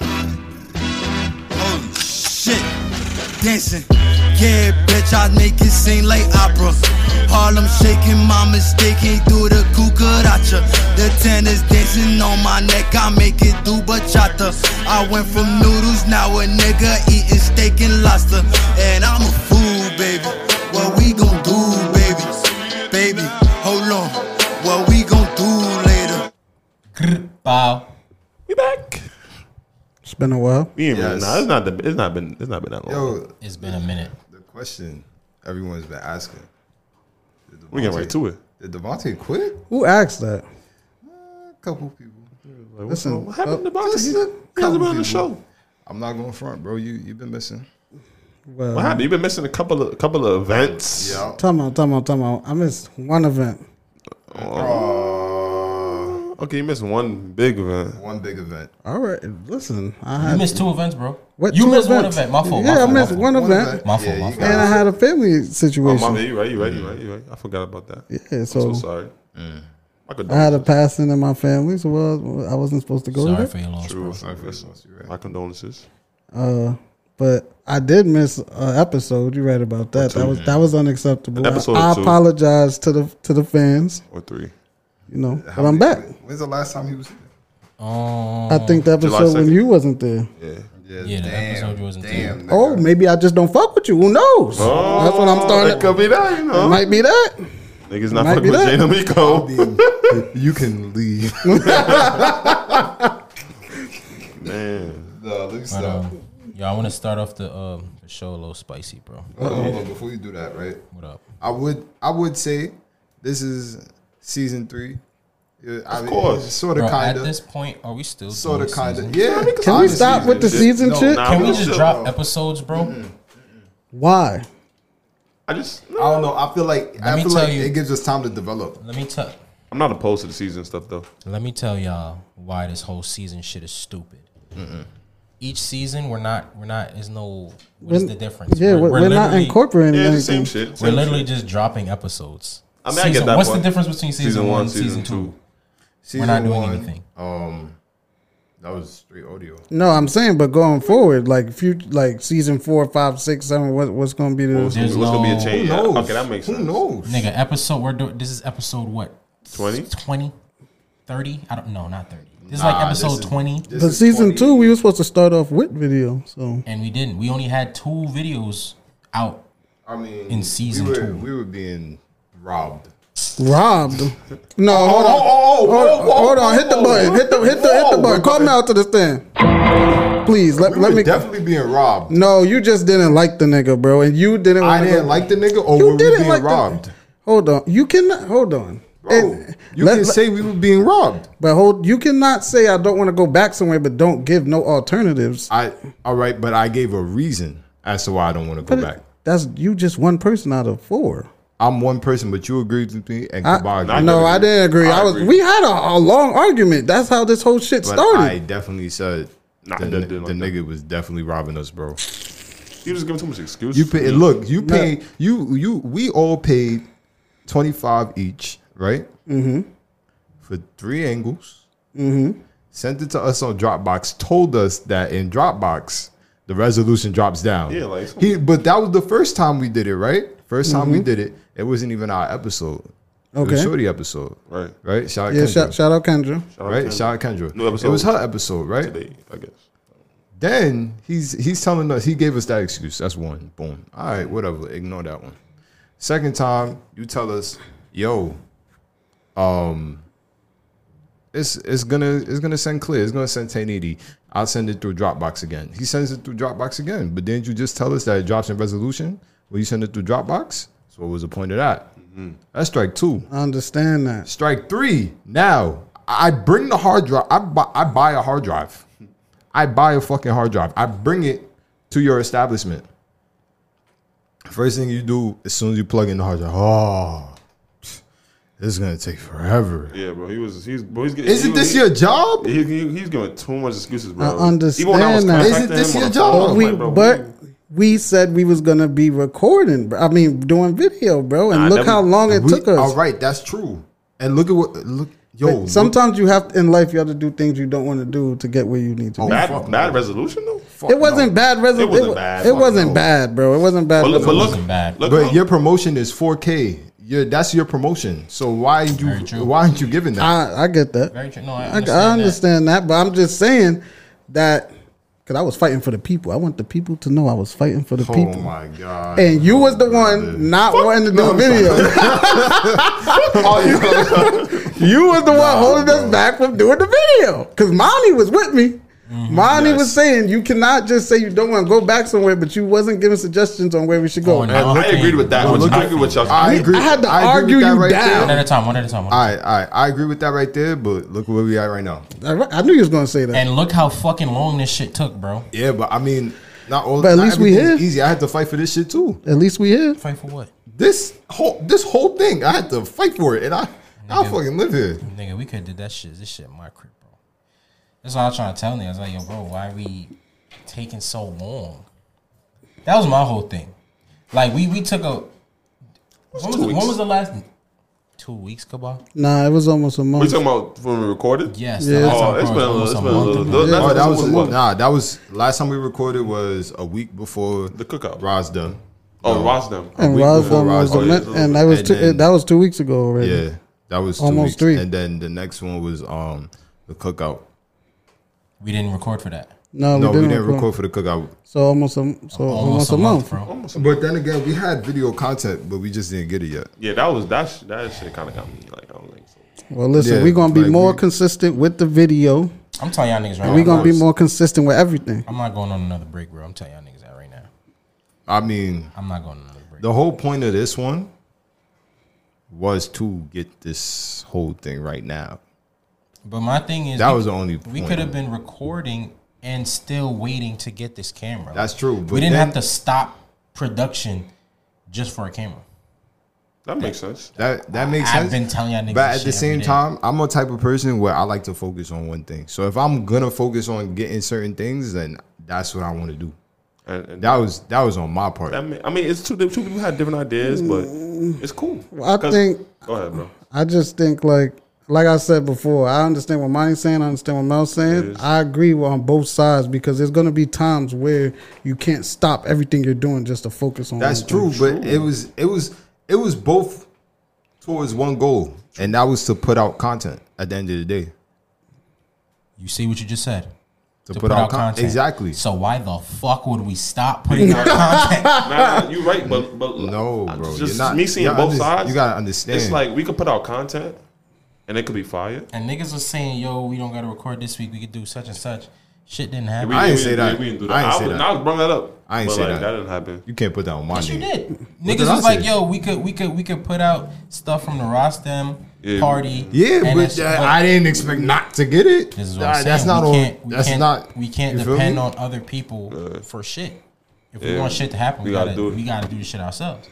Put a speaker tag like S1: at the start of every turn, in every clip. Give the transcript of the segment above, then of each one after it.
S1: Oh, shit. Dancing. Yeah, bitch, I make it seem like opera. Harlem shaking, my mistake ain't do the cucaracha. The tennis dancing on my neck, I make it do bachata. I went from noodles, now a nigga eating steak and lobster. And I'm a fool, baby. What we gon' do, baby? Baby, hold on. What we gon' do later?
S2: Bow.
S3: We back.
S4: It's been a while.
S3: We ain't really,
S5: Yes.
S3: nah, it's not the, it's not been it's not been that long.
S5: Yo,
S2: It's been a minute.
S5: the question everyone's been asking. Did
S3: we get right
S5: Devontae-
S3: to it.
S5: Did Devontae quit?
S4: Who asked that?
S5: A couple people.
S3: Like, what's
S4: Listen,
S3: wrong? what happened to
S4: uh,
S3: Bonta?
S5: just
S3: He,
S5: a
S3: he hasn't
S5: couple
S3: been on the
S5: people.
S3: show.
S5: I'm not going front, bro. You you been missing.
S4: Well,
S3: What happened? You've been missing a couple of couple of events.
S5: Yeah.
S4: Time out, time out, time out. I missed one event.
S5: Uh,
S3: Okay, you missed one big event.
S5: one big event.
S4: All right, listen. I
S2: You
S4: had
S2: missed two events, bro.
S4: what,
S2: you
S4: two
S2: missed
S4: events?
S2: one event. My fault. my
S4: Yeah, I
S2: fault,
S4: missed
S2: my fault.
S4: one event,
S2: My fault, my
S5: you
S2: fault.
S5: got
S4: and I
S5: it.
S4: had a family
S3: Oh,
S4: situation.
S3: my bad. You're right. You're right. You're right. You're right. I forgot about that.
S4: yeah,
S3: So,
S4: so,
S3: sorry. I could.
S4: Mm. I had a passing in my family, so well, I wasn't supposed to go
S2: Sorry
S4: to
S2: for
S4: that.
S2: your loss, bro.
S3: True.
S5: Sorry for
S3: Listen,
S5: your loss, you're right.
S3: My condolences.
S4: Uh, but I did miss an episode. You're right about that. That was that was unacceptable. I,
S3: Episode
S4: I
S3: two.
S4: apologize to the to the fans,
S3: Or three.
S4: you know.
S5: How
S4: But I'm
S5: many-
S4: back.
S5: When's the last time he was?
S2: Um,
S4: I think the episode when
S3: 2nd.
S4: you wasn't there.
S3: Yeah.
S5: Yeah,
S2: Yeah, the episode you wasn't there.
S5: damn. nigga.
S4: Oh, maybe I just don't fuck with you. Who knows? That's what
S5: Oh,
S4: I'm starting.
S3: Oh, It could be that. You
S4: It
S3: know.
S4: might be that.
S3: Niggas not
S4: might
S3: fucking
S4: be
S3: with
S4: that.
S3: Jane Amico.
S4: Oh.
S5: you can leave.
S3: Man.
S5: no, let me
S2: but,
S5: stop.
S2: um, yo, I want to start off the, um, the show a little spicy, bro.
S5: Hold on, hold on. Before you do that, right?
S2: What up?
S5: I would I would say this is season three. Of I
S3: course.
S5: sort
S2: Bro,
S5: of
S2: at
S5: kind
S2: this
S5: of,
S2: point, are we still
S5: sort of
S2: doing
S5: kind
S2: season?
S5: of. Yeah,
S4: Can we stop with the
S3: This-
S4: season
S5: no,
S4: shit?
S3: nah,
S2: Can we
S3: no,
S2: just
S3: shit,
S2: drop
S3: bro.
S2: episodes, bro?
S4: Why?
S3: I just.
S5: I don't know. I feel
S2: Let
S5: like
S2: me
S5: I feel
S2: tell
S5: like
S2: you.
S5: it gives us time to develop.
S2: Let me tell.
S3: I'm not opposed to the season stuff though.
S2: Let me tell y'all why this whole season shit is stupid. Each season, we're not, we're not. There's no. What's the
S4: We're-
S2: difference?
S4: Yeah, we're, we're not
S2: literally-
S4: incorporating
S3: Yeah, the same
S4: anything.
S3: shit.
S2: We're
S3: same
S2: literally
S3: shit.
S2: just dropping episodes.
S3: I mean, I get
S2: Season-
S3: that
S2: What's
S3: point.
S2: the difference between season, one and season, 2
S5: Season
S2: not doing anything.
S5: Um, that was straight audio.
S4: No, I'm saying, but going forward, like future, like season four, five, six, seven, what, what's going to be
S3: What's gonna,
S4: the?
S2: There's
S3: be- what's gonna be a
S2: no-
S3: change?
S5: Who knows?
S3: Okay, that makes sense.
S5: Who knows?
S2: Nigga, episode we're doing this is episode what?
S3: 20?
S2: 20? 30? I don't know, not 30. This is like
S5: Nah, this
S2: episode
S5: is-
S2: 20
S5: This
S4: But
S5: is
S4: season
S5: 20.
S4: two, we were supposed to start off with video, so
S2: and we didn't. We only had two videos out.
S5: I mean,
S2: in season
S5: we were,
S2: two.
S5: we were being robbed.
S4: robbed. No, hold on,
S5: oh,
S4: hold, hold on, hit the button, hit the hit the hit the button. Call me out to the stand, please. Let
S5: We were
S4: let me.
S5: definitely being robbed.
S4: No, you just didn't like the nigga, bro, and you didn't.
S5: I
S4: wanna
S5: didn't
S4: go-
S5: like the nigga, or were
S4: You
S5: we
S4: didn't
S5: being
S4: like
S5: robbed?
S4: the. Hold on, you cannot hold on.
S5: Bro,
S4: And
S5: you
S4: let-
S5: can
S4: let-
S5: say we were being robbed.
S4: But hold, you cannot say I don't want to go back somewhere, but don't give no alternatives.
S5: I all right, but I gave a reason as to why I don't want to go
S4: But
S5: back.
S4: That's you just one person out of four.
S5: I'm one person, but you agreed with me, and
S4: I,
S5: Kabar agreed.
S4: no,
S3: didn't
S4: I
S3: agree.
S4: didn't agree.
S3: I
S4: I, was.
S3: agree.
S4: We had a, a long argument. That's how this whole shit
S5: but I
S4: started.
S5: definitely said
S3: Nah,
S5: the,
S3: I
S5: the,
S3: didn't like that.
S5: nigga was definitely robbing us, bro.
S3: You just giving too much excuses.
S5: You pay, look, you pay, you you we all paid twenty five each, right? Mm-hmm. For three angles.
S4: Mm-hmm.
S5: Sent it to us on Dropbox. Told us that in Dropbox the resolution drops down.
S3: Yeah, like, some-
S5: he. But that was the first time we did it, right? First time we did it, it wasn't even our episode. It was
S4: Mm-hmm. Okay.
S5: Shorty episode,
S3: right.
S5: right? Shout out
S4: yeah,
S5: Kendra,
S4: shout, shout out Kendra.
S5: right?
S3: Kendra.
S5: Shout out Kendra.
S3: New episode.
S5: It was her episode, right?
S3: Today, I guess.
S5: Then he's he's telling us he gave us that excuse. That's one. Boom. All right, whatever. Ignore that one. Second time, you tell us, yo, um, it's it's gonna it's gonna send clear. It's gonna send 1080. I'll send it through Dropbox again. He sends it through Dropbox again. But didn't you just tell us that it drops in resolution? Will you send it through Dropbox? So what was the point of that? That's strike two.
S4: I understand that.
S5: Strike three. Now I bring the hard drive. I buy, I buy a hard drive. I buy a fucking hard drive. I bring it to your establishment. First thing you do as soon as you plug in the hard drive. Oh, this is gonna take forever.
S3: Yeah, bro. He was. He's. Bro, he's getting.
S5: Isn't
S3: he-
S5: this
S3: he-
S5: your job?
S3: He, he, he's giving too much excuses, bro.
S4: I understand
S3: Even when I was
S4: that.
S3: contacting
S5: Isn't this
S3: him on
S5: your
S3: the phone,
S5: job?
S3: I
S4: But
S3: was
S4: we,
S3: like, bro,
S4: but we said we was gonna be recording. bro. I mean, doing video, bro. And
S3: Nah,
S4: look
S3: that
S4: how
S3: we-
S4: long it
S5: We-
S4: took us.
S5: All right, that's true. And look at what look. Yo,
S4: Sometimes you have in life you have to do things you don't want to do to get where you need to. be.
S3: bad,
S5: fuck,
S3: bad resolution though.
S5: fuck
S4: it wasn't
S5: no.
S4: bad. Resol-
S3: Oh, It wasn't
S4: wa-
S3: bad.
S4: It
S3: Fuck
S4: wasn't
S3: no.
S4: bad, bro. It wasn't bad.
S3: But, look- but look,
S4: resolution.
S2: Wasn't bad.
S3: look uh,
S5: But
S3: how-
S5: your promotion is 4K. Your that's your promotion. So why
S2: Very
S5: you
S2: true.
S5: why aren't you giving that?
S4: I, I get that.
S2: Very true. No, I
S4: I I
S2: understand.
S4: understand,
S2: that.
S4: that. but I'm just saying that because I was fighting for the people. I want the people to know I was fighting for the
S5: oh
S4: people.
S5: my god!
S4: And you was the
S5: Brother.
S4: one not wanting to do a video.
S5: Oh,
S4: you was the one holding us back from doing the video. Cause Monty was with me.
S2: Mm-hmm.
S4: Monty was saying you cannot just say you don't want to go back somewhere, but you wasn't giving suggestions on where we should go.
S2: Oh, no.
S5: And
S3: I
S5: look-
S3: agreed with that.
S5: Well,
S3: one.
S5: look
S3: I
S5: at-
S3: agree with y'all.
S5: I agree.
S4: I had to
S5: agree with
S4: argue
S5: that
S4: you
S5: right
S4: down.
S2: One
S5: There.
S2: at a time. One at a time. one at a time.
S5: I, I I agree with that right there. But look where we at right now.
S4: I, I knew you was gonna say that.
S2: And look how fucking long this shit took, bro.
S5: Yeah, but I mean, not all.
S4: But at
S5: not
S4: least we
S5: everything's
S4: here.
S5: Easy. I had to fight for this shit too.
S4: At least we here.
S2: Fight for what,
S5: This whole this whole thing, I had to fight for it, and I I
S2: Nigga.
S5: fucking live here.
S2: nigga? We could have did that shit. This shit my crib, bro. That's what I was trying to tell niggas. Like, yo, bro, why we taking so long? That was my whole thing. Like, we we took a. When was,
S3: two
S2: the, when
S3: weeks.
S2: was the last? Two weeks, Kabal.
S4: Nah, it was almost a
S3: We
S4: month.
S3: talking about when we recorded?
S2: Yes.
S4: Yeah.
S2: the last
S3: Oh,
S2: time
S3: it's
S2: I
S3: been a
S2: was
S3: little. It's
S2: almost
S3: been
S2: a
S3: a
S2: month
S3: little.
S2: ago.
S3: that-
S5: Oh, that was
S3: a month.
S5: nah. That was last time we recorded was a week before
S3: The cookout.
S5: Rosda.
S3: Oh, Rostam.
S4: And
S5: week
S4: Rod
S5: before
S4: Foreman was
S5: Rod-
S4: the
S5: oh, yeah,
S4: man-
S3: it's a little
S4: and
S3: bit.
S4: that was
S5: And
S4: two,
S5: then-
S4: that was two weeks ago already.
S5: Yeah, that was two
S4: Almost
S5: weeks.
S4: three.
S5: And then the next one was um the cookout.
S2: We didn't record for that.
S4: No,
S5: no,
S4: we didn't, record.
S5: record. for the cookout.
S4: So almost a so almost, a month.
S2: bro.
S3: Oh.
S5: But then again, we had video content, but we just didn't get it yet.
S3: Yeah, that was that. sh- That shit kind of got me like I don't think so.
S4: Well, listen,
S5: Yeah,
S4: we're gonna be
S5: like
S4: more
S5: we-
S4: consistent with the video,
S2: I'm telling y'all niggas right
S4: and
S2: now.
S4: we're gonna
S2: bro,
S4: be more consistent with everything.
S2: I'm not going on another break, bro. I'm telling y'all niggas that right now.
S5: I mean,
S2: I'm not going on another break.
S5: the whole point of this one was to get this whole thing right now.
S2: But my thing is,
S5: That
S2: we-
S5: was the only
S2: We
S5: point.
S2: could have been recording and still waiting to get this camera.
S5: That's true, but
S2: we didn't
S5: then-
S2: have to stop production just for a camera.
S3: That makes sense.
S5: That that makes
S2: I've
S5: sense.
S2: been telling y'all niggas
S5: But
S2: this
S5: at the
S2: shit
S5: same
S2: every day.
S5: time, I'm a type of person where I like to focus on one thing. So if I'm gonna focus on getting certain things, then that's what I want to do.
S3: And, and
S5: That was that was on my part.
S3: I mean, I mean, it's two, two people had different ideas, but
S5: Mm.
S3: it's cool.
S4: I
S3: 'Cause-
S4: think-
S3: Go ahead, bro.
S4: I just think like like I said before, I understand what Monty's saying, I understand what Mel's saying. I agree with- on both sides because there's gonna be times where you can't stop everything you're doing just to focus on.
S5: That's
S4: one thing.
S5: true, but it was it was it was both towards one goal, and that was to put out content at the end of the day.
S2: you see what you just said.
S5: To, put, out, content. Exactly.
S2: So why the fuck would we stop putting out content?
S3: Nah, nah, you right, but but
S5: No,
S3: I-
S5: bro.
S3: Just
S5: you're not,
S3: me seeing
S5: you
S3: both
S5: under-
S3: sides.
S5: You gotta understand.
S3: It's like we could put out content, and it could be fire.
S2: And niggas was saying, "Yo, we don't got to record this week. We could do such and such." Shit didn't happen.
S3: We,
S5: I ain't
S3: we-
S5: say
S3: we-
S5: that.
S3: We didn't do that.
S5: I ain't
S3: I,
S5: say
S3: was-
S5: that.
S3: I was bringing that up.
S5: I ain't
S3: but
S5: say
S3: like,
S5: that.
S3: didn't happen.
S5: you can't put that on my
S2: Yes, you
S5: name.
S2: did.
S5: What
S2: Niggas
S5: did I
S2: was like,
S5: say?
S2: yo, we could we could we could put out stuff from the Rostam
S3: Yeah.
S2: party.
S5: Yeah,
S2: and
S5: but
S2: that shit-
S5: uh, I didn't expect not to get it.
S2: This is what
S5: Nah,
S2: I'm
S5: that's
S2: saying.
S5: not
S2: we
S5: on.
S2: Can't, we
S5: that's
S2: can't,
S5: not.
S2: We can't
S5: you feel
S2: depend
S5: me?
S2: on other people for shit. If we
S3: yeah.
S2: want shit to happen, we,
S3: We
S2: gotta,
S3: gotta do it.
S2: we gotta do the shit ourselves.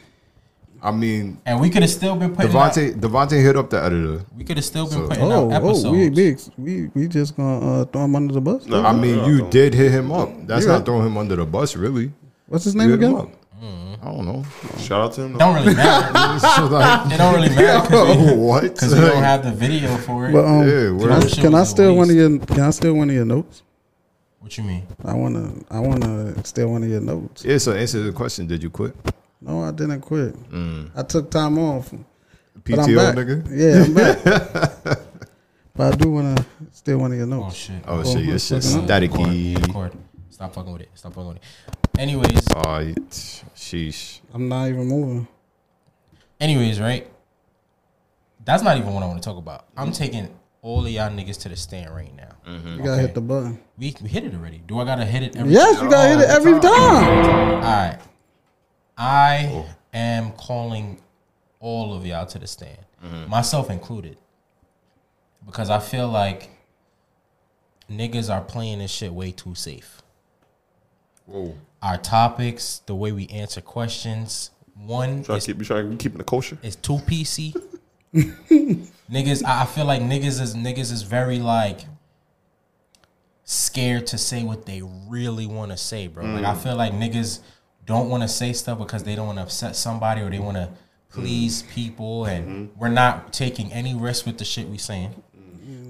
S5: I mean,
S2: And we could have still been putting. out-
S5: Devontae Devontae hit up the editor.
S2: we could have still been putting
S4: Oh,
S2: out episodes.
S4: oh, we, we we we just gonna uh, throw him under the bus.
S3: No,
S5: I mean,
S3: no,
S5: you
S3: no.
S5: did hit him up. That's
S4: You're
S5: not
S4: right.
S5: throwing him under the bus, really.
S4: What's his
S5: You
S4: name
S5: hit him
S4: again?
S5: up.
S2: Mm-hmm.
S5: I don't know.
S3: Shout out to him. though.
S2: don't really matter.
S5: It's just like-
S2: it don't really matter
S5: Yo,
S2: because
S5: what?
S2: we, don't have the video for it.
S4: Oh. But um,
S5: Yeah,
S4: can,
S5: word.
S4: I,
S2: That shit
S4: can I
S2: was a
S4: steal one of
S2: waste.
S4: your can I steal one of your notes?
S2: what you mean?
S4: I wanna I wanna steal one of your notes.
S5: yeah, so answer the question. Did you quit?
S4: No, I didn't quit.
S5: Mm.
S4: I took time off. But I'm
S5: PTO,
S4: back.
S5: nigga?
S4: Yeah, I'm back. but I do wanna steal one of your
S2: Oh
S4: notes.
S2: shit.
S5: Oh, shit,
S4: Oh,
S5: your shit
S4: fucking up.
S2: Record,
S5: staticky.
S2: record. Stop fucking with it. Stop fucking with it. Anyways,
S5: Oh, you- sheesh.
S4: I'm not even moving.
S2: Anyways, right? That's not even what I want to talk about. I'm taking all of y'all niggas to the stand right now.
S5: Mm.
S4: You gotta hit the button.
S2: We, we hit it already. Do I gotta hit it? Every
S4: Yes, you gotta hit it every time.
S2: All right. I am calling all of y'all to the stand, myself included, because I feel like niggas are playing this shit way too safe.
S5: Whoa.
S2: Our topics, the way we answer questions, one
S3: Try
S2: is
S3: to keep you trying to keep the kosher.
S2: It's too PC. niggas, I I feel like niggas is niggas is very like scared to say what they really want to say, bro. Like I feel like niggas don't want to say stuff because they don't want to upset somebody or they want to please people, and we're not taking any risk with the shit we saying.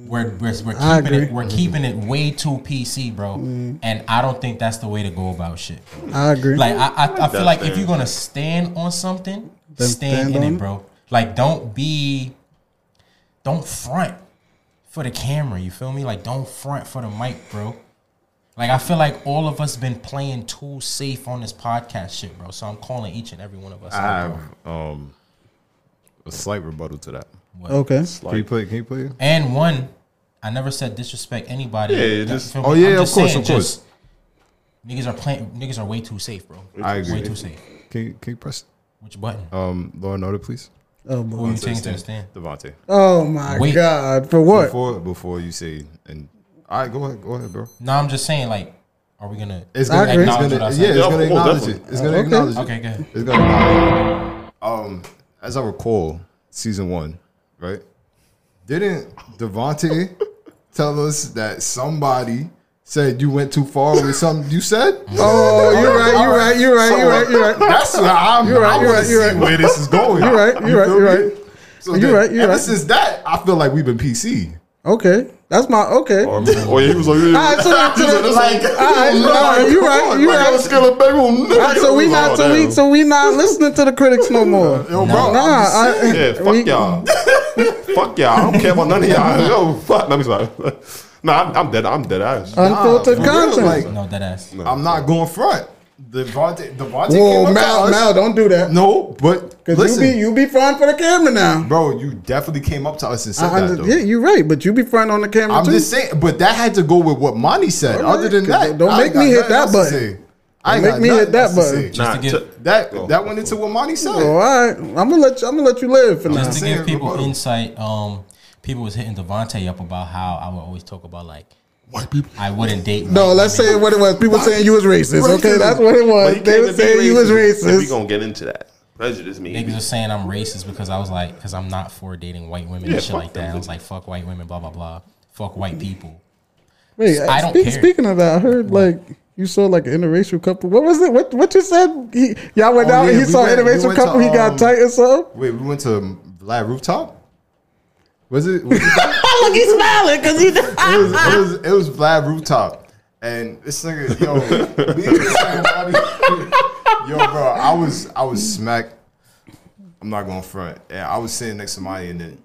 S2: We're we're, we're
S4: I
S2: keeping it
S4: agree.
S2: we're keeping it way too PC, bro. And I don't think that's the way to go about shit. bro.
S4: I agree.
S2: Like I I, I feel
S3: that
S2: like if
S3: thing.
S2: you're gonna stand on something,
S4: Then
S2: stand,
S4: stand
S2: in
S4: on
S2: it,
S4: it.
S2: bro. Like don't be don't front for the camera, you feel me? Like don't front for the mic, bro. Like I feel like all of us been playing too safe on this podcast shit, bro. So I'm calling each and every one of us.
S5: I
S2: out, bro.
S5: have um, a slight rebuttal to that.
S4: okay.
S5: Can you play? Can you play?
S2: And one, I never said disrespect anybody.
S3: Yeah,
S2: You
S3: just-
S2: feel me?
S5: Oh
S2: I'm
S5: yeah, of
S2: just
S5: course,
S2: saying,
S5: of course.
S2: just- Niggas are playing. Niggas are way too safe, bro.
S5: I
S2: Way
S5: agree.
S2: too safe.
S5: Can you, can you press
S2: Which button?
S5: um law and order, please?
S2: Who
S4: Oh
S2: are
S4: boy.
S2: you taking to the stand?
S5: Devontae.
S4: Oh my
S2: Wait.
S4: God. For what?
S5: Before before you say and all right, go ahead, go ahead, bro.
S2: No, I'm just saying. Like, are we gonna?
S5: It's
S4: I
S5: gonna,
S4: agree.
S5: it's gonna
S2: Acknowledge what I said.
S5: yeah, it's
S3: Yeah,
S5: gonna
S3: oh,
S5: acknowledge it.
S3: definitely.
S5: It's gonna
S4: Okay.
S5: acknowledge it.
S2: Okay, good.
S5: It's gonna acknowledge it. Um, as I recall, season one, right? Didn't Devontae tell us that somebody said you went too far with something you said?
S4: Oh, you're right. You're right. You're right. You're right. You're right.
S5: That's what I'm. You're
S4: right, you're right, you're right.
S5: Where this is going?
S4: You're right, you're right,
S5: feel
S4: you're
S5: me?
S4: right.
S5: So
S4: You're
S5: then,
S4: right, you're
S5: ever
S4: right.
S5: since that, I feel like we've been PC.
S4: Okay. That's my okay.
S3: Or, or Oh, yeah, he was like,
S4: All right, so,
S5: So
S4: so-
S5: it's like,
S4: right,
S5: yo,
S4: all right,
S5: like,
S4: you
S5: come
S4: right,
S5: on,
S4: you
S5: like,
S4: right.
S5: yo, Skilla, baby, we'll never-
S4: all right, so we
S3: Oh,
S4: not so we
S3: damn.
S4: so we not listening to the critics no more.
S5: Yo, bro,
S4: nah,
S5: I'm just saying.
S4: I,
S3: Yeah, fuck
S4: we-
S3: y'all. fuck y'all. I don't care about none of y'all. Yo, fuck. Let me stop. Nah, I'm, I'm dead. I'm dead ass.
S4: unfiltered
S5: for real,
S4: content.
S5: like,
S2: No, that ass.
S5: I'm not going front. Devontae, Devontae came
S4: Whoa,
S5: up to
S4: Mal,
S5: us.
S4: Mal, don't do that.
S5: No, but
S4: Cause
S5: listen,
S4: you be you be front for the camera now.
S5: bro, you definitely came up to us and said
S4: I
S5: that.
S4: under,
S5: Though.
S4: yeah, you're right, but you be front on the camera
S5: I'm
S4: too.
S5: just saying, but that had to go with what Monty said.
S4: All right,
S5: Other than
S4: 'cause
S5: that,
S4: don't
S5: I
S4: make
S5: ain't got
S4: me hit
S5: nothing
S4: that
S5: else to
S4: button.
S5: say. I ain't
S4: Don't
S5: got
S4: make me hit
S5: nothing
S4: that
S5: else to
S4: button.
S5: say.
S3: Nah,
S2: to get-
S3: t-
S5: That that went into what Monty said.
S4: all right, I'm gonna let you, I'm gonna let you live for now.
S2: Just to
S5: saying,
S2: give people
S5: rebuttal.
S2: insight, um, people was hitting Devontae up about how I would always talk about like
S5: white people.
S2: I wouldn't date.
S4: No,
S2: white
S4: let's
S2: women.
S4: say what it was. People saying you was racist. Okay,
S5: Racism.
S4: that's what it
S3: But
S4: was.
S3: he
S4: They
S3: came
S4: were
S3: to be
S4: saying you was
S3: and We
S4: racist.
S3: gonna get into that. Prejudice me.
S2: Niggas are saying I'm racist because I was like, because I'm not for dating white women
S3: Yeah,
S2: and shit
S3: fuck
S2: like
S3: them,
S2: that. I was
S3: dude.
S2: like, fuck white women, blah blah blah. Fuck white people.
S4: Wait,
S2: I don't care.
S4: Speaking of that, I heard like you saw like an interracial couple. What was it? What what you said? He, y'all went
S5: Oh,
S4: out and
S5: yeah,
S4: he
S5: we
S4: saw
S5: went-
S4: an
S5: we
S4: interracial
S5: went to,
S4: couple. he got
S5: um,
S4: tight or something.
S5: Wait, we went to Vlad rooftop. Was it? Was it
S4: Oh, look, he's smiling because he.
S5: it was it was it was Vlad rooftop, and this nigga, yo, me and this nigga Bobby- yo, bro, I was I was smacked. I'm not going front, and I was sitting next to Monty, and then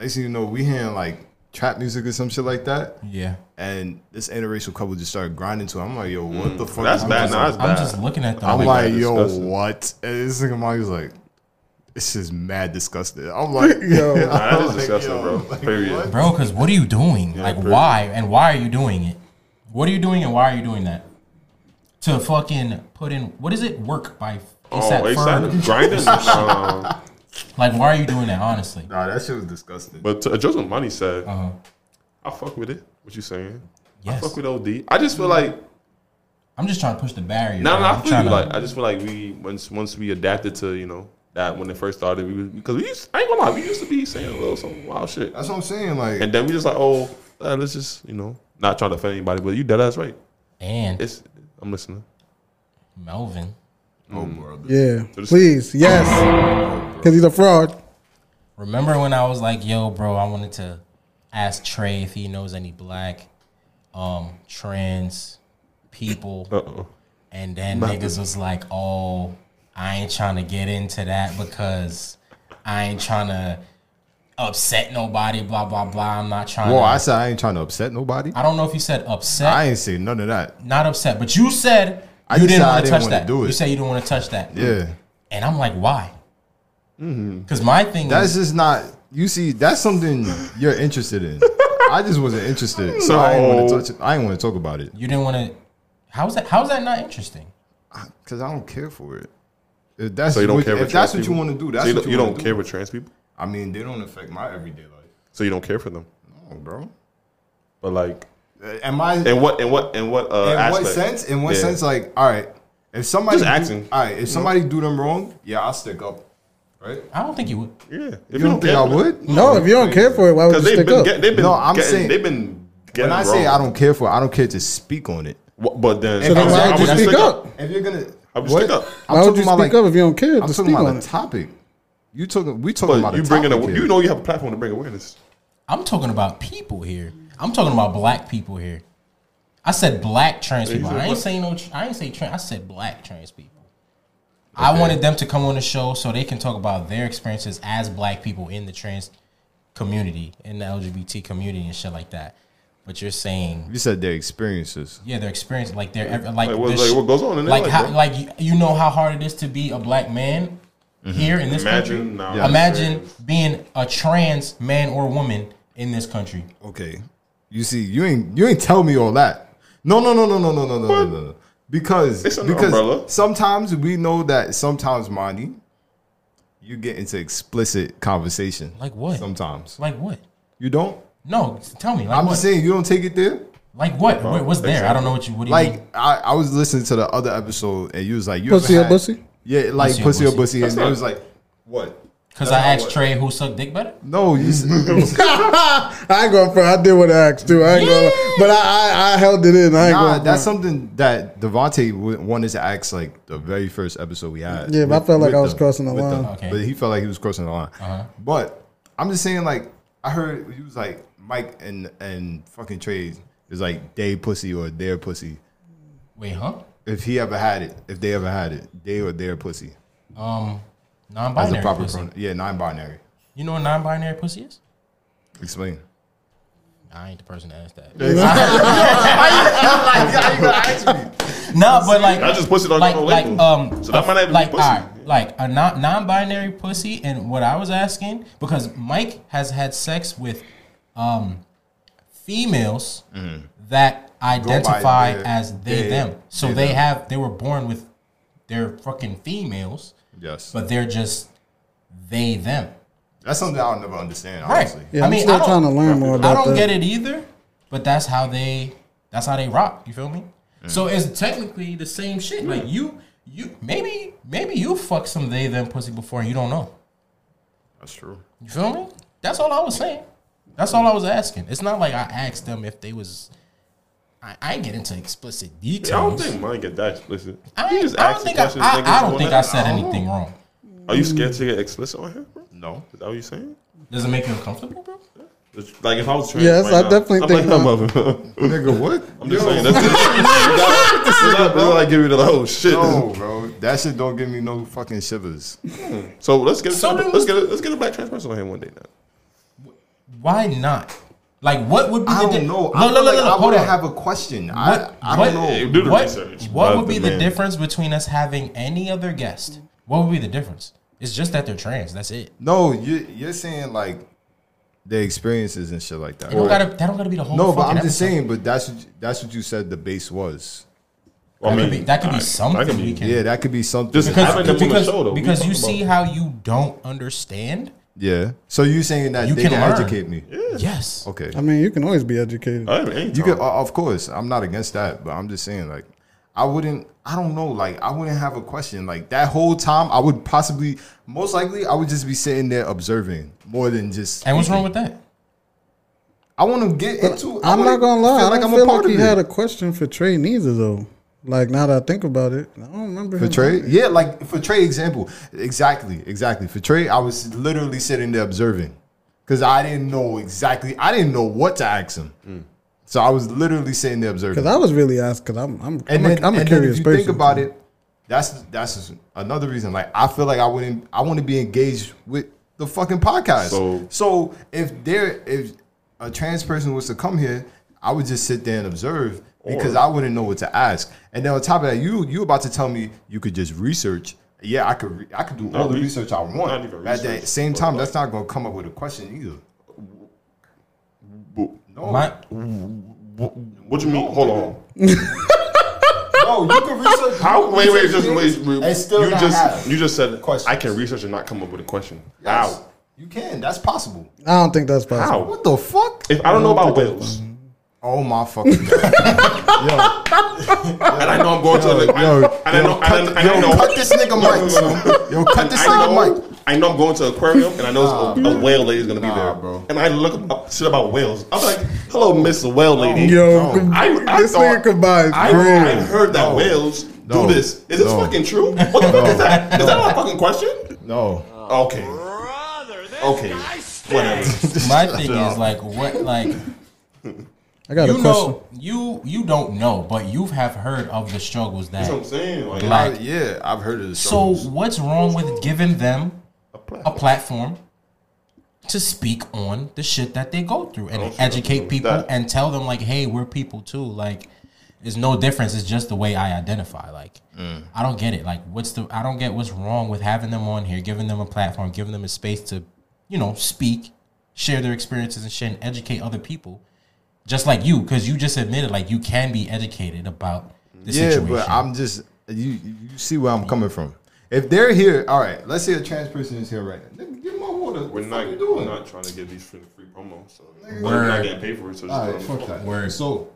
S5: next thing you know, we hearing like trap music or some shit like that,
S2: Yeah,
S5: and this interracial couple just started grinding to. It. I'm like, yo, what the fuck?
S3: Mm, That's
S5: is
S3: bad.
S5: this?
S3: Nah, that's bad.
S2: I'm just looking at them.
S5: I'm
S2: like,
S5: like,
S3: mad
S5: yo,
S3: disgusting.
S5: what? And this nigga Monty was like, this is mad disgusting. I'm like,
S4: Yo. Nah,
S3: Nah, that
S5: I'm
S3: is
S5: like,
S3: disgusting,
S5: yo,
S3: bro.
S5: like,
S3: Period.
S5: what?
S2: bro, because what are you doing? like,
S3: pretty-
S2: why and why are you doing it? What are you doing and why are you doing that? To fucking put in what is it? Work by
S3: Oh,
S2: ASAP Ferg.
S3: ASAP grinding. um,
S2: Like, why are you doing that? Honestly,
S5: Nah, that shit was disgusting.
S3: but to address what Money said,
S2: uh,
S3: I fuck with it. What you saying? I
S2: yes,
S3: fuck with OD. I just feel like
S2: I'm just trying to push the barrier.
S3: No,
S2: bro.
S3: no, I
S2: I'm
S3: feel
S2: trying
S3: you.
S2: to-
S3: Like, I just feel like we once once we adapted to you know that when it first started, we because we used I ain't gonna lie, we used to be saying a little some wild shit,
S5: That's what I'm saying. Like,
S3: and then we just like, oh, uh, let's just you know not trying to offend anybody, but you dead ass right.
S2: and
S3: It's I'm listening.
S2: Melvin,
S5: oh, bro.
S4: Yeah,
S3: Just-
S4: please, yes, because he's a fraud.
S2: Remember when I was like, yo, bro, I wanted to ask Trey if he knows any black um trans people.
S5: Uh-uh.
S3: Uh oh.
S2: And then niggas was like, oh, I ain't trying to get into that because I ain't trying to upset nobody, blah, blah, blah. I'm not trying
S5: Well,
S2: to.
S5: I
S2: I,
S5: said I ain't trying to upset nobody. I,
S2: don't know if you said upset,
S5: ain't say none of that.
S3: Mm.
S2: not upset, but you said
S5: I
S2: you
S5: just said
S2: didn't
S5: I
S2: want to
S5: didn't
S2: touch
S5: wanna
S2: that.
S5: do it.
S2: You said you didn't want to touch that.
S5: Yeah, Mm-hmm.
S2: And I'm like, why? Because my thing
S5: that's
S2: is,
S5: just not. You see, that's something you're interested in. I just wasn't interested, so I ain't want
S3: No.
S5: to touch it. I ain't want to talk about it
S2: you didn't want to. How's that? How's that not interesting?
S5: because I don't care for it. If that's
S3: So you don't
S5: what,
S3: care.
S5: if
S3: If
S5: that's what you want to do, that's
S3: so you,
S5: what
S3: don't-
S5: you,
S3: you
S5: wanna
S3: don't
S5: do.
S3: care with trans people,
S5: I mean, they don't affect my everyday life.
S3: so you don't care for them.
S5: No, bro.
S3: But like,
S5: Am I?
S3: in what in what in what uh,
S5: in
S3: aspect?
S5: what sense? In what
S3: Yeah.
S5: sense? Like, all right, if somebody
S3: Just
S5: do-
S3: asking.
S5: all right, if somebody do them wrong, yeah, I'll stick up. Right?
S2: I don't think you would.
S3: Yeah. If
S5: You, don't, think I would?
S4: No, if you don't care for it, why would you
S3: Because they've
S4: stick
S3: been
S4: up?
S3: get, they've been
S5: No, I'm
S3: getting,
S5: saying-
S3: they've been getting
S5: When I say
S3: wrong.
S5: I don't care for it, I don't care to speak on it.
S3: Wha- but then
S5: So then
S3: I'm
S5: why
S3: saying,
S5: would
S3: I
S5: you
S3: would
S5: speak
S4: up?
S5: If you're gonna,
S3: I would
S5: what?
S3: stick up.
S5: I'm
S4: Why would
S5: talking
S4: you
S5: about,
S4: speak
S5: like-
S4: up if you don't care
S5: I'm
S4: to
S5: talking
S4: speak
S5: about
S4: on
S5: the
S4: it?
S5: topic. You talking? We talking about
S3: But you
S5: a
S3: bringing
S5: topic
S3: a,
S5: here.
S3: you know you have a platform to bring awareness.
S2: I'm talking about people here. I'm talking about black people here. I said black trans people. I ain't saying no. tr- I ain't say trans. I said black trans people. I wanted them to come on the show so they can talk about their experiences as black people in the trans community, in the LGBT community, and shit like that. But you're saying
S5: You said their experiences.
S2: yeah, their experience, like their ev- like,
S3: Like, what-
S2: the
S3: like,
S2: sh-
S3: what goes on in their
S2: like
S3: life,
S2: how,
S3: bro?
S2: like you- you know how hard it is to be a black man here in this country.
S3: Mm-hmm. Imagine, nah, I'm
S2: Imagine
S3: serious.
S2: being a trans man or woman in this country.
S5: Okay. You see, you ain't you ain't tell me all that. No, no, no, no, no, no, no, no, no, no, no. Because
S3: It's under
S5: because
S3: umbrella.
S5: sometimes we know that sometimes Monty, you get into explicit conversation.
S2: Like what?
S5: Sometimes
S2: Like what?
S5: you don't.
S2: No, tell me. Like
S5: I'm
S2: what?
S5: just saying you don't take it there.
S2: Like what? What- what's there? I don't know what you. What do you
S5: Like
S2: mean?
S5: I, I was listening to the other episode and you was like you
S4: Pussy
S5: ever
S4: or
S5: had-
S4: bussy?
S5: Yeah, like
S2: Pussy
S5: pussy,
S2: or
S5: or
S2: bussy.
S5: bussy, and
S3: not-
S5: it was like what?
S2: Because I asked Trey who sucked dick better.
S5: No, you s-
S4: I ain't going for. I did what I asked too. I ain't going, but I, I I held it in. I ain't
S5: nah,
S4: going.
S5: that's something that Devontae w- wanted to ask like the very first episode we had.
S4: Yeah, but I felt like I was crossing the
S5: with
S4: line.
S2: Okay. Uh-huh.
S5: But he felt like he was crossing the line. But I'm just saying, like, I heard he was like Mike and and fucking Trey is like they pussy or their pussy.
S2: Wait, huh?
S5: If he ever had it, if they ever had it, they or their pussy
S2: Um,
S5: as
S2: non-binary
S5: a proper
S2: pussy.
S5: pronoun. Yeah, non-binary.
S2: You know what non-binary pussy is?
S5: Explain.
S2: I ain't the person to ask that. No, but like
S3: Not just pussy don't
S2: like
S3: get no
S2: like
S3: label.
S2: um
S3: So that might not even be
S2: like
S3: pussy.
S2: alright, like a non non-binary pussy. And what I was asking because Mike has had sex with um females that identify
S5: their-
S2: as they
S5: yeah,
S2: them.
S5: yeah,
S2: So
S5: they,
S2: they
S5: them.
S2: have they were born with their fucking females,
S5: Yes,
S2: but they're just they them.
S5: that's something I'll never understand.
S2: Right.
S5: Honestly.
S4: yeah,
S2: I
S4: I'm
S2: mean,
S4: still
S2: I don't-
S4: trying to learn more
S2: I
S4: about
S2: don't
S4: that.
S2: get it either, but that's how they that's how they rock. You feel me?
S5: Mm.
S2: So it's technically the same shit. Like you you maybe maybe you fucked some they them pussy before and you don't know.
S5: That's true.
S2: You feel me? That's all I was saying. That's all I was asking. It's not like I asked them if they was I, I ain't get into explicit details.
S3: I don't think mine get that explicit.
S2: I,
S3: You
S2: ain't-
S3: just
S2: I
S3: asking
S2: don't think I,
S3: questions
S2: I,
S3: niggas
S2: I don't
S3: want
S2: think
S3: to
S2: I
S3: ask.
S2: said anything wrong.
S3: Are you scared to get explicit on here, bro?
S5: No,
S3: Is that what you saying?
S2: Does it make you uncomfortable, bro?
S3: It's Like if I was trans,
S4: Yes,
S3: right
S4: I
S3: now,
S4: definitely
S3: I'm
S4: think
S3: like,
S4: my-
S3: mother.
S5: nigga, what?
S3: I'm just saying. That's, that's, that's, that's, that's like giving it the whole shit.
S5: No, bro, that shit don't give me no fucking shivers.
S3: So let's get
S2: So do-
S3: let's get a, let's get a black trans person on here one day now.
S2: Why not? Like what would be
S5: I
S2: the
S5: don't
S2: di-
S5: know.
S2: No,
S5: I
S2: no,
S5: feel
S2: no,
S5: like
S2: no,
S5: I
S2: hold
S5: would
S2: on.
S5: have a question.
S2: What-
S5: I, I
S2: what-
S5: don't know.
S3: Do the
S2: what,
S3: research.
S2: What
S3: Buzz
S2: would be the
S3: the man.
S2: difference between us having any other guest? What would be the difference? It's just that they're trans. That's it.
S5: No, you, you're saying like the experiences and shit like that.
S2: They don't gotta. That don't gotta be the whole.
S5: no, but
S2: fucking
S5: I'm just
S2: episode.
S5: saying. But that's what you- that's what you said. The base was.
S3: Well,
S2: That could be- that could be
S3: alright,
S2: something we can-
S5: Yeah, that could be something.
S3: Just-
S2: because
S3: Having them on the
S2: because,
S3: show, though, we
S2: because you
S3: talk
S2: see how you don't understand.
S5: yeah. So you saying that
S2: You
S5: they
S2: can
S5: can,
S2: learn.
S5: educate me?
S2: Yes.
S5: Okay.
S4: I mean, you can always be educated.
S3: I haven't any
S5: You
S3: time.
S5: could, o- of course. I'm not against that, but I'm just saying, like, I wouldn't. I don't know. Like, I wouldn't have a question. Like that whole time, I would possibly, most likely, I would just be sitting there observing more than just.
S2: And what's wrong with that?
S5: I want to get into. I
S4: I'm
S5: wanna
S4: not gonna lie.
S5: Feel
S4: I
S5: like
S4: don't
S5: I'm
S4: feel
S5: a part
S4: like he
S5: of it.
S4: had a question for Trey neither though. Like now that I think about it, I don't remember
S5: For
S4: him.
S5: Trey? Yeah, like for Trey example. Exactly, exactly. For Trey, I was literally sitting there observing. Cause I didn't know exactly I didn't know what to ask him. So I was literally sitting there observing.
S4: Because I was really asked. Because I'm, I'm,
S5: and
S4: I'm,
S5: then,
S4: a, I'm a
S5: and then
S4: curious
S5: if you
S4: person.
S5: think about it, that's that's just another reason. Like I feel like I wouldn't I want to be engaged with the fucking podcast.
S3: So-
S5: So, if there if a trans person was to come here, I would just sit there and observe because
S3: Or-
S5: I wouldn't know what to ask. And then on top of that, you you about to tell me you could just research. Yeah, I could re- I could do all the
S3: re-
S5: research I want.
S3: not even
S5: At the
S3: research,
S5: same
S3: but
S5: time,
S3: like-
S5: that's not gonna come up with a question either. No,
S2: My,
S3: What you mean? Hold on.
S5: no, you can research.
S3: How?
S5: you can
S3: Wait, wait,
S5: research
S3: just wait.
S5: things
S3: wait.
S5: and still
S3: you
S5: not
S3: just
S5: have
S3: you just said
S5: questions.
S3: I can research and not come up with a question.
S5: Yes,
S3: How?
S5: You can. That's possible.
S4: I don't think that's possible.
S3: How?
S5: the fuck?
S3: If I don't know about whales, and
S5: Oh my fucking god.
S3: I know I'm going to the,
S5: Yo,
S3: I, and I know,
S5: cut,
S3: and I, and I
S5: yo,
S3: know,
S5: cut this nigga mic. son. Yo, cut this
S3: I
S5: nigga
S3: know,
S5: mic.
S3: I know I'm going to aquarium, and I know a, a whale lady's gonna be
S5: Nah,
S3: there,
S5: bro.
S3: And I look up shit about whales. I'm like, hello, Miss Whale Lady.
S4: Yo,
S3: Oh, I, I
S4: this
S3: thought,
S4: nigga could buy his
S3: I,
S4: brain.
S3: I heard that
S5: No.
S3: whales
S5: No.
S3: do this. Is this
S5: No.
S3: fucking true? What Oh, the fuck is that? Is that not a fucking question?
S5: No.
S3: Okay. Okay. Whatever.
S2: My thing is like what like
S4: I got a
S2: you
S4: question.
S2: know you you don't know, but you have heard of the struggles
S3: That's what I'm
S2: that.
S3: saying. Like,
S2: Black.
S5: I- yeah, I've heard of this.
S2: So what's wrong with giving them a platform to speak on the shit that they go through
S5: Oh,
S2: and
S3: see nothing
S2: educate
S3: with
S2: people
S3: that.
S2: and tell them like, hey, we're people too. Like, there's no difference. It's just the way I identify. Like,
S5: Mm.
S2: I don't get it. Like, what's the? I don't get what's wrong with having them on here, giving them a platform, giving them a space to, you know, speak, share their experiences and shit, and educate other people, just like you, because you just admitted like you can be educated about the
S5: yeah,
S2: situation.
S5: but I'm just you. You see where I'm coming from. If they're here, all right. Let's say a trans person is here right now. Nigga, give my water.
S3: we're
S5: What the fuck
S3: not,
S5: you
S3: we're
S5: doing?
S3: not trying to give these free, free promos. So
S2: Word.
S3: we're not getting paid for it. So just
S5: All
S3: put
S5: right,
S3: it on
S5: fuck
S3: the
S5: that.
S3: phone.
S2: Word.
S5: So,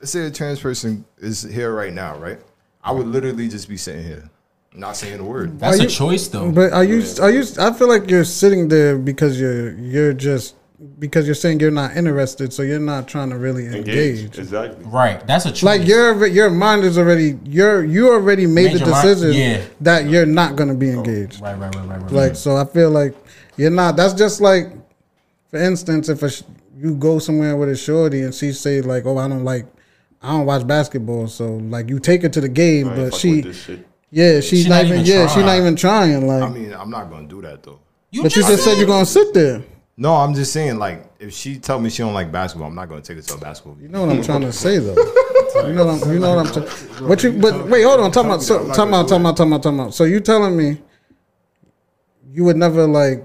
S5: let's say a trans person is here right now, right? I would literally just be sitting here, not saying a word.
S2: That's
S4: Are
S2: a
S4: you-
S2: choice though.
S4: But are you? Are you? I feel like you're sitting there because you're you're just because you're saying you're not interested, so you're not trying to really engage.
S3: Engage. Exactly.
S2: right. That's a choice.
S4: Like your your mind is already your you already made
S2: Made
S4: the
S2: your mind-
S4: decision
S2: yeah.
S4: that you're not gonna be
S3: Oh,
S4: engaged.
S2: Right, right, right, right, right.
S4: Like so, I feel like you're not. That's just like, for instance, if a sh- you go somewhere with a shorty and she say like, "Oh, I don't like." I don't watch basketball, so like you take her to the game,
S3: I ain't
S4: but
S3: fucking with
S4: she,
S3: this shit.
S4: yeah, she's
S2: She
S4: not, even, yeah, she's not
S2: trying.
S4: even trying. Like,
S5: I mean, I'm not gonna do that though.
S4: but you just said you're gonna sit there.
S5: No, I'm just saying, like, if she tell me she don't like basketball, I'm not gonna take her to a basketball game.
S4: You know what I'm trying to say though. You know what I'm. You know what I'm. Tra- what you? But wait, hold on. Talking about. So, talking about. Talking about. Talking about. Talking about. So you telling me you would never like,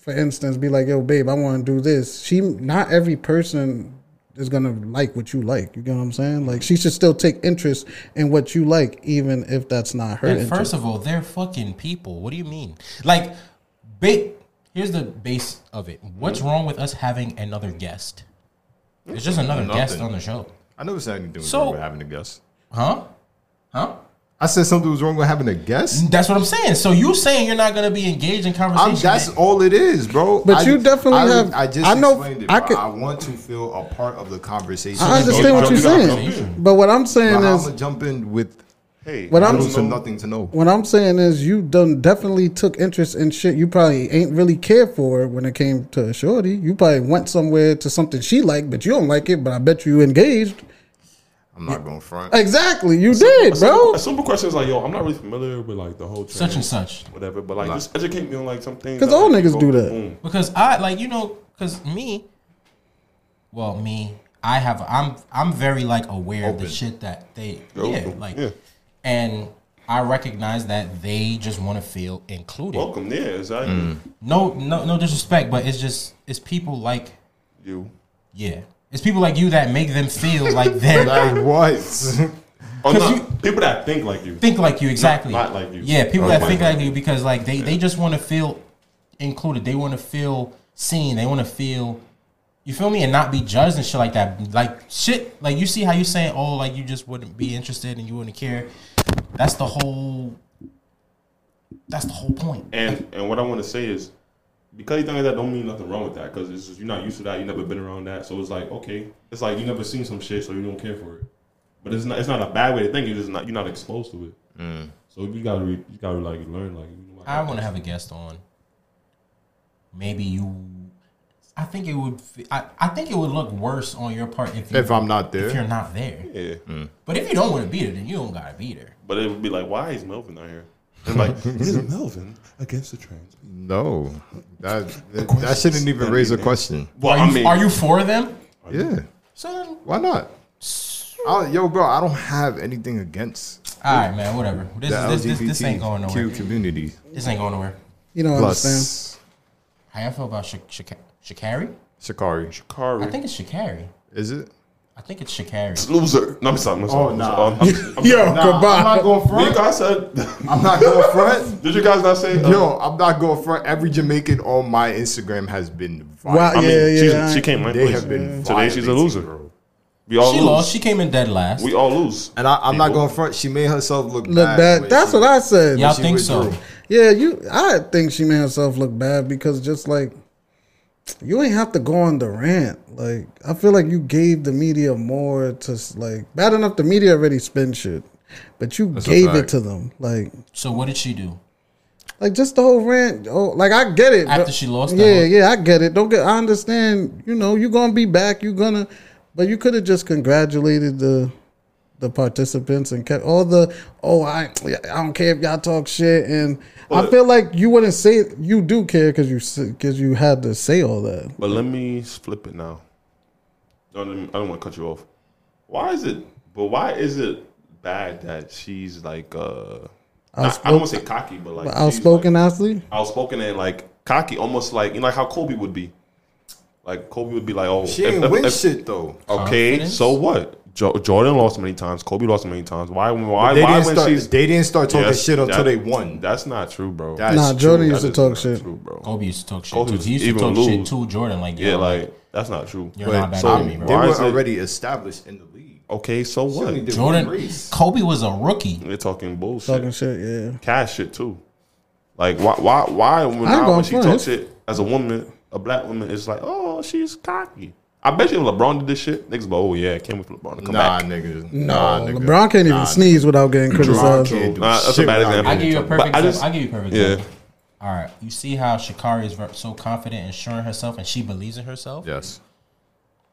S4: for instance, be like, "Yo, babe, I want to do this." She. Not every person is gonna like what you like. You get what I'm saying? Like she should still take interest in what you like, even if that's not her
S2: And
S4: interest.
S2: first of all, they're fucking people. What do you mean? Like, ba- here's the base of it. What's wrong with us having another guest? It's just another guest
S5: Nothing.
S2: on the show,
S5: I never said anything was
S2: So-
S5: wrong with having a guest.
S2: huh? Huh?
S5: I said something was wrong with having a guest.
S2: That's what I'm saying. So you saying you're not gonna be engaged in conversation?
S5: I'm, that's
S2: then.
S5: all it is, bro.
S4: But
S5: I-
S4: you definitely
S5: I,
S4: have-
S5: I just
S4: I know-
S5: explained it.
S4: I
S5: bro.
S4: could-
S5: I want to feel a part of the conversation.
S4: I understand
S3: Don't-
S4: what you're
S3: don't do that.
S4: saying, but what I'm saying
S5: But I'm
S4: is,
S5: gonna jump in with
S3: Hey,
S4: What
S3: I
S4: I'm-
S3: don't
S5: little to
S3: know.
S5: nothing to know.
S4: What I'm saying is, you done definitely took interest in shit you probably ain't really cared for when it came to a shorty. You probably went somewhere to something she liked, but you don't like it. But I bet you engaged.
S5: I'm not going front.
S4: Exactly, you did, bro.
S3: A simple question is like, yo, I'm not really familiar with like the whole
S2: such and
S3: trans-
S2: such.
S3: whatever, but like, just educate me on like something.
S4: 'Cause all niggas do that.
S2: Because I like you know, because me, well, me, I have I'm I'm very like aware of the
S5: Open.
S2: shit that they
S3: You're
S2: yeah
S3: open.
S2: like,
S3: Yeah.
S2: and I recognize that they just want to feel included.
S3: Welcome, yeah, exactly.
S2: No, no, no disrespect, but it's just it's people like
S3: You.
S2: yeah, it's people like you that make them feel like they're
S5: Like what?
S3: Oh,
S2: 'Cause
S3: no,
S2: you-
S3: people that think like you.
S2: think like you exactly,
S3: not like you.
S2: Yeah, people
S3: Oh,
S2: that
S3: my
S2: think
S3: God.
S2: like you because like they they just want to feel included. They want to feel seen. They want to feel. You feel me, and not be judged and shit like that. Like shit, like you see how you saying, oh, like you just wouldn't be interested and you wouldn't care. That's the whole. That's the whole point.
S3: And and what I want to say is, because you think like that, don't mean nothing wrong with that. Because it's just, you're not used to that. You never been around that, so it's like okay, it's like you never seen some shit, so you don't care for it. But it's not it's not a bad way to think. You're just not you're not exposed to it. So you gotta re, you gotta like learn like. You know,
S2: I want to have a guest on. Maybe you. I think it would. f- I, I think it would look worse on your part if you,
S5: if I'm not
S2: if
S5: there,
S2: you're not there.
S3: Yeah,
S2: But if you don't want to be there, then you don't gotta be there.
S3: but it would be like, why is Melvin out here? And like, is Melvin against the trans?
S5: no, that that, that shouldn't even raise a question.
S3: Well,
S2: are, you,
S3: I mean,
S2: are you for them?
S5: Yeah,
S2: So then, all
S5: why not? I, yo, bro, I don't have anything against
S2: right, man. Whatever. This
S5: the
S2: is this, this, this ain't going
S5: LGBTQ
S2: nowhere.
S5: community.
S2: This ain't going nowhere.
S4: You don't understand.
S5: Plus,
S2: How y'all feel about Sha- Shaka- Shakari?
S5: Shikari,
S2: I
S3: Kari?
S2: think it's Shakari.
S5: is it?
S2: I think it's Shakari.
S3: Loser. No, I'm sorry. I'm sorry.
S5: Oh,
S3: I'm
S5: nah.
S3: sorry. I'm- I'm- I'm-
S4: Yo,
S5: I'm
S4: goodbye.
S5: not going
S3: Did you
S5: front.
S3: guys said?
S5: I'm not going front.
S3: Did you guys not say? uh,
S5: Yo, I'm not going front. Every Jamaican on my Instagram has been
S4: Wow,
S5: violent.
S3: I mean,
S4: Yeah, yeah,
S3: she's-
S4: I-
S3: she came in.
S5: They have been
S3: Today she's a
S5: violating,
S3: loser.
S5: bro.
S3: We all
S2: She
S3: lose.
S2: lost. She came in dead last.
S3: Oh, We all lose.
S5: And I, I'm not
S3: People.
S5: going front. She made herself look,
S4: Look
S5: bad.
S4: bad.
S5: when
S4: That's
S5: she-
S4: what I said.
S2: Y'all
S5: she
S2: think so?
S5: withdrew.
S4: Yeah, you. I think she made herself look bad because just like you ain't have to go on the rant. Like I feel like you gave the media more to s- like bad enough the media already spin shit, but you
S5: a
S4: gave it
S5: fact.
S4: to them. Like
S2: So what did she do?
S4: Like just the whole rant. Oh, like I get it.
S2: After
S4: but-
S2: she lost that
S4: Yeah,
S2: one.
S4: yeah, I get it. Don't get. I understand. You know, you're gonna be back. You're gonna, but you could have just congratulated the, the participants and kept all the. Oh, I I don't care if y'all talk shit, and I
S3: But-
S4: feel like you wouldn't say it. you do care because you because you had to say all that.
S3: But let me flip it now. No, let me- I don't want to cut you off. Why is it? But why is it bad that she's like? uh not- I don't want to say cocky, but like
S4: But
S3: she's,
S4: outspoken,
S3: like,
S4: athlete.
S3: outspoken, and like cocky, almost like you know, like how Kobe would be. Like Kobe would be like, oh,
S5: She
S3: if-
S5: ain't
S3: if-
S5: win
S3: if- Oh,
S5: shit though.
S3: Okay,
S2: Confidence?
S3: so what? Jo- Jordan lost many times. Kobe lost many times. Why? Why?
S5: They
S3: Why
S5: didn't
S3: when
S5: start.
S3: she's
S5: They didn't start talking
S3: Yes,
S5: shit
S3: that-
S5: until they won.
S3: That's not true, bro.
S5: That's
S4: Nah, Jordan
S5: true.
S4: used to
S3: is
S4: talk
S3: not
S4: shit.
S3: true, bro.
S2: Kobe used to talk shit
S3: Kobe
S2: too.
S3: was
S2: He used to
S3: even
S2: talk shit
S3: lose.
S2: to Jordan. Like,
S3: Yeah,
S2: yo,
S3: like that's not true.
S2: You're
S5: But
S2: not back
S5: so
S2: to me,
S5: they
S2: bro.
S3: Why
S5: were
S3: is it-
S5: already established in the league.
S3: Okay, so
S5: She only
S3: what?
S5: did one
S2: Jordan,
S5: race.
S2: Kobe was a rookie.
S3: They're talking bullshit.
S4: Talking shit. Yeah.
S3: cash shit too. Like why why why when,
S4: I ain't
S3: now,
S4: gonna
S3: when she
S4: front.
S3: talks shit as a woman, a black woman, it's like, oh, she's cocky. I bet you if LeBron did this shit, niggas be like, oh yeah, I can't wait for LeBron to come
S5: Nah,
S3: back.
S5: nigga.
S4: No,
S5: nah, nigga.
S4: LeBron can't even
S5: Nah,
S4: sneeze without getting
S5: LeBron
S4: criticized.
S5: can't do
S3: Nah, that's a
S5: shit
S3: bad
S5: without
S3: example.
S2: I
S5: getting
S2: give you a
S5: trouble.
S2: perfect
S3: But I
S2: example.
S3: just-
S2: I give you a perfect
S3: yeah.
S2: example. All right, you see how Shakari is ver- so confident and sure in herself, and she believes in herself.
S5: Yes.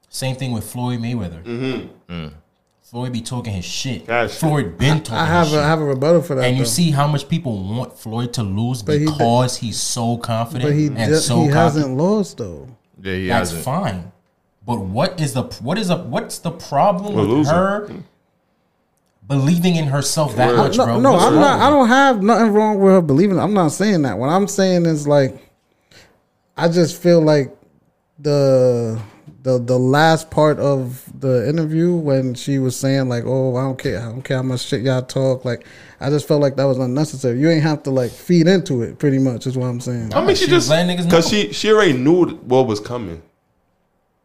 S2: Same thing with Floyd Mayweather.
S5: Mm.
S2: Floyd be talking his shit.
S3: That shit.
S2: Floyd been talking.
S4: Mm-hmm. I have
S2: his
S4: a, I
S2: shit.
S4: have a rebuttal for that.
S2: and you
S4: though.
S2: see how much people want Floyd to lose
S4: But he did-
S2: because he's so confident
S4: but he
S2: and
S4: ju-
S2: so
S4: he
S2: confident.
S4: hasn't lost though.
S5: Yeah, he
S2: That's
S5: hasn't.
S2: fine. But what is the what is a what's the problem
S3: We're
S2: with
S3: losing.
S2: her believing in herself that much,
S4: no,
S2: bro?
S4: no,
S2: What's
S4: I'm
S2: wrong
S4: not.
S2: with
S4: I
S2: it?
S4: don't have nothing wrong with her believing. I'm not saying that. What I'm saying is like, I just feel like the the the last part of the interview when she was saying like, "Oh, I don't care. I don't care how much shit y'all talk." Like, I just felt like that was unnecessary. You ain't have to like feed into it. Pretty much is what I'm saying.
S3: I mean, she,
S2: She was
S3: just
S2: letting niggas
S3: because
S2: know.
S3: she she already knew what was coming.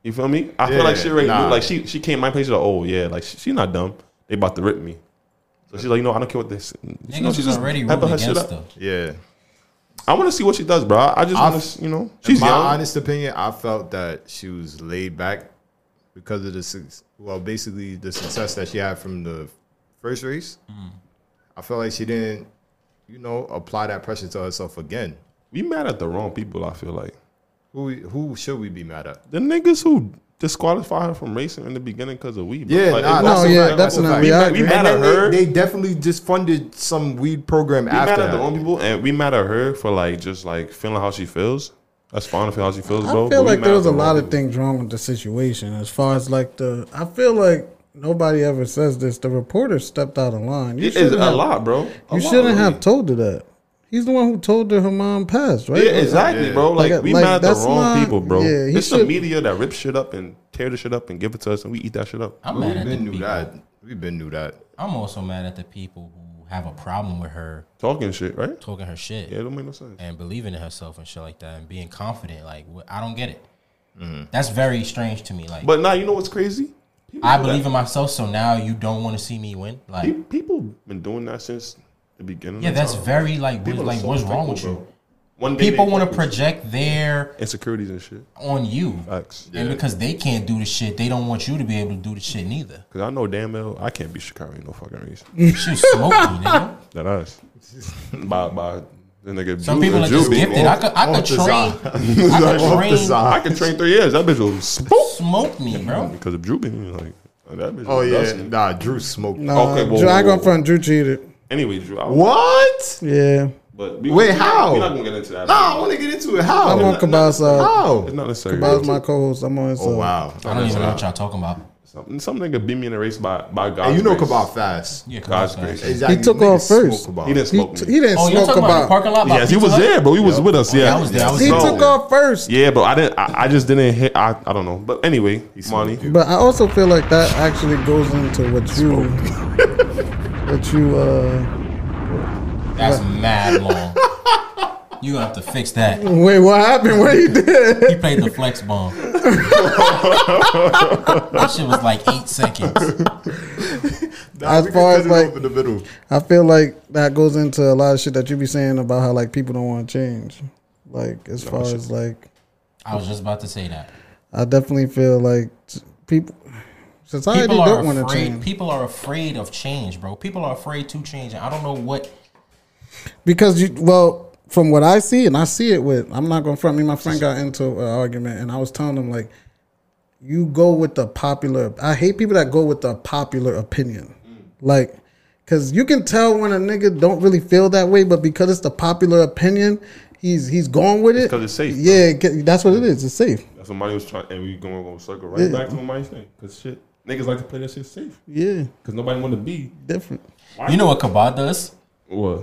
S3: You feel me? I feel like she
S5: Yeah,
S3: already
S5: nah.
S3: knew. Like she she came my place. She's like, oh yeah, like she, she not dumb. They about to rip me. So she's like, you know, I don't care what this.
S2: Niggas was already
S3: hyping
S2: rooting
S3: her shit
S2: against
S3: up.
S2: her.
S5: Yeah.
S3: I want to see what she does, bro. I I just
S5: I've-
S3: want to, you know, she's
S5: my
S3: young.
S5: honest opinion, I felt that she was laid back because of the suc- well, basically the success that she had from the first race.
S3: Mm-hmm.
S5: I felt like she didn't, you know, apply that pressure to herself again.
S3: we mad at the wrong people. I feel like.
S5: Who who should we be mad at?
S3: The niggas who disqualify her from racing in the beginning because of weed. bro.
S5: Yeah,
S3: Like,
S5: nah,
S3: it-
S5: that's
S4: No,
S5: a
S4: yeah,
S5: fact,
S4: that's
S5: a
S4: not-
S5: fact.
S4: we
S5: And
S4: agree.
S5: then
S3: Mad at
S5: they-
S3: her.
S5: They, definitely just funded some weed program
S3: we mad
S5: after
S3: at
S5: that.
S3: the wrong people, and we mad at her for like just like feeling how she feels. That's fine to feel how she feels, bro.
S4: I feel
S3: but we
S4: like
S3: mad
S4: there
S3: at
S4: was a
S3: the wrong
S4: lot of
S3: people.
S4: things wrong with the situation. As far as like the, I feel like nobody ever says this. The reporter stepped out of line. You
S3: It is
S4: shouldn't
S3: a
S4: have-
S3: lot, bro. A lot,
S4: You shouldn't have
S3: really.
S4: told her that. He's the one who told her her mom passed, right?
S3: Yeah, exactly,
S5: Yeah.
S3: bro. Like,
S4: Like,
S3: we
S4: like,
S3: mad at
S4: that's
S3: the wrong
S4: not-
S3: people, bro.
S4: yeah, he
S3: it's the
S4: should-
S3: media that rips shit up and tear the shit up and give it to us, and we eat that shit up.
S2: I'm
S5: We've
S2: mad at the
S5: been knew
S2: people.
S5: that. We've been knew that.
S2: I'm also mad at the people who have a problem with her
S3: Talking shit, right?
S2: talking her shit
S3: Yeah, it don't make no sense.
S2: and believing in herself and shit like that and being confident. Like wh- I don't get it. That's very strange to me. Like
S3: Mm-hmm. But now you know what's crazy? People
S2: I
S3: do
S2: believe
S3: that.
S2: in myself, so now you don't want to see me win. Like
S3: Pe- People been doing that since the beginning.
S2: yeah,
S3: of
S2: that's
S3: time.
S2: very like what,
S3: People are
S2: like
S3: so
S2: what's wrong with
S3: fickle,
S2: you?
S3: bro. One day
S2: People
S3: they
S2: want to
S3: focus.
S2: project their
S3: insecurities and shit.
S2: on you,
S3: Facts.
S2: and because they can't do the shit, they don't want you to be able to do the shit neither.
S3: Cause I know damn well I can't be Chicago no fucking reason.
S2: She was smoking, nigga.
S3: That us. by by the nigga.
S2: Some
S3: Ju-
S2: people
S3: uh,
S2: are just
S3: Juby.
S2: gifted. I could, I could
S5: Off the
S2: train, I
S5: Off the
S2: could train,
S5: side.
S3: I could train three years. That bitch was spooked
S2: smoke me, bro.
S3: because of Droopy. Like that bitch.
S5: Oh
S3: was
S5: yeah,
S3: dusty.
S5: nah. Drew smoked.
S4: No,
S3: Okay, whoa,
S4: Drew,
S3: whoa,
S4: I go in
S3: whoa.
S4: front. Drew cheated.
S3: Anyway, Drew. I,
S5: What?
S4: Yeah,
S3: But we,
S5: Wait,
S3: we-
S5: how?
S3: We're not gonna get into that.
S5: Nah, I want to get into it. How?
S3: Oh,
S4: I'm on Kabah's side.
S5: How?
S3: It's not necessary.
S4: Kabah's my co-host. I'm on his
S5: Oh
S4: side.
S5: wow!
S2: I don't even know what y'all talking about.
S3: Some, some nigga beat me in a race by by God.
S5: And you know Kabah fast.
S2: Yeah,
S3: God's
S2: come on,
S3: grace.
S2: son.
S5: Exactly.
S4: He took
S5: Niggas
S4: off first.
S5: smoke Kabah.
S3: He didn't
S4: He,
S3: smoke
S4: t-
S3: me.
S4: he didn't
S2: Oh, you're
S4: smoke
S2: talking about the
S4: about.
S2: parking lot? by
S3: yes, he
S2: Pizza
S3: was
S2: Hut?
S3: there, bro. He was with us. Yeah,
S2: I was there. I was
S4: he
S2: there.
S3: So-
S4: took off first.
S3: Yeah, bro. I didn't. I, I just didn't hit. I, I don't know. But anyway, Monty.
S4: But I also feel like that actually goes into what you, what you. uh
S2: That's mad long. You gonna have to fix that.
S4: Wait, what happened? What he did?
S2: He played the flex bomb. that shit was like eight seconds.
S5: Nah,
S4: As
S5: we
S4: far as,
S5: could cut it
S4: like-
S5: off in the middle.
S4: I feel like that goes into a lot of shit that you be saying about how like people don't want to change. Like as far as like,
S2: I was just about to say that.
S4: I definitely feel like t- people society
S2: People are
S4: don't want to
S2: afraid.
S4: change
S2: People are afraid of change, bro. People are afraid to change. and I don't know what.
S4: because you well from what I see, and I see it with, I'm not going to front me. and My friend got into an argument, and I was telling him, like, you go with the popular. I hate people that go with the popular opinion.
S2: Mm.
S4: Like, cause you can tell when a nigga don't really feel that way, but because it's the popular opinion, he's he's going with it.
S3: 'cause it's safe,
S4: Yeah, it ca- that's what it is. It's safe.
S3: That's what Monty was trying, and we going to circle right
S4: Yeah.
S3: back to what Monty's saying. Because shit, niggas like to play that shit safe.
S4: Yeah,
S3: Because nobody want to be.
S4: different.
S2: You know what Kabad does?
S3: What?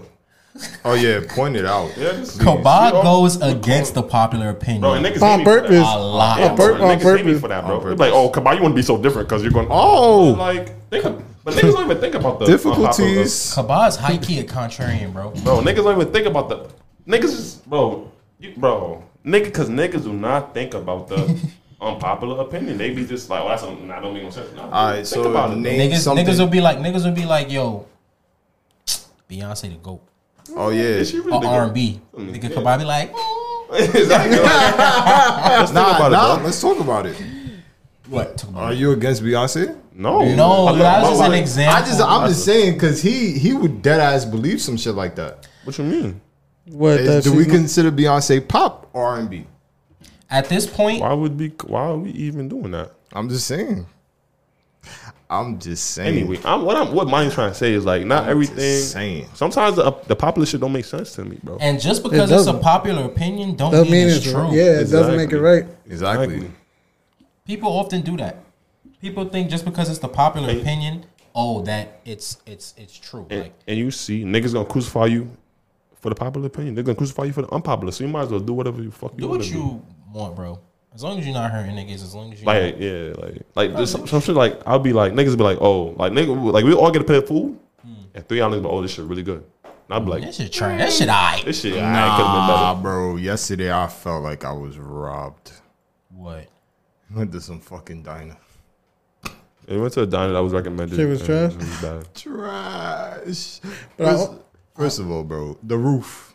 S5: Oh yeah, point it out.
S3: Yeah, this is-
S2: Kabad
S3: Yo,
S2: goes against the popular opinion.
S3: Bro, and niggas hate
S4: On
S3: me for that.
S4: purpose.
S2: a lot.
S3: Yeah,
S4: On pur-
S3: bro, niggas
S4: on
S3: hate me
S4: purpose.
S3: for that,
S5: On
S3: bro. They're
S5: purpose.
S3: like, oh, Kabah, you want to be so different because you're going,
S5: Oh.
S3: Like, think, but niggas don't even think about the
S5: Difficulties.
S2: Kabad's high key a contrarian, bro.
S3: Bro, niggas don't even think about the niggas. Is, bro, you, bro, nigga, because niggas do not think about the unpopular opinion. They be just like, oh, that's something that don't make no sense. No,
S5: All
S3: think
S5: right, so
S3: about it.
S5: name
S2: Niggas,
S5: something.
S2: niggas will be like, niggas will be like, yo, Beyonce the goat
S5: oh yeah,
S3: Is she really
S2: or
S3: the
S2: R and
S3: goat?
S2: B. Nigga Kabad be like, mm,
S3: exactly. Like, let's
S5: nah,
S3: think about
S5: nah,
S3: it, bro.
S5: let's talk about it.
S2: what? Talk about
S5: Are
S2: it.
S5: you against Beyonce?
S3: No,
S2: No,
S3: I
S2: but that was just an
S3: love Bob Marley.
S2: example.
S5: I just, I'm just saying, cause he he would dead ass believe some shit like that.
S3: What you mean?
S4: What
S5: Is-
S4: that
S5: do we
S4: she's-
S5: consider Beyonce pop R and B?
S2: At this point,
S3: Why would be? Why are we even doing that?
S5: I'm just saying. I'm just saying.
S3: Anyway, I'm, what I'm what mine's trying to say is like not everything.
S5: just saying.
S3: Sometimes the, the popular shit don't make sense to me, bro.
S2: and just because
S4: It
S2: it's a
S4: doesn't.
S2: popular opinion, don't
S4: That
S2: mean,
S4: mean
S2: it's
S4: it's
S2: true.
S4: Yeah, it doesn't make it
S3: Exactly.
S4: right.
S5: exactly.
S2: People often do that. People think just because it's the popular
S3: And-
S2: opinion, oh, that it's it's it's true.
S3: And,
S2: like
S3: and you see, niggas gonna crucify you for the popular opinion. They're gonna crucify you for the unpopular. So you might as well do whatever you fuck you
S2: do
S3: want
S2: what
S3: to do.
S2: you want, bro. As long as you're not hurting niggas, as long as you
S3: Like yeah, like like there's some, some shit like I'll be like niggas be like oh like nigga like we all get a plate of food
S2: Hmm.
S3: and three hours but oh this shit really good. And I'll be like
S2: that shit trash. That shit I
S3: this shit I could have been better.
S5: Ah, bro. Yesterday I felt like I was robbed.
S2: what?
S5: Went to some fucking diner.
S3: It went to a diner that was recommended.
S4: Shit was
S3: and
S4: trash?
S3: it was bad.
S5: Trash.
S4: I-
S5: First, first of all, bro, the roof.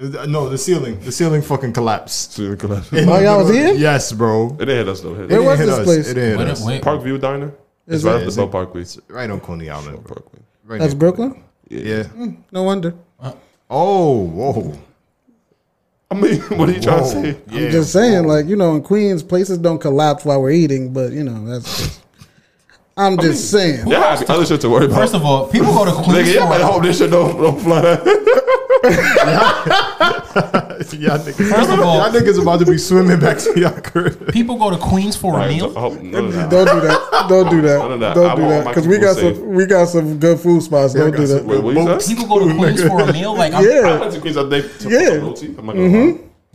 S5: Uh, No, the ceiling. The ceiling fucking collapsed.
S3: So, it collapsed.
S5: In
S3: It
S4: Oh,
S5: the
S4: y'all was
S5: middle of-
S4: here?
S5: Yes, bro.
S3: didn't hit us though. It hit
S4: Where
S3: us.
S4: was
S5: It didn't hit
S4: this
S5: us.
S4: place?
S5: It didn't hit
S2: What,
S5: us.
S2: what,
S3: Parkview Diner. It's
S4: it?
S3: right
S5: Is
S3: after
S5: it-
S3: Bell Parkway.
S5: Right on Coney Island, bro.
S3: Parkway.
S5: Right
S4: That's Hmm.
S5: near-
S4: Brooklyn.
S5: Yeah.
S4: No wonder.
S5: Oh, whoa.
S3: I mean, what are you trying
S5: Whoa.
S3: to say?
S5: Yeah.
S4: I'm just saying, like you know, in Queens, places don't collapse while we're eating, but you know, that's. Just, I'm just saying.
S3: Yeah, I have other shit to worry about.
S2: First of all, people go to Queens
S3: Nigga, y'all better
S2: for
S3: hope this shit don't, don't fly down.
S5: y'all, niggas,
S2: First of all-
S5: y'all niggas about to be swimming back to y'all crib.
S2: people go to Queens for a
S3: I
S2: meal.
S3: hope none of that.
S4: Don't do that. Don't do that.
S3: None of that. I
S4: Don't do
S3: want
S4: that.
S3: my
S4: Because we
S3: people
S4: got some,
S3: safe.
S4: we got some good food spots. Don't do that.
S3: Wait, what you
S5: Folks.
S3: say?
S2: People go to Queens for a meal. Like, I'm,
S3: I
S4: Yeah,
S3: went to Queens the other day to
S4: Yeah. Mm-hmm.
S3: yeah. roti. I'm not gonna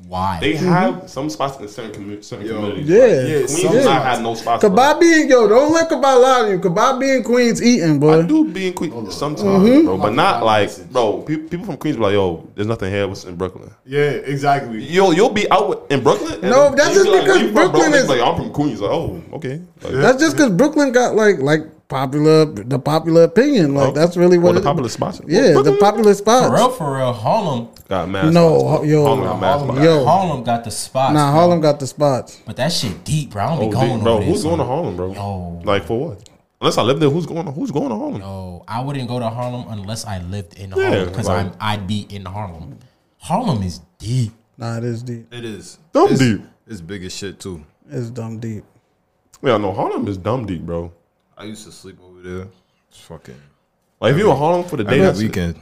S3: lie. They
S2: why?
S3: have some spots in certain, commu- certain communities.
S4: yeah.
S3: Like, Queens
S5: some
S3: do not
S5: spots.
S3: have no spots. bro.
S4: Kebab being yo, don't let kebab lie to you. Kebab being Queens eating,
S3: I
S4: boy. Mm-hmm.
S3: do be in Queens sometimes, bro, but not like, bro. pe- People from Queens be like, yo, there's nothing here. What's in Brooklyn?
S5: Yeah, exactly.
S3: Yo, you'll be out with- in Brooklyn. and
S4: No,
S3: then
S4: that's
S3: you
S4: just
S3: be like, where
S4: because
S3: you from, bro?
S4: Brooklyn
S3: They be
S4: is-
S3: Like, I'm from Queens. Like, oh, okay. Like,
S4: That's just because Brooklyn got like like popular the popular opinion. Like that's really
S3: well,
S4: what
S3: Oh. the
S4: it-
S3: popular spots.
S4: Yeah, the
S3: Brooklyn
S4: popular spots.
S2: For real, for real. Harlem,
S3: Got mad.
S4: No,
S3: spots, bro.
S4: yo,
S3: Harlem got mad spots.
S4: yo.
S2: Harlem got the spots.
S4: Nah,
S2: bro.
S4: Harlem got the spots.
S2: But that shit deep, bro. I don't be
S3: Oh,
S2: going
S3: dude,
S2: over
S3: bro,
S2: there,
S3: who's
S2: son.
S3: going to Harlem, bro?
S2: Yo.
S3: Like for what? Unless I live there, who's going? To, who's going to Harlem?
S2: No, Oh, I wouldn't go to Harlem unless I lived in
S3: Yeah,
S2: Harlem because
S3: right.
S2: I'm I'd be in Harlem. Harlem is deep.
S4: Nah, it is deep.
S5: It is.
S3: Dumb
S5: it's,
S3: deep.
S5: It's big as shit too.
S4: It's dumb deep.
S3: Yeah, no, Harlem is dumb deep, bro.
S5: I used to sleep over there. It's fucking
S3: Like if you were Harlem for the day,
S5: every
S3: that's it.
S5: weekend.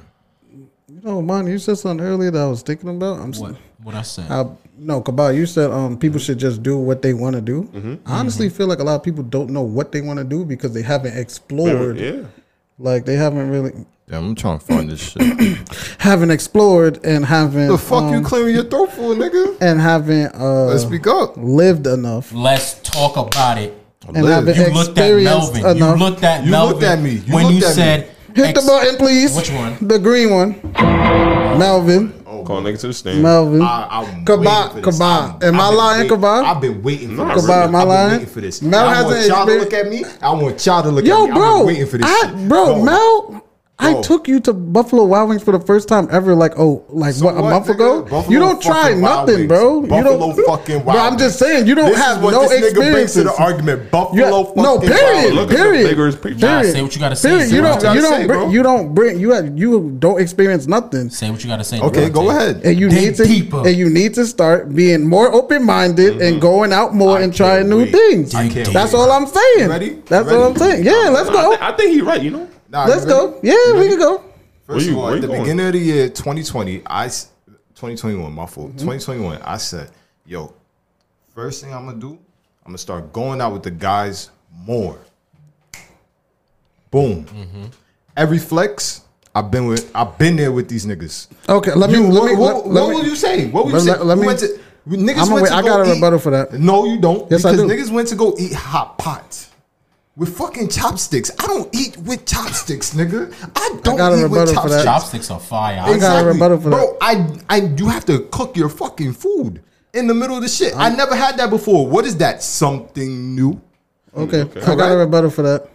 S4: You know, man, Oh, you said something earlier that I was thinking about. I'm
S2: What what I said?
S4: I, no, Kabal, you said um, people should just do what they want to do.
S2: Mm-hmm.
S4: I honestly feel like a lot of people don't know what they want to do because they haven't explored.
S3: Yeah,
S4: Like they haven't really
S5: Damn, I'm trying to find this shit.
S4: haven't explored and haven't
S5: the fuck you
S4: um,
S5: clearing your throat for, nigga?
S4: and haven't
S5: Let's
S4: uh,
S5: speak up.
S4: lived enough
S2: Let's talk about it.
S4: and haven't
S2: You looked at
S4: experienced
S2: Melvin. You
S4: enough.
S2: looked at
S5: You
S2: Melvin.
S5: looked at me. You
S2: when you
S5: looked at me.
S2: said
S4: Hit
S2: ex-
S4: the button, please.
S2: Which one? Oh.
S4: The green one. Melvin.
S3: call niggas to the stand.
S4: Melvin.
S5: I, I'm
S4: Kabah,
S5: waiting for this.
S4: Kabah.
S5: I'm-
S4: Am I
S5: I've been
S4: lying,
S5: wait-
S4: Kabah?
S5: I've been waiting for
S3: Nah,
S5: this.
S3: bro.
S4: Kabah, am I
S5: I've been
S4: lying?
S5: waiting for this.
S4: Mel
S5: I want
S4: hasn't
S5: y'all to
S4: experienced-
S5: look at me. I want y'all to look at
S4: Yo,
S5: me. I've
S4: bro.
S5: been waiting for this
S4: I,
S5: shit.
S4: Bro,
S5: No.
S4: Mel. I
S5: Bro.
S4: took you to Buffalo Wild Wings for the first time ever, like oh, like
S5: So
S4: what, a
S5: what,
S4: month
S5: nigga?
S4: ago.
S5: Buffalo
S4: you don't try
S5: fucking Wild
S4: nothing,
S5: Wings.
S4: bro. You
S5: Buffalo
S4: don't,
S5: fucking
S4: Bro,
S5: Wild
S4: I'm just
S5: Wings.
S4: saying you don't
S5: This
S4: have
S5: is what
S4: no
S5: this nigga brings
S4: experiences.
S5: to the argument.
S4: You
S5: Buffalo
S4: have-
S5: fucking
S4: no, period,
S3: Look
S5: Wild Wings.
S3: at the
S4: period.
S3: bigger picture.
S2: Nah,
S4: period.
S2: say what you gotta say,
S4: period.
S2: say
S4: You
S2: what
S4: don't.
S2: you
S5: gotta
S4: You
S5: say,
S4: don't.
S5: bro.
S4: Bring, you don't bring. You have, you don't experience nothing.
S2: Say what you gotta say.
S5: Okay, go
S2: Devontae.
S5: ahead.
S4: and you
S2: Dig
S4: need to
S2: deeper.
S4: and you need to start being more open minded and going out more
S5: Mm-hmm. I
S4: and trying
S5: can't
S4: new
S5: wait.
S4: things.
S5: I can't
S4: That's
S5: wait.
S4: all I'm saying.
S5: You ready?
S4: That's
S5: You
S4: all
S5: ready?
S4: I'm saying. Yeah, let's
S3: Nah, I,
S4: go.
S3: thi- I think he's right. You know,
S5: Nah,
S4: Let's
S5: you ready?
S4: go. Yeah, we can go.
S5: First
S3: Where you-
S5: of all,
S3: where
S5: at
S3: you
S5: the
S3: going?
S5: beginning of the year 2020, I s- 2021, my fault.
S4: Mm-hmm.
S5: 2021, I said, yo, first thing I'm gonna do, I'm gonna start going out with the guys more. Boom.
S4: Mm-hmm.
S5: Every flex, I've been with I've been there with these niggas.
S4: Okay, let me
S5: You-
S4: let
S5: what,
S4: me
S5: what,
S4: let, let
S5: what
S4: me-
S5: will you say? What will you
S4: Let-
S5: say?
S4: let- let
S5: You
S4: me-
S5: went to- we- niggas
S4: I'ma
S5: went
S4: wait,
S5: to
S4: I
S5: go
S4: got a
S5: eat-
S4: rebuttal for that.
S5: No, you don't.
S4: Yes, I
S5: because
S4: do.
S5: niggas went to go eat hot pot with fucking chopsticks. I don't eat with chopsticks, nigga. I don't
S4: got a
S5: eat with
S4: rebuttal for that.
S5: chopsticks.
S2: Chopsticks are fire. I
S4: Exactly. got a rebuttal for
S5: bro. I, I, you have to cook your fucking food in the middle of the shit. i never had that before. What is that? Something new.
S4: okay.
S3: Okay.
S4: I got a rebuttal for that.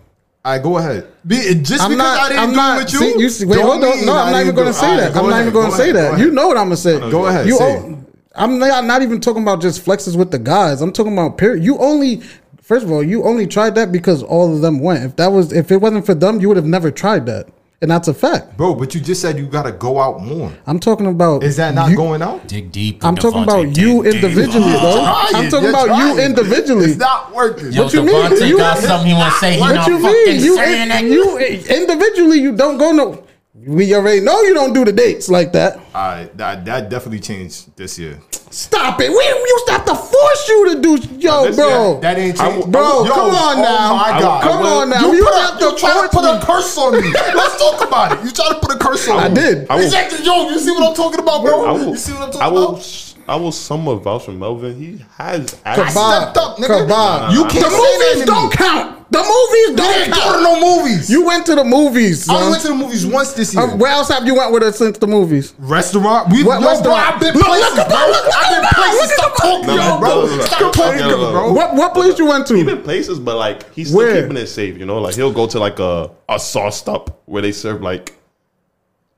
S5: I go ahead. Be, just
S4: I'm
S5: because
S4: not.
S5: I didn't
S4: I'm
S5: do
S4: not.
S5: it with you.
S4: see, you see, wait,
S5: don't
S4: hold on.
S5: mean
S4: No,
S5: I
S4: I'm not
S5: didn't
S4: even going
S5: do
S4: to
S5: it.
S4: say
S5: Alright,
S4: that.
S5: go
S4: I'm not
S5: ahead,
S4: even going
S5: go
S4: to say
S5: ahead, go
S4: that.
S5: ahead.
S4: You know what I'm going to say.
S5: Go ahead,
S4: You.
S5: say
S4: o- I'm not, not even talking about just flexes with the guys. I'm talking about period. You only. First of all, you only tried that because all of them went. If that was, if it wasn't for them, you would have never tried that, and that's a fact.
S5: bro. But you just said you gotta go out more.
S4: I'm talking about.
S5: Is that not
S4: you-
S5: going out?
S2: Dig deep.
S4: I'm talking about you individually, though.
S5: Try
S4: I'm
S5: it.
S4: talking
S5: You're
S4: about
S5: trying
S4: you
S5: it.
S4: individually.
S5: It's not working.
S2: Yo,
S4: What you mean?
S2: Devontae
S4: You-
S2: got something he want to say. He
S4: What
S2: not
S4: you
S2: fucking
S4: mean? You,
S2: saying that.
S4: you individually, you don't go no. We already know you don't do the dates like that.
S5: All right, that, that definitely changed this year.
S4: Stop it. We you stop to force you to do yo,
S3: this-
S4: bro.
S5: That ain't
S3: I
S5: changed.
S3: will-
S4: Bro, come on
S5: oh
S4: now.
S5: my
S3: I
S5: God.
S3: will-
S4: Come
S3: I will-
S4: on now.
S5: You,
S4: You,
S5: put
S4: have
S5: a, you
S4: to
S5: trying to
S4: force
S5: put
S4: me.
S5: a curse on me. Let's talk about it. You trying to put a curse on
S4: I
S5: me.
S4: did.
S3: I will-
S5: Exactly. Yo, you see what I'm talking about, bro?
S3: I will.
S5: you see what I'm
S3: I
S5: talking
S3: will.
S5: about?
S3: I will somewhat vouch for Melvin. He has
S5: I
S3: actually.
S4: Kabah.
S5: stepped up, nigga.
S4: Kabah.
S5: You
S3: The
S5: can't
S4: the
S5: say that
S4: movies
S5: to
S4: don't
S5: me.
S4: count. The movies
S5: You
S4: don't
S5: didn't go to
S4: count.
S5: no movies.
S4: You went to the movies.
S5: I
S4: son.
S5: went to the movies once this year.
S4: Uh, where else have you went with us since the movies?
S5: Restaurant. We,
S4: What
S5: yo,
S4: restaurant?
S5: Bro, I've been
S4: Look,
S5: places,
S4: look at
S5: bro.
S4: that, look at
S5: I've been
S4: that, look
S5: places.
S4: at
S5: Stop
S4: that.
S5: talking,
S3: No,
S5: yo,
S3: no,
S5: bro.
S3: no, no, no.
S5: Stop talking,
S3: No, no, no.
S5: bro.
S4: What what place you went to?
S3: Even places, but like he's still
S4: Where?
S3: keeping it safe. You know, like he'll go to like a a sauced up where they serve like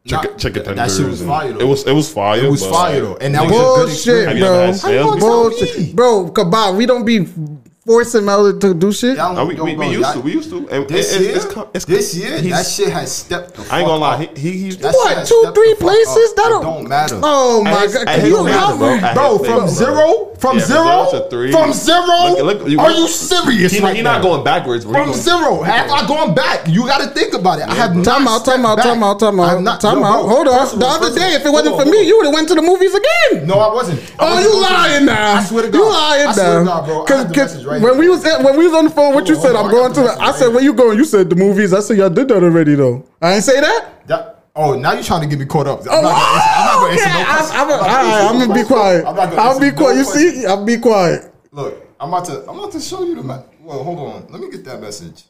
S3: chicken
S5: Nah,
S3: chicken
S5: that-
S3: tenders.
S5: that shit was
S3: and-
S5: fire, though.
S3: It was it was fire.
S5: It was
S3: but,
S5: fire,
S3: like,
S5: though. And that was a good
S4: Bullshit,
S3: Have
S5: experience.
S3: you ever
S4: bro.
S3: had sales?
S5: Tell
S4: Bullshit.
S5: me.
S4: Bro, Kabah, we don't be forcing Mel to do shit.
S5: Y'all
S3: No, we,
S5: don't
S3: we, we
S5: go-
S3: used
S5: y'all-
S3: to. We used to. And
S5: This
S3: it-
S5: year,
S3: it's, it's, com- it's,
S5: this year, that
S3: he's-
S5: shit has stepped. The fuck
S3: I ain't gonna lie.
S5: up.
S3: He, he, he's
S5: That shit
S4: What,
S5: has
S4: two,
S5: stepped
S4: three
S5: the fuck
S4: places?
S5: up.
S4: That
S5: It
S4: don't,
S5: don't matter.
S4: Oh
S3: At
S4: my
S3: his-
S4: god.
S3: at
S4: Can
S3: his
S4: you
S3: matter,
S4: help
S3: bro.
S4: me?
S3: At
S5: Bro,
S3: his
S5: from
S3: favor, bro.
S5: zero, from
S3: Yeah, from
S5: zero,
S3: zero to three.
S5: from zero.
S3: Look- look, you-
S5: are you serious?
S3: he,
S5: right
S3: he not
S5: now?
S3: going backwards. bro. He
S5: From
S3: going-
S5: zero, have I gone back? You got to think about it. I have not.
S4: Time out, time out,
S5: stepped
S4: time
S5: back.
S4: out, time
S5: I have
S4: out,
S5: not-
S4: time
S5: no,
S4: out.
S5: bro,
S4: Hold on.
S5: first of
S4: The
S5: all,
S4: other
S5: first of
S4: day,
S5: all,
S4: if it wasn't
S5: hold on,
S4: for me,
S5: hold on.
S4: you would have went to the movies again.
S5: No, I wasn't. I
S4: Oh,
S5: wasn't
S4: you
S5: going to-
S4: lying now?
S5: I swear to God.
S4: you lying
S5: I
S4: now?
S5: swear to God, bro. I
S4: Cause,
S5: have the
S4: 'cause
S5: message right
S4: when
S5: here.
S4: we was at, when we was on the phone, what
S5: Hold
S4: you
S5: on,
S4: said?
S5: hold on,
S4: I'm
S5: I got
S4: going
S5: the
S4: to the.
S5: message
S4: I
S5: right
S4: said,
S5: here.
S4: where you going? You said the movies. I said y'all did that already though. I ain't say that.
S5: That- oh, now you're trying to get me caught up. I'm
S4: Oh,
S5: not gonna answer- I'm not gonna answer
S4: okay.
S5: no questions.
S4: I'm, I'm,
S5: not gonna answer
S4: I'm,
S5: no
S4: gonna be
S5: questions.
S4: quiet.
S5: I'm not gonna
S4: I'll
S5: answer
S4: be
S5: no
S4: quiet. You
S5: questions.
S4: see, I'll be quiet.
S5: Look, I'm about to I'm about to show you the message. Well, hold on. Let me get that message.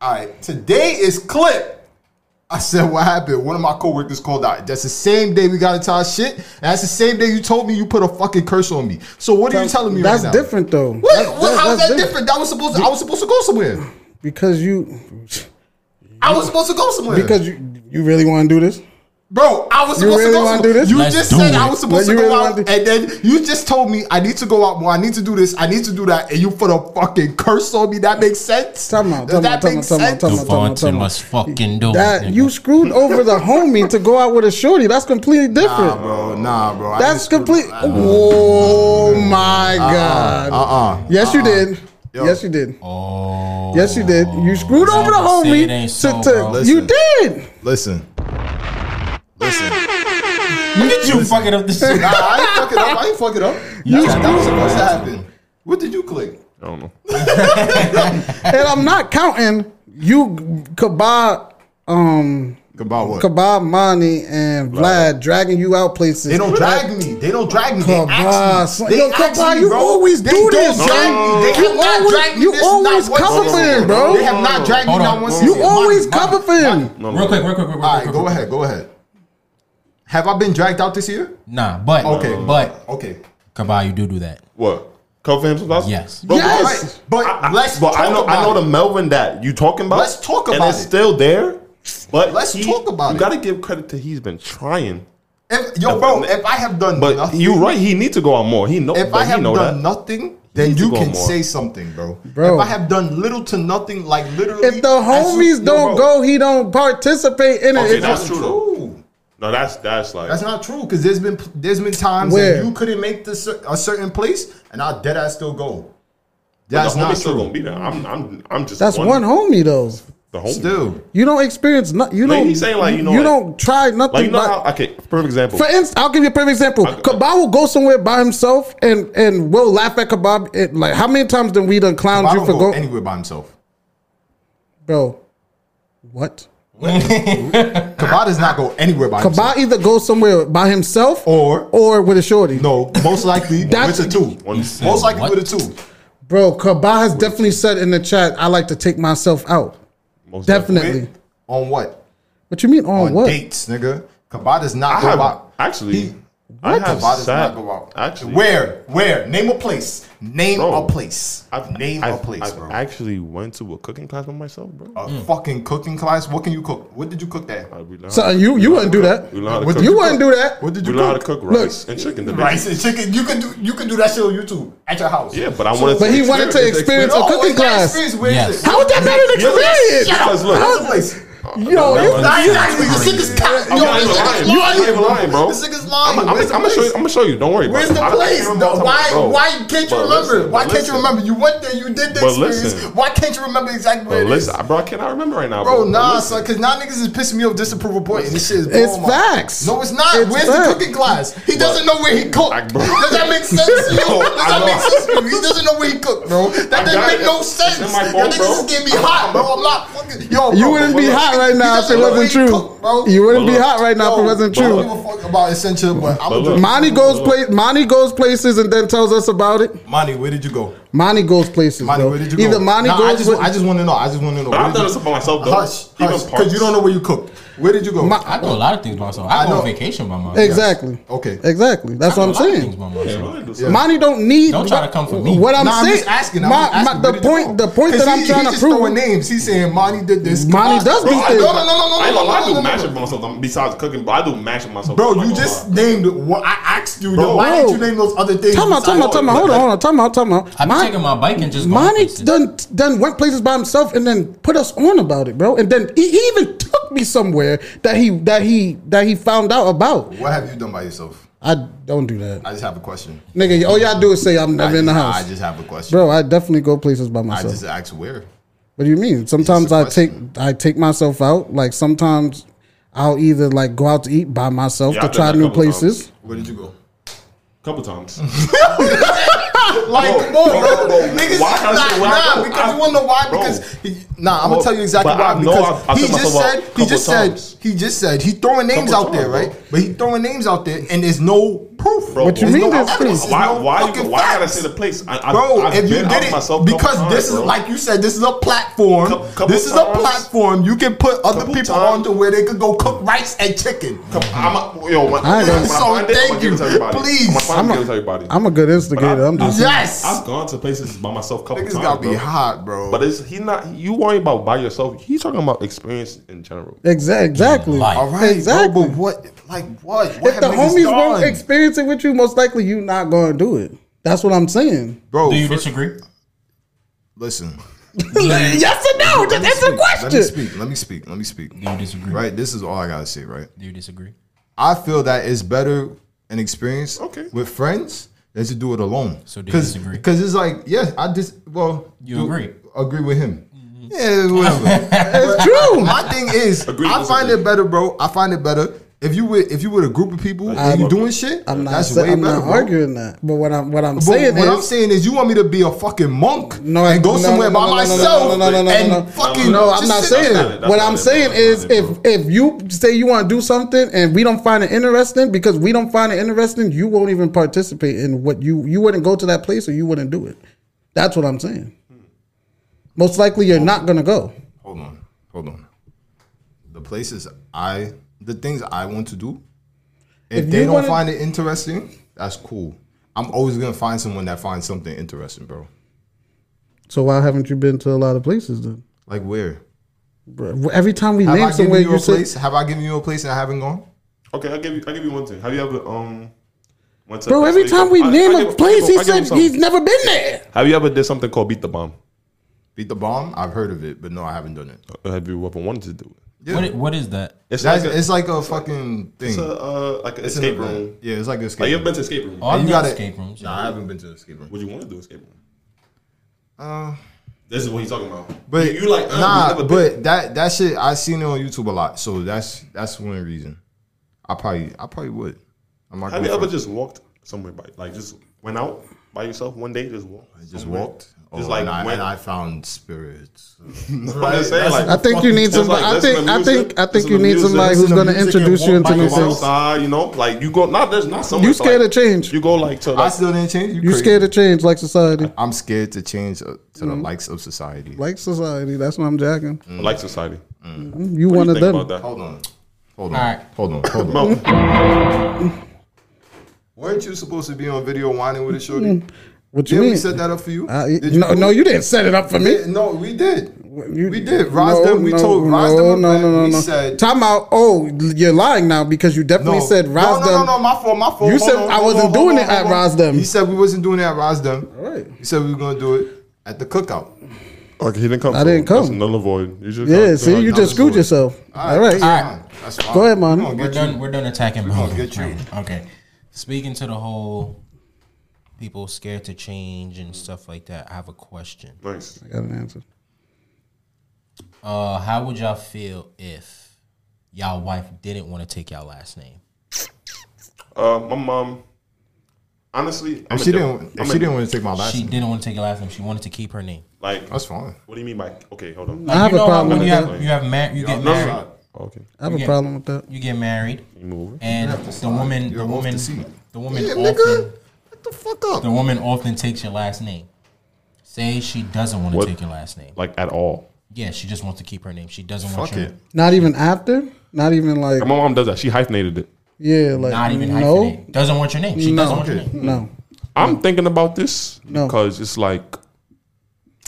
S5: All right, today is clip. I said, what happened? One of my coworkers called out. That's the same day we got into our shit. And that's the same day you told me you put a fucking curse on me. So what are you telling me
S4: That's
S5: right now?
S4: different though.
S5: What?
S4: That's-
S5: what how is
S4: that's
S5: that different? That was supposed. To, I was supposed to go somewhere.
S4: Because you,
S5: I was supposed to go somewhere.
S4: because you, you really want to do this.
S5: Bro, I was
S4: You
S5: supposed
S4: really
S5: to go.
S4: wanna
S5: some-
S4: do this?
S5: You
S2: Let's
S5: just
S2: do
S5: said
S2: it.
S5: I was supposed
S4: Like,
S5: to
S4: you
S5: go
S4: really
S5: out,
S4: wanna do-
S5: and then you just told me I need to go out more. I need to do this. I need to do that, and you put a fucking curse on me. That makes sense.
S4: Time out, time
S5: Does
S4: out,
S5: that
S4: time
S5: make
S4: out, time out,
S5: sense?
S4: time out.
S2: Devontae must fucking do
S4: That
S2: it.
S4: you screwed over the homie to go out with a shorty. That's completely different.
S5: Nah, bro. Nah, bro. I
S4: That's
S5: just screwed
S4: complete.
S5: up.
S4: Oh my god.
S5: Uh-uh.
S4: Yes, you did.
S5: Ah, Yo.
S4: Yes, you did.
S2: Oh.
S4: Yes, you did. You screwed over the
S2: Don't say it
S4: homie.
S2: ain't
S4: to-
S2: so,
S4: to-
S2: bro.
S4: you
S5: Listen.
S4: did.
S5: Listen. Listen.
S2: Look at you fucking up this shit.
S5: Nah, I ain't fuck it up. I ain't fuck it up. You that was supposed to happen. What did you click?
S3: I don't know.
S4: And I'm not counting you, Kabah, um,
S5: About what?
S4: Kabah, Mani, and Vlad dragging you out places.
S5: They don't drag me. They don't drag me. They
S4: Come on,
S5: ask me.
S4: Oh, son.
S5: They
S4: Yo,
S5: ask
S4: Kabah,
S5: me,
S4: you
S5: bro.
S4: always
S5: they
S4: do
S5: don't
S4: this,
S5: drag
S4: bro.
S5: me. They
S4: You
S5: have not
S4: always-
S5: dragged me.
S4: you
S5: This is not
S4: always
S5: one
S4: cover for
S5: season.
S4: him, bro.
S5: They have not dragged me
S2: Hold on.
S5: not one
S2: You
S5: season.
S4: You
S5: Mine-
S4: always
S5: mine-
S4: cover for him.
S3: No, no,
S2: Real
S3: no.
S2: quick, real quick, real quick. real
S5: All right,
S2: quick,
S5: go
S2: real quick.
S5: ahead. Go ahead. Have I been dragged out this year?
S2: Nah, but
S5: Okay.
S2: but
S5: Okay.
S2: Kabah, you do do that.
S3: What? Cover him some sauce?
S2: Yes.
S3: Bro,
S4: Yes.
S3: because-
S5: Right, But
S3: I- I-
S5: let's
S3: But
S5: talk
S3: I know.
S5: about
S3: I know the
S5: it.
S3: Melvin that you talking about.
S5: Let's talk
S3: and
S5: about
S3: it's
S5: it.
S3: still there. But
S5: Let's
S3: he-
S5: talk about
S3: you
S5: it.
S3: gotta give credit to he's been trying.
S5: If, yo, bro, if I have done
S3: But
S5: nothing,
S3: you're right. He need to go out more. He know.
S5: If
S3: but
S5: I have
S3: he know
S5: done
S3: that.
S5: nothing, then
S3: needs to
S5: you
S3: go
S5: can
S3: more.
S5: say something, bro.
S4: Bro.
S5: If I have done little to nothing, like literally,
S4: If the
S5: as
S4: homies
S5: soon- Yo,
S4: don't
S5: bro,
S4: go, he don't participate in it.
S3: Okay,
S4: It's-
S3: that's true though.
S5: True.
S3: No, that's that's like
S5: That's not true because there's been there's been times
S4: Where?
S5: that you couldn't make this cer- a certain place, and I dead ass still go.
S3: but
S5: That's
S3: the
S5: not
S3: homie still gonna
S5: true.
S3: be there. I'm I'm I'm just
S4: That's one homie though.
S3: the homie.
S5: Still,
S4: You don't experience nothing. You
S3: Like,
S4: don't.
S3: he's saying, like, you know, like-
S4: don't try nothing.
S3: like you know
S4: but-
S3: how okay perfect example.
S4: For instance, I'll give you a perfect example. Kabab will go somewhere by himself, and and we'll laugh at Kabab. It, like how many times did we done clowned
S5: I
S4: you
S5: don't
S4: for
S5: go
S4: going,
S5: anywhere by himself.
S4: bro? What?
S5: Kabad does not go anywhere by himself.
S4: Kabab either goes somewhere by himself
S5: Or
S4: or with a shorty.
S5: no, most likely
S4: That's-
S5: with a two.
S3: One-
S5: Most likely
S2: What?
S5: with a two.
S4: bro. Kabab has definitely said in the chat, "I like to take myself out."
S3: most
S4: Definitely.
S5: With- on what?
S4: What you mean on,
S5: On
S4: what?
S5: dates, nigga. Kabad does not
S3: I
S5: go
S3: have
S5: out.
S3: actually.
S5: He-
S3: I have
S5: Kabad does
S3: sat,
S5: not go out.
S3: Actually,
S5: where? Where? Name a place. Name
S3: Bro,
S5: a place.
S3: I've,
S5: Name
S3: I've,
S5: a place,
S3: I've
S5: bro. Uh,
S3: actually went to a cooking class by myself, bro.
S5: a fucking cooking class. What can you cook? What did you cook there?
S3: Uh, we learned
S4: So
S3: how to-
S4: you
S3: we
S4: you
S3: learned
S4: wouldn't
S3: how
S4: do
S3: to
S4: that.
S3: cook. We learned how to
S5: What
S3: cook.
S5: did
S4: You
S5: you
S4: wouldn't
S5: cook?
S4: do that.
S5: What did
S3: We
S5: you
S3: learned how to
S5: cook?
S3: cook
S4: Look.
S3: rice and chicken. The
S5: Rice and chicken. You can do. You can do that shit on YouTube at your house.
S3: Yeah, but I wanted.
S4: But he wanted to experience a
S5: No,
S4: cooking
S5: it's not
S4: class.
S5: experience. Where is
S2: Yes.
S5: it?
S4: How is that better than experience?
S3: Because look,
S5: How's the place?
S4: Yo, you,
S5: Nah, he's actually the sickest cat.
S3: I'm not even lying.
S5: You
S3: I'm not even lying, bro.
S5: This nigga's lying.
S3: I'm
S5: Where's the
S3: gonna show you. I'm gonna show you. Don't worry.
S5: Where's
S3: bro.
S5: the
S3: I don't
S5: place?
S3: even
S5: No,
S3: remember
S5: why?
S3: what I'm talking about, bro.
S5: Why can't you
S3: But
S5: remember?
S3: listen,
S5: why
S3: but
S5: can't
S3: listen.
S5: you remember? You went there. You did the
S3: But
S5: experience.
S3: listen.
S5: Why can't you remember exactly where
S3: But
S5: it is?
S3: listen, bro. I cannot remember right now,
S5: Bro,
S3: bro.
S5: nah,
S3: But
S5: son, because now niggas is pissing me off disapproval point. And this shit is
S4: It's
S5: blowing my-
S4: facts.
S5: No, it's not.
S4: It's
S5: Where's
S4: facts.
S5: the cooking class? He doesn't know where he cooked.
S3: I- bro.
S5: Does that make sense to you?
S3: Bro,
S5: Does
S3: I
S5: that
S3: know.
S5: make sense to you? He doesn't know where he cooked, bro. That
S3: I
S5: doesn't
S3: got
S5: make
S3: it.
S5: no
S3: It's
S5: sense.
S3: in my
S5: Yo,
S3: phone,
S5: niggas
S3: bro.
S5: is getting me hot, bro. I'm not fucking. Yo,
S4: you
S5: bro,
S4: wouldn't
S5: but
S4: be
S5: look,
S4: hot right
S5: he
S4: now if
S5: doesn't
S4: it
S5: know
S4: wasn't
S5: where he
S4: true.
S5: cooked, bro.
S4: You wouldn't be
S3: But look.
S4: hot right now if it
S5: Yo,
S4: wasn't
S5: I
S4: true.
S5: don't give a fuck about essential, but I'm
S3: But
S5: a
S3: look.
S4: Monty goes place. Monty goes places and then tells us about it.
S5: Monty, where did you go?
S4: Monty goes places.
S5: Monty,
S4: bro.
S5: where did you
S4: Either
S5: go?
S4: Monty
S5: Nah, I
S4: goes.
S5: just,
S4: with-
S5: I just want to know. I just want to know.
S3: But
S5: Where
S3: I've
S5: did
S3: done
S5: you-
S3: this for myself, though.
S5: Hush,
S3: Even
S5: hush,
S3: parts.
S5: because you don't know where you cooked. Where did you go?
S4: My-
S2: I do a lot of things by myself. I,
S5: I
S2: go
S5: know.
S2: on vacation by myself.
S4: exactly.
S5: Okay.
S4: Exactly. That's
S2: I
S4: what
S2: do
S4: I'm
S2: a lot of things
S4: saying.
S2: by myself.
S3: Really do
S5: Yeah.
S3: something.
S4: Monty don't need.
S2: Don't try to come for me.
S4: What I'm
S5: Nah, I'm
S4: saying.
S5: just asking. I'm
S4: my,
S5: just asking,
S4: my-
S5: where
S4: the
S5: did you
S4: point.
S5: go?
S4: The point
S5: 'Cause
S4: that I'm
S5: he-
S4: trying
S5: he
S4: to
S5: just
S4: prove.
S5: throwing names. He's saying Monty did this.
S4: Monty does
S3: Bro,
S4: these
S3: I,
S4: things.
S3: do-
S5: No, no, no, no, no,
S3: I ain't gonna lie, I
S5: no,
S3: do
S5: no, no,
S3: mashup
S5: no.
S3: myself. I'm- Besides cooking, but I do mashup myself.
S5: Bro,
S3: I'm
S5: you
S3: not gonna
S5: just
S3: lie.
S5: named. What I asked you.
S4: Bro,
S5: Bro, why did
S4: bro.
S5: you name those other things?
S4: Time out. Time out. Time out. Hold on. Hold on. Time out. Time out.
S2: I've been
S4: Mon-
S2: taking my bike and just going
S4: Monty
S2: places.
S4: done done went places by himself and then put us on about it, bro. And then he, he even took me somewhere that he that he that he found out about.
S5: What have you done by yourself?
S4: I don't do that,
S5: I just have a question.
S4: nigga. All y'all do is say I'm never
S5: I
S4: in the
S5: just-
S4: house,
S5: I just have a question.
S4: bro. I definitely go places by
S5: I
S4: myself.
S5: just asked where.
S4: What do you mean? Sometimes
S5: a
S4: I take
S5: question.
S4: I take myself out. Like sometimes I'll either like go out to eat by myself
S3: Yeah,
S4: to
S3: I've
S4: try
S3: done that
S4: new
S3: a couple times.
S4: places.
S5: Where did you go?
S3: couple times.
S5: Like,
S3: Bro,
S5: come on,
S3: bro,
S5: bro.
S3: bro,
S5: Niggas,
S3: why
S5: is
S3: I
S5: not-
S3: say where I
S5: nah,
S3: go?
S5: because
S3: I-
S5: you wanna know why?
S3: bro.
S5: Because he, nah, I'm gonna
S3: Bro,
S5: tell you exactly
S3: but
S5: why.
S3: I know
S5: Because
S3: I- I
S5: he
S3: took
S5: just
S3: myself out
S5: said,
S3: a
S5: he
S3: couple
S5: just
S3: times.
S5: said, he just said, he throwing names
S3: Couple
S5: out there,
S3: times, bro.
S5: right? But he throwing names out there, and there's no proof.
S3: Bro, What you
S5: There's
S4: mean
S5: no
S4: there's proof?
S5: evidence, there's
S3: Why?
S5: no
S3: Why? You,
S5: fucking
S3: why I gotta
S5: facts.
S3: say the place? I, I,
S5: Bro,
S3: I've
S5: if you
S3: been out
S5: did it
S3: myself a couple
S5: because
S3: times,
S5: this is
S3: bro.
S5: like you said, this is a platform.
S3: Cou- couple
S5: this is
S3: times.
S5: a platform. You can put other
S3: Couple
S5: people
S3: times.
S5: onto where they could go cook rice and chicken.
S3: I'm a, yo, when, I
S4: I
S3: when
S4: ain't gonna-
S3: I
S5: So
S3: find it, I'm gonna
S5: thank
S3: give it to
S5: you.
S3: everybody.
S5: Please.
S3: I'm gonna find it,
S4: I'm a-
S3: give it to everybody.
S4: I'm a good instigator. I'm just
S5: Yes,
S3: I've gone to places by myself a couple
S5: niggas
S3: times.
S5: gotta be
S3: bro.
S5: hot, bro.
S3: But it's he not you worrying about by yourself. He talking about experience in general.
S4: Exa- exactly.
S2: Life.
S5: All right,
S4: exactly.
S5: bro, but what? Like what? what
S4: if the
S5: have niggas
S4: homies won't
S5: done?
S4: experience it with you, most likely you not gonna do it. That's what I'm saying.
S5: bro,
S2: Do you
S5: fir-
S2: disagree?
S5: listen.
S4: yes or no? Just answer the
S5: Let me
S4: question.
S5: speak. Let me speak. Let me speak.
S2: Do you disagree?
S5: Right. This is all I gotta say. Right.
S2: Do you disagree?
S5: I feel that it's better an experience
S3: Okay.
S5: with friends than to do it alone.
S2: So do you disagree?
S5: Because it's like, yeah, I just well,
S2: You
S5: do-
S2: agree.
S5: agree Mm-hmm. with him. Yeah, whatever.
S4: It's true.
S5: My thing is,
S3: Agree,
S5: I find
S3: disagree.
S5: it better, bro. I find it better if you with if you with a group of people and you doing shit.
S4: I'm not.
S5: that's
S4: sa-
S5: way
S4: I'm
S5: better,
S4: not
S5: bro.
S4: arguing that. But what I'm what I'm
S5: But
S4: saying
S5: what
S4: is,
S5: I'm saying is, you want me to be a fucking monk
S4: No, I-
S5: and go
S4: no,
S5: somewhere
S4: no,
S5: by
S4: no, no, no,
S5: myself
S4: no, no, no, no,
S5: and
S4: no, no.
S5: fucking.
S4: No,
S5: just
S4: I'm not
S5: sit
S4: saying
S5: down.
S4: that.
S3: That's
S4: What
S3: not
S4: I'm
S3: it,
S4: saying
S3: bro.
S4: is,
S3: That's not it,
S4: if if you say you want to do something and we don't find it interesting because we don't find it interesting, you won't even participate in what you you wouldn't go to that place or you wouldn't do it. That's what I'm saying. Most likely, you're not gonna go.
S5: Hold on, hold on. The places I, the things I want to do, if,
S4: If
S5: they
S4: you
S5: don't
S4: wanna-
S5: find it interesting, that's cool. I'm always gonna find someone that finds something interesting, bro.
S4: So why haven't you been to a lot of places then?
S5: Like where?
S4: Bruh, Every time we
S5: Have
S4: name
S5: I given
S4: somewhere,
S5: you
S4: you
S5: a
S4: say
S5: place? Have I given you a place and I haven't gone?
S3: Okay, I'll give you. I'll give you one thing. Have you ever um? Went to
S4: Bro, every
S3: so you
S4: time
S3: go-
S4: we
S3: I-
S4: name
S3: I
S4: a
S3: give-
S4: place,
S3: I give-
S4: he
S3: I give him
S4: said
S3: something.
S4: he's never been there.
S3: Have you ever did something called beat the bomb?
S5: Beat the bomb. I've heard of it, but no, I haven't done it.
S3: Or have you ever wanted to do it?
S5: Yeah.
S2: What i- what is that?
S3: It's
S5: That's,
S3: like a,
S5: it's like a fucking thing.
S3: it's a, uh, like an
S5: It's an
S3: escape
S5: event.
S3: room.
S5: Yeah, it's like an escape.
S3: Like
S5: room.
S3: you've been to escape room.
S2: Oh, I've
S5: You
S2: done
S5: gotta-
S2: escape rooms.
S5: Nah, I haven't been to an escape room.
S3: Would you want to do escape room?
S5: Uh,
S3: This is what he's talking about.
S5: but
S3: you, you like uh,
S5: nah,
S3: we've never
S5: but
S3: been.
S5: that that shit I seen it on YouTube a lot, so that's that's one reason. I probably I probably would. I'm not
S3: Have
S5: gonna
S3: you ever
S5: front.
S3: just walked somewhere by like just went out by yourself one day just walked?
S5: just
S3: somewhere?
S5: walked.
S3: Just
S5: Oh,
S3: like
S5: and I,
S3: went.
S5: and I found spirits.
S3: I'm just saying, like,
S4: I think you need
S3: Just
S4: somebody.
S3: like
S4: I think
S3: listen to
S4: I
S3: music,
S4: think I think
S3: listen
S4: you
S3: to
S4: need
S3: music,
S4: somebody
S5: listen
S4: who's
S5: to
S4: gonna
S5: music and
S4: introduce you
S5: walk
S4: into
S5: by
S4: new
S3: you go
S5: yourself.
S4: things.
S3: outside, you know, like you go. Not there's not somewhere.
S4: You
S3: so,
S4: scared
S3: like,
S4: of change.
S3: You go like to
S5: I
S3: like
S5: still didn't change. You,
S4: You
S5: crazy.
S4: scared of change, like society,
S5: I'm scared to change uh, to the likes of society.
S4: like society. That's what I'm jacking.
S3: like society.
S4: You
S3: Mm. What
S4: one
S3: do you
S4: of
S3: think
S4: them.
S3: about that?
S5: Hold on. Hold on.
S2: Alright.
S5: Hold on. Hold on.
S3: Mo,
S5: Weren't you supposed to be on video whining with a shorty?
S4: What you
S5: Did we
S4: mean?
S5: set that up for you?
S4: I-
S5: Did
S4: Mm-hmm. Uh, no, no, you didn't set it up for me.
S5: Yeah, no, we did.
S4: You-
S5: we did. Roz them- we told Roz
S4: no,
S5: them
S4: no,
S5: that
S4: no, no,
S5: we
S4: no.
S5: said-
S4: Time out. Oh, you're lying now because you
S5: No.
S4: definitely said Roz
S5: No, no, no,
S4: them.
S5: no, my fault, my fault.
S4: You said I wasn't doing it at Rosdem.
S5: He said we wasn't doing it at Rosdem. All
S4: right.
S5: He said we were gonna do it at the cookout.
S3: okay, he didn't come.
S4: I didn't
S3: so That's
S4: come.
S3: another void. You should
S4: Yeah,
S3: come.
S4: see, you
S5: that
S4: just
S5: was
S4: screwed
S5: good.
S4: yourself. All right.
S5: that's fine. That's fine.
S4: Go ahead, man.
S5: We gonna
S2: We're
S5: get you.
S2: done. We're done attacking.
S5: gonna
S2: Marvin.
S5: get you.
S2: Right. Okay. Speaking to the whole people scared to change and stuff like that, I have a question.
S3: Nice.
S4: I got an answer.
S2: Uh, how would y'all feel if y'all wife didn't want to take y'all last name?
S3: Uh, my mom. Honestly, I'm
S5: If
S3: a
S5: she
S3: different-
S5: didn't,
S3: I'm
S5: if
S3: a-
S5: she didn't want to take my last
S2: She
S5: name,
S2: didn't want to take your last name. She wanted to keep her name.
S3: like,
S5: that's fine.
S3: what do you mean by okay? Hold on.
S4: I have
S2: you
S4: a
S2: know how
S4: problem
S2: When
S4: with
S2: you
S4: that.
S2: have you have mar- you get
S5: No, no,
S2: married,
S5: no.
S3: Okay,
S4: I have a
S2: Yeah.
S4: problem with that.
S2: you get married,
S3: you move over.
S2: and the woman,
S5: You're
S2: the
S5: off
S2: woman,
S5: the seat.
S2: the woman
S5: Yeah,
S2: often,
S5: nigga. What the fuck up?
S2: the woman often takes your last name. Say she doesn't want to
S3: What?
S2: take your last name.
S3: Like at all.
S2: Yeah, she just wants to keep her name. She doesn't want
S5: Fuck
S2: your
S5: it.
S4: Not even after. Not even like
S3: My mom does that. She hyphenated it.
S4: yeah, like
S2: not even
S4: Uh, no,
S2: hyphenate. Doesn't want your name. She doesn't want your name.
S4: no.
S3: I'm thinking about this
S4: No.
S3: because it's like,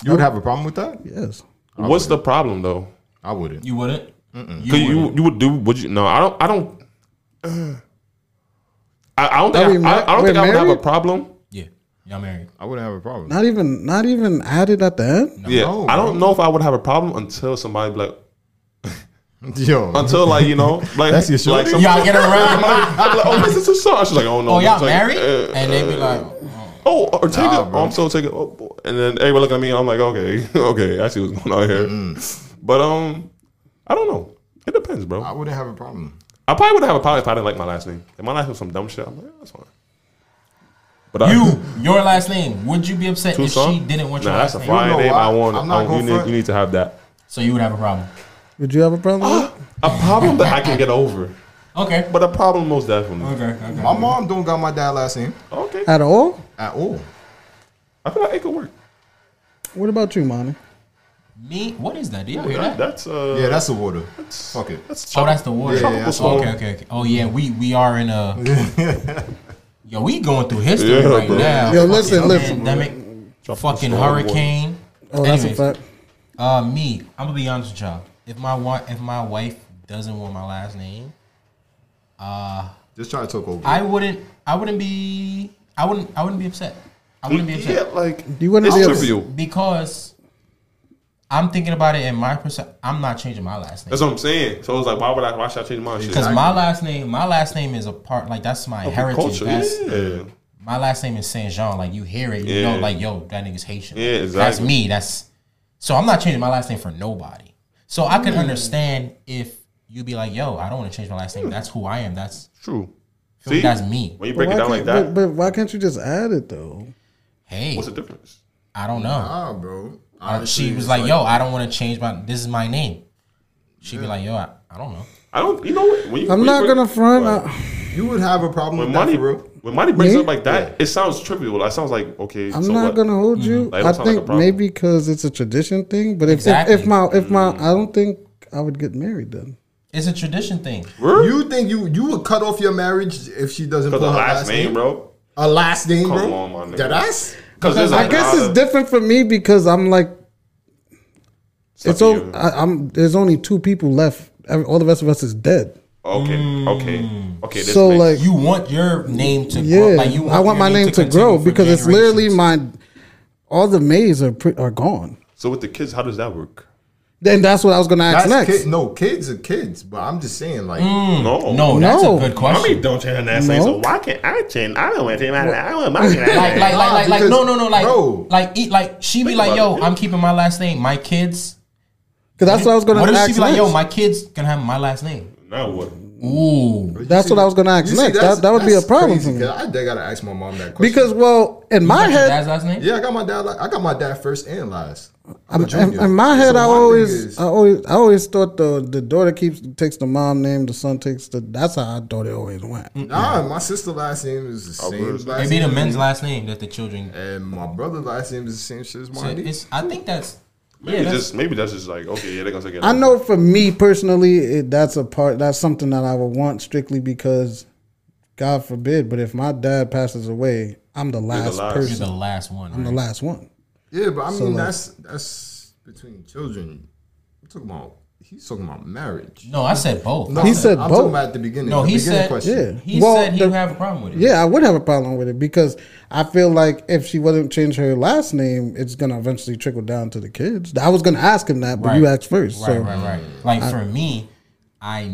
S5: You would have a problem with that?
S4: Yes,
S3: what's the problem though?
S5: I wouldn't.
S2: You wouldn't.
S3: You you, you would do would you? No, I don't. I don't. I, I don't
S4: Uh. Are we
S3: think. I,
S4: mar-
S3: I, I don't
S4: we're
S3: think I would have a
S4: married?
S3: problem.
S2: Yeah, y'all married.
S5: I wouldn't have a problem.
S4: not even not even added at the end.
S3: Yeah,
S5: No,
S3: I don't know if I would have a problem until somebody be like
S5: Yo,
S3: until like you know like
S5: That's your shit.
S3: like somebody,
S2: Y'all get around.
S3: I'd be like, oh, this is a song. She's like, oh no.
S2: Oh, y'all
S3: It's like,
S2: married?
S3: uh,
S2: and they be like,
S3: oh, or take
S5: Nah,
S3: it.
S5: bro.
S3: Oh, I'm so taking. Oh, boy. and then everybody looking at me. I'm like, okay, okay, I see what's going on here.
S5: Mm-hmm.
S3: But um, I don't know. It depends, bro.
S5: I wouldn't have a problem.
S3: I probably would have a problem if I didn't like my last name. If my last name was some dumb shit, I'm like, yeah, that's fine. But I,
S2: you, your last name. Would you be upset if
S3: uh, Tucson?
S2: she didn't want your
S3: nah, that's
S2: last
S3: a
S2: name?
S3: fine
S5: You know
S3: name.
S5: why?
S3: I want.
S5: I'm not
S3: I want you,
S5: gonna
S3: need,
S5: front.
S3: you need to have that.
S2: So you would have a problem.
S4: Would you have a problem? with it?
S3: A problem that I can get over,
S2: Okay.
S3: but a problem most definitely.
S2: Okay. Okay.
S5: My mom don't got my dad last name
S3: Okay,
S4: At all?
S5: at all.
S3: I feel like it could work.
S4: What about you, Monty?
S2: Me? What is that? Do y'all hear
S3: That,
S2: that?
S3: that's uh,
S5: Yeah, that's the water.
S3: that's
S5: Fuck it.
S3: That's
S2: Oh, that's the water.
S5: Yeah, yeah, that's
S2: okay, okay, okay. Oh yeah, we we are in a. Yo, we going through history
S3: Yeah,
S2: right
S3: bro.
S2: now.
S4: Yo, listen,
S2: Fucking
S4: listen.
S2: Pandemic,
S3: Tropical
S2: fucking
S3: storm water.
S2: hurricane.
S4: Oh, that's
S2: Anyways.
S4: a fact.
S2: Uh, me. I'm gonna be honest with y'all. If my wife, if my wife doesn't want my last name,
S5: Just try to talk over.
S2: I wouldn't. I wouldn't be. I wouldn't. I wouldn't be upset. I wouldn't be upset
S3: Yeah, like
S4: You wouldn't
S3: it's
S4: be upset.
S3: trivial.
S2: because I'm thinking about it in my percent. I'm not changing my last name
S3: That's what I'm saying. So I was like, why would I? Why should I change my shit?
S2: because my last name. My last name is a part. Like that's my heritage.
S3: Culture,
S2: That's
S3: yeah.
S2: my last name is Saint Jean. Like you hear it, you
S3: Yeah.
S2: know, like yo, that nigga's Haitian.
S3: Yeah,
S2: That's
S3: exactly.
S2: me. That's so I'm not changing my last name for nobody. So I can understand if you be like, yo, I don't want to change my last name. That's who I am. That's
S3: True.
S2: feel me?
S3: See,
S2: That's me.
S3: When you
S4: But
S3: break it
S4: why
S3: down like
S4: can't-
S3: that,
S4: But, but why can't you just add it though?
S2: hey,
S3: what's the difference?
S2: I don't know.
S5: ah, bro.
S2: Uh, she
S5: Honestly,
S2: was
S5: it's
S2: like, yo, I don't want to change my. This is my name. She'd be like, yo, I, I don't know.
S3: I don't. You know what? When you,
S4: I'm
S3: when
S4: not
S3: you
S4: gonna
S3: break-
S4: front.
S3: Right.
S4: I,
S5: you would have a problem
S3: When
S5: with that
S3: money,
S5: for real.
S3: when money brings
S4: Me?
S3: up like that, it sounds trivial. It sounds like okay.
S4: I'm
S3: so what?
S4: not
S3: Mm-hmm.
S4: gonna hold you.
S3: Like, it don't
S4: I
S3: sound like a
S4: think
S3: problem.
S4: maybe because it's a tradition thing. But if
S2: Exactly.
S4: if, if my if my
S3: Mm-hmm.
S4: I don't think I would get married then.
S2: It's a tradition thing.
S3: Word?
S5: You think you you would cut off your marriage if she doesn't put
S3: Because
S5: her
S3: the last name, bro.
S5: A last name,
S3: Come
S5: bro.
S3: on, my nigga.
S5: Deadass?
S3: Because
S4: I guess it's different for me because I'm like
S3: Suck
S4: it's only
S3: you.
S4: I, I'm. There's only two people left. Every, all the rest of us is dead.
S3: Okay, okay, okay. This
S4: so
S3: makes-
S4: like,
S2: You want your name to
S4: yeah,
S2: grow. Like you want
S4: I want
S2: your
S4: my name to,
S2: continue
S4: grow
S2: for
S4: because it's
S2: generations.
S4: literally my. All the maids are pre, are gone.
S3: so with the kids, how does that work?
S4: Then that's what I was gonna ask
S5: That's
S4: next.
S5: kid, no, kids are kids, but I'm just saying, like,
S4: Mm,
S3: No,
S2: Hmm. No, that's
S4: No.
S2: a good
S3: Mommy
S2: question.
S3: don't change her last name, so
S4: No.
S3: why can't I change? I don't want to change my I want my last
S2: Like,
S3: name.
S2: like, like, like, like,
S5: Because-
S2: no, no, no, like,
S5: Bro.
S2: like, eat, like, she be
S3: Think
S2: like,
S3: about
S2: yo,
S3: it.
S2: I'm keeping my last name. My kids.
S4: Because that's what I was gonna
S2: What if
S4: ask
S2: she be like,
S4: next.
S2: yo, my kids gonna have my last name?
S3: Now what?
S2: Ooh.
S4: That's what I was gonna ask
S5: You see,
S4: next.
S5: that's-
S4: that, that would be a
S5: that's
S4: problem
S5: crazy,
S4: for me.
S5: 'cause I I gotta ask my mom that question
S4: Because well, in my
S2: Like your
S4: head,
S2: dad's last name?
S5: yeah, I got my dad. Like, I got my dad first and last. I'm a
S4: in,
S5: junior.
S4: in my head,
S5: So
S4: I
S5: my thing
S4: always,
S5: is-
S4: I always, I always thought the the daughter keeps takes the mom name, the son takes the. That's how I thought it always went.
S2: Mm.
S5: Nah, my sister last name is the
S3: Oh,
S5: same.
S3: bro.
S5: as last
S2: It'd be the
S5: name.
S2: men's last name that the children.
S5: And my brother last name is the same shit as
S2: So
S5: mine.
S2: it's. I think that's.
S3: Maybe
S2: yeah, that's,
S3: just maybe that's just like okay, yeah, they're gonna take it.
S4: I know for me personally, it, that's a part. That's something that I would want strictly because, God forbid, but if my dad passes away, I'm the last,
S3: last.
S2: you're
S4: person.
S2: the last one.
S4: I'm the
S2: right?
S4: last one.
S5: yeah, but I mean
S4: like-
S5: that's that's between children. I'm talking about he's talking about marriage.
S2: No, I said both.
S5: No,
S4: He
S5: I'm-
S4: said
S5: I'm
S4: both.
S5: talking about at the beginning.
S2: No,
S5: the
S2: he
S5: beginning
S2: said-
S5: question.
S4: Yeah.
S2: He
S4: Well,
S2: said he
S4: the-
S2: would have a problem with it.
S4: Yeah, I would have a problem with it because I feel like if she wouldn't change her last name, it's gonna eventually trickle down to the kids. I was gonna ask him that, but you
S2: Right.
S4: asked first.
S2: Right,
S4: so
S2: right, right. Like for me, I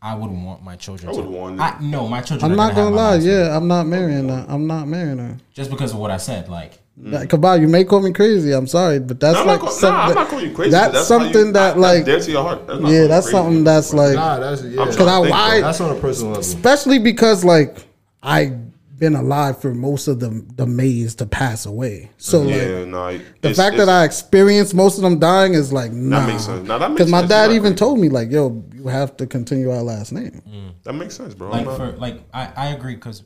S2: I would want my children.
S3: I would
S2: to,
S3: want
S2: I, no, my children.
S4: I'm
S2: are
S4: not
S2: have my
S4: gonna lie.
S2: last name.
S4: Yeah, I'm not marrying her. I'm not marrying her.
S2: Just because of what I said, like
S4: That- Kabal, you may call me crazy. I'm sorry, but that's
S3: Mm. No, I'm,
S4: like
S3: not call,
S4: something.
S3: nah, I'm not calling you crazy.
S4: That's,
S3: how you-
S4: something that
S3: that's
S4: like
S3: dear to your heart. That's not
S4: yeah,
S3: something
S4: that's
S3: crazy.
S4: something that's like
S5: Nah, that's yeah.
S3: I'm
S4: because I
S3: think,
S4: why
S5: that's on a personal level.
S4: especially because like I've been alive for most of the the maids to pass away. So like
S3: yeah, no.
S4: the fact that I experienced most of them dying is like nah.
S3: makes sense. Nah, that makes
S4: Because my
S3: sense.
S4: dad
S3: You're not
S4: even
S3: crazy.
S4: told me like, yo, you have to continue our last name.
S3: that makes sense, bro.
S2: like
S3: I'm not-
S2: for like I, I agree because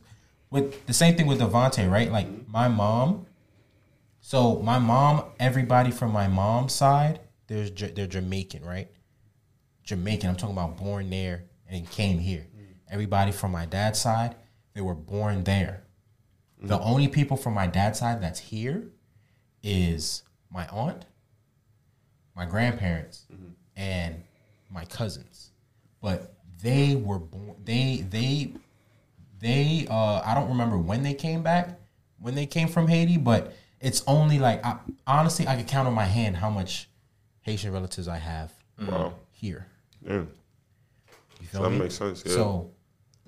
S2: with the same thing with Devonte, right? Like my mom. So my mom, everybody from my mom's side, there's Ja- they're Jamaican, right? Jamaican. I'm talking about born there and came here. Everybody from my dad's side, they were born there. The only people from my dad's side that's here is my aunt, my grandparents, and my cousins. But they were born. They they they. Uh, I don't remember when they came back. When they came from Haiti, but it's only like I, honestly, I could count on my hand how much Haitian relatives I have
S3: Wow.
S2: here.
S3: Yeah,
S2: You feel
S3: that
S2: me?
S3: makes sense. Yeah.
S2: So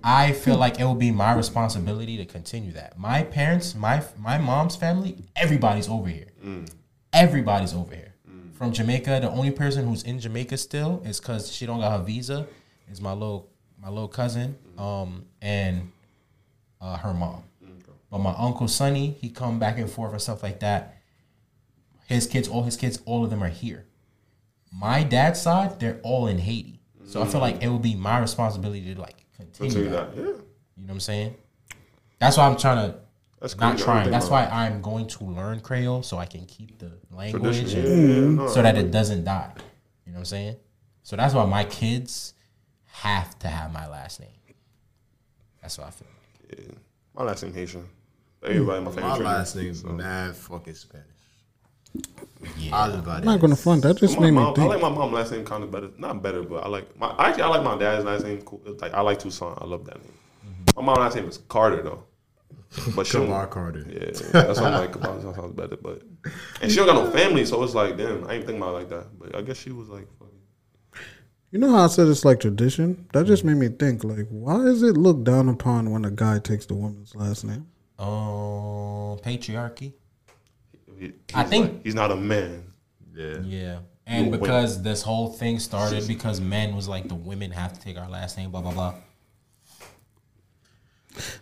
S2: I feel like it will be my responsibility to continue that. My parents, my my mom's family, everybody's over here.
S3: Mm.
S2: Everybody's over here. From Jamaica, the only person who's in Jamaica still is cause she don't got her visa, is my little my little cousin,
S3: Mm.
S2: um, and uh, her mom. But my uncle Sonny, he come back and forth and stuff like that. His kids, all his kids, all of them are here my dad's side, they're all in Haiti. So I feel like it would be my responsibility to like continue
S3: Continue
S2: that.
S3: that. Yeah.
S2: You know what I'm saying? That's why I'm trying to
S3: That's
S2: not
S3: cool. I
S2: trying.
S3: think
S2: That's
S3: about
S2: why I'm going to learn Creole so I can keep the language
S3: tradition.
S2: and-
S3: Yeah, yeah,
S4: Mm-hmm.
S3: no,
S2: so that it doesn't die. You know what I'm saying? So that's why my kids have to have my last name. That's what I feel.
S3: My last name Haitian. Everybody, in my family.
S5: My
S3: Trinidad,
S5: last name is
S3: so.
S5: mad fucking Spanish.
S2: Yeah.
S5: I live by
S4: I'm not gonna front. That just
S3: My
S4: made me
S3: mom, I
S4: think.
S3: like my mom's last name kind of better. Not better, but I like my. Actually, I like my dad's last name. Cool. Like I like Tucson. I love that name.
S4: Mm-hmm.
S3: My mom's last name is Carter though. But she
S5: Jamar
S3: don't-
S5: Carter.
S3: yeah, that's what I like about it. That sounds better, but and she don't got no family, so it's like damn, I ain't thinking about it like that. But I guess she was like, fuck it.
S4: you know how I said it's like tradition? That just made me think. Like, why is it looked down upon when a guy takes the woman's last name?
S2: Um, patriarchy.
S3: He- he's
S2: I think-
S3: like, he's not a man.
S5: Yeah.
S2: Yeah. And
S3: Wait.
S2: because this whole thing started because men was like the women have to take our last name, blah blah blah.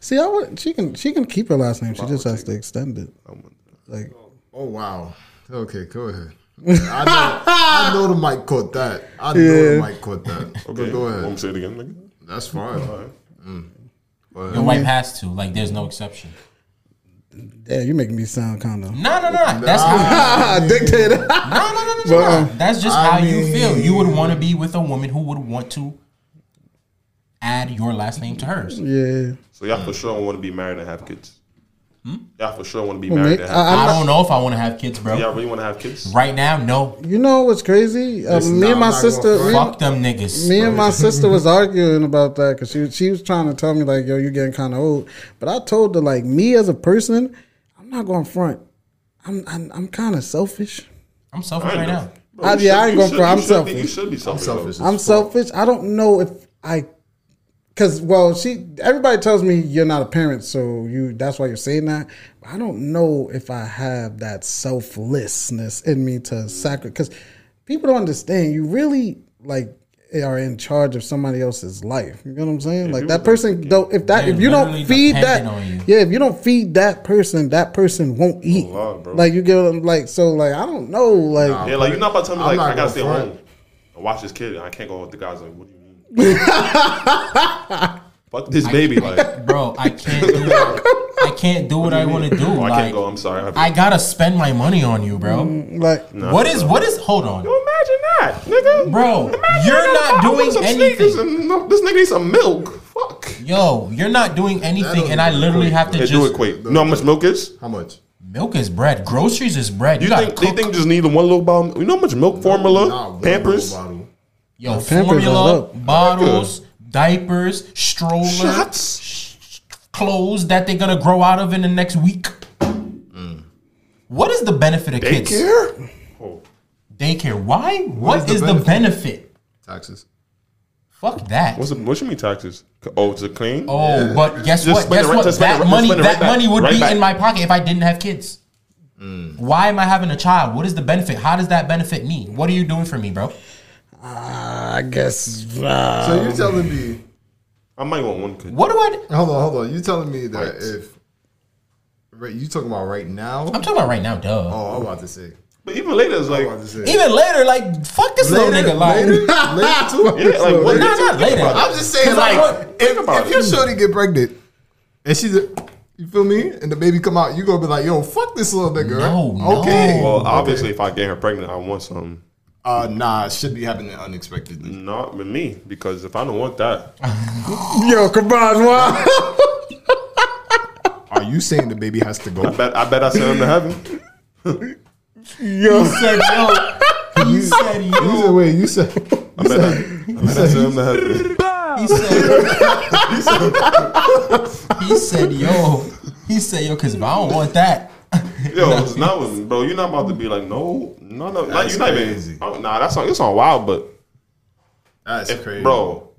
S4: See, I would. She can. She can keep her last name. She just has to extend it.
S3: I'm-
S4: Like,
S5: Oh wow. Okay, go ahead. I, know, I know the mic caught that. I know the
S4: Yeah.
S5: mic caught that. Okay,
S3: Okay,
S5: go
S3: Want me
S5: ahead.
S3: to say it again, nigga?
S5: That's fine.
S3: All right.
S5: Go ahead.
S2: Your wife has to. Like, there's no exception.
S4: yeah, you making me sound kind of.
S2: No, no, no. That's how.
S4: Ah,
S2: No,
S4: dictator.
S2: no, no, no, no,
S5: uh,
S2: no. That's just
S5: I
S2: how you feel. You would
S5: mean-
S2: want to be with a woman who would want to add your last name to hers.
S4: yeah. Mm.
S3: So y'all for sure want to be married and have kids.
S2: Hmm?
S3: Y'all for sure want to be
S4: Well,
S3: married.
S4: may-
S3: and
S4: I-
S3: have
S2: I don't know if I want to have kids, bro.
S3: kids. Y'all really want to have kids?
S2: Right now, no.
S4: You know what's crazy? Uh,
S5: Listen,
S4: me
S5: nah,
S4: and my
S5: I'm not gonna
S4: sister, me,
S2: Fuck them niggas.
S4: me and my sister was arguing about that because she she was trying to tell me like, yo, you're getting kind of old. But I told her like, me as a person, I'm not going front. I'm I'm, I'm kind of selfish.
S2: I'm selfish
S3: I
S2: right
S3: know.
S2: now.
S3: Bro,
S4: I-
S3: you
S4: yeah, I
S3: should-
S4: ain't
S3: you
S4: gonna
S3: should-
S4: cry.
S3: you
S4: I'm
S3: should
S4: selfish.
S3: Be, you should be selfish. though.
S5: Selfish. as
S4: I'm
S5: fuck.
S4: selfish. I don't know if I, because well, she everybody tells me you're not a parent, so you that's why you're saying that. But I don't know if I have that selflessness in me to sacrifice. Because people don't understand. You really like are in charge of somebody else's life. You know what I'm saying? like that person, though, if that
S2: They're
S4: if you
S2: literally
S4: don't feed that,
S2: dependent on you.
S4: yeah, if you don't feed that person, that person won't eat.
S3: lot, bro.
S4: like you get them, like so, like I don't know, like.
S3: Yeah, like you're not about to tell me
S5: I'm
S3: like
S5: not
S3: I gotta
S5: gonna
S3: stay
S5: front.
S3: home and watch this kid. and I can't go with the guys. Like, what do you mean? Fuck this baby. Like, oh,
S2: Bro, I can't do I can't do what I want to do.
S3: oh, I
S2: like
S3: can't go. I'm sorry. Mm. I, have-
S2: I gotta spend my money on you, bro.
S4: Like
S3: Nah,
S2: What is
S3: bro.
S2: what is hold on.
S3: Imagine that, nigga.
S2: Bro,
S3: Imagine
S2: you're
S3: I
S2: not
S3: gotta buy
S2: doing
S3: some
S2: anything.
S3: sneakers and no- this nigga needs some milk. Fuck.
S2: Yo, you're not doing anything,
S5: That'll-
S2: and I literally have to
S3: Hey,
S2: just
S3: do it quick. You know how much milk is?
S5: How much?
S2: milk is bread. Groceries is bread. You,
S3: You
S2: gotta
S3: think
S2: cook.
S3: they think just need the one little bottle? You know how much milk formula,
S5: Nah, one
S3: Pampers,
S5: little bottle.
S2: Yo,
S4: Pampers are
S2: formula,
S4: dope.
S2: bottles, diapers, stroller,
S3: shots?
S2: clothes that they're gonna grow out of in the next week. What is the benefit of kids?
S3: Mm. Daycare? Oh,
S2: Daycare. Why?
S5: is
S2: what
S5: the
S2: is, the
S5: benefit?
S2: benefit?
S5: Taxes.
S2: Fuck that.
S3: what's the, what you mean taxes? Oh, to clean.
S2: oh, but guess
S3: Just
S2: what?
S3: spend it
S2: Guess
S3: right-
S2: what?
S3: just spend it
S2: That
S3: right- just
S2: money,
S3: spend it
S2: that
S3: right
S2: money
S3: back.
S2: would
S3: Right
S2: be
S3: back. Mm.
S2: in my pocket if I didn't have kids. Why am I having a child? What is the benefit? How does that benefit me? What are you doing for me, bro?
S4: I guess. Uh,
S5: So you're telling me?
S3: I might want one kid.
S2: What do I?
S5: Hold on, hold on. You telling me that
S3: Right.
S5: if right, you talking about right now?
S2: I'm talking about right now, duh.
S5: oh, I'm about to say.
S3: But even later, it's like,
S5: I'm about to say.
S2: Even later, like fuck this little nigga, like
S5: later, later too.
S3: yeah, like what?
S2: Nah, not later.
S5: I'm just saying,
S2: 'Cause I
S5: like,
S2: want-
S5: if,
S3: about
S5: if
S3: it.
S5: your shorty get pregnant and she's, a, you feel me, and the baby come out, you gonna be like, yo, fuck this little nigga,
S2: No,
S5: right?
S2: no.
S5: Okay.
S3: Well, obviously, if I get her pregnant, I want some.
S5: Uh, nah, it should be happening unexpectedly.
S3: Not with me, because if I don't want that,
S4: yo, come on, why?
S5: Are you saying the baby has to
S3: I
S5: go?
S3: bet I bet I send him to heaven.
S4: Yo,
S2: said yo. He said
S5: You
S2: yo.
S5: said, wait, you said,
S3: I bet I, I, bet I send him to heaven.
S2: He said. He said yo. He said yo. Cause if I don't want that,
S3: Yo, it's not with me, bro. You're not about to be like, no, no, no. Like,
S5: That's
S3: you're not
S5: crazy.
S3: even. oh, Nah, that's on. It's on wild, but
S5: that's
S3: if,
S5: crazy,
S3: bro,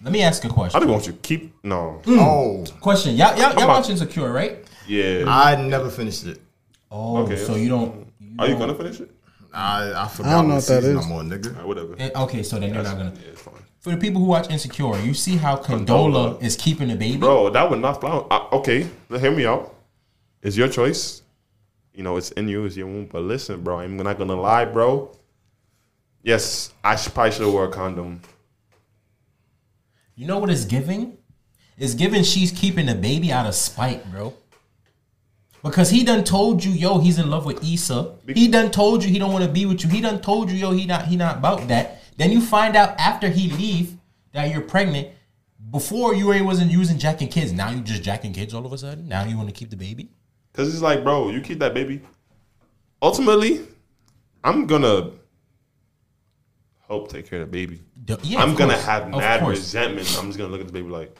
S2: let me ask a
S3: I
S2: question.
S3: don't want you to keep. No,
S5: Oh,
S2: Question. Y'all, y'all, y'all
S3: on.
S2: watching Secure, right?
S3: yeah.
S5: I never finished it.
S2: Oh,
S3: Okay.
S2: so you don't. You
S3: Are you
S2: don't-
S3: gonna finish it?
S5: I, I forgot.
S4: I don't know
S5: what
S4: what that
S5: season
S4: is.
S5: I'm on, nigga.
S3: Nah, whatever.
S2: Eh, Okay, so then you're not gonna.
S3: Yeah, it's fine.
S2: For the people who watch Insecure, you see how Condola is keeping the baby.
S3: Bro, that would not fly. I, okay, hear me out. It's your choice. You know, it's in you, it's your womb. But listen, bro, I'm not gonna lie, bro. Yes, I should, probably should wear a condom.
S2: You know what it's giving? It's giving she's keeping the baby out of spite, bro. Because he done told you, yo, he's in love with Issa. He done told you he don't want to be with you. He done told you, yo, he not he not about that. Then you find out after he leave that you're pregnant. Before you ain't wasn't using Jack and kids. Now you just Jack and kids all of a sudden. Now you want to keep the baby.
S3: Cause it's like, bro, you keep that baby. Ultimately, I'm gonna help take care of the baby.
S2: Duh, yeah,
S3: I'm
S2: of
S3: gonna
S2: course.
S3: have
S2: Of
S3: mad
S2: course.
S3: resentment. I'm just gonna look at the baby like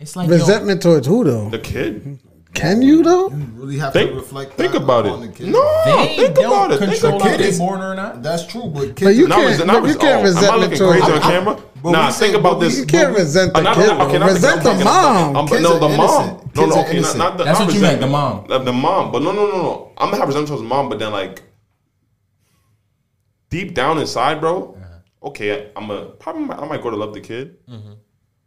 S2: It's like yo,
S4: resentment towards who though?
S3: the kid.
S4: Can you though?
S5: You really have
S3: Think,
S5: to reflect.
S3: think
S5: that
S3: about
S5: upon the
S3: it.
S5: kid.
S3: No,
S2: they
S3: think
S2: don't
S3: about it. Think
S2: control
S3: about
S5: about
S2: if
S5: it.
S2: they born or not.
S5: that's true, but kids
S4: But you
S5: are-
S3: Now it's,
S4: can't.
S3: now
S4: you
S3: it's all.
S4: can't
S3: Am I
S4: resent
S3: looking
S4: it
S3: crazy
S4: towards.
S3: on camera?
S5: but
S3: nah,
S5: we
S3: think
S5: say-
S3: about
S5: but we-
S3: this.
S4: You can't resent the
S3: Not-
S4: kid.
S3: okay,
S4: though.
S3: not
S4: Resent the
S3: okay, not-
S4: mom.
S3: I'm,
S5: Kids
S3: no,
S5: are
S3: the mom.
S5: innocent.
S3: No,
S5: Kids
S3: no,
S5: are
S3: okay, not,
S5: innocent.
S3: not the.
S2: That's
S3: not
S2: what you meant, the
S3: resentment. The, the mom, but no, no, no, no. I'm gonna have resentment towards the mom, but then like deep down inside, bro.
S2: Uh-huh.
S3: Okay, I'm a probably might- I might go to love the kid,
S2: Mm-hmm.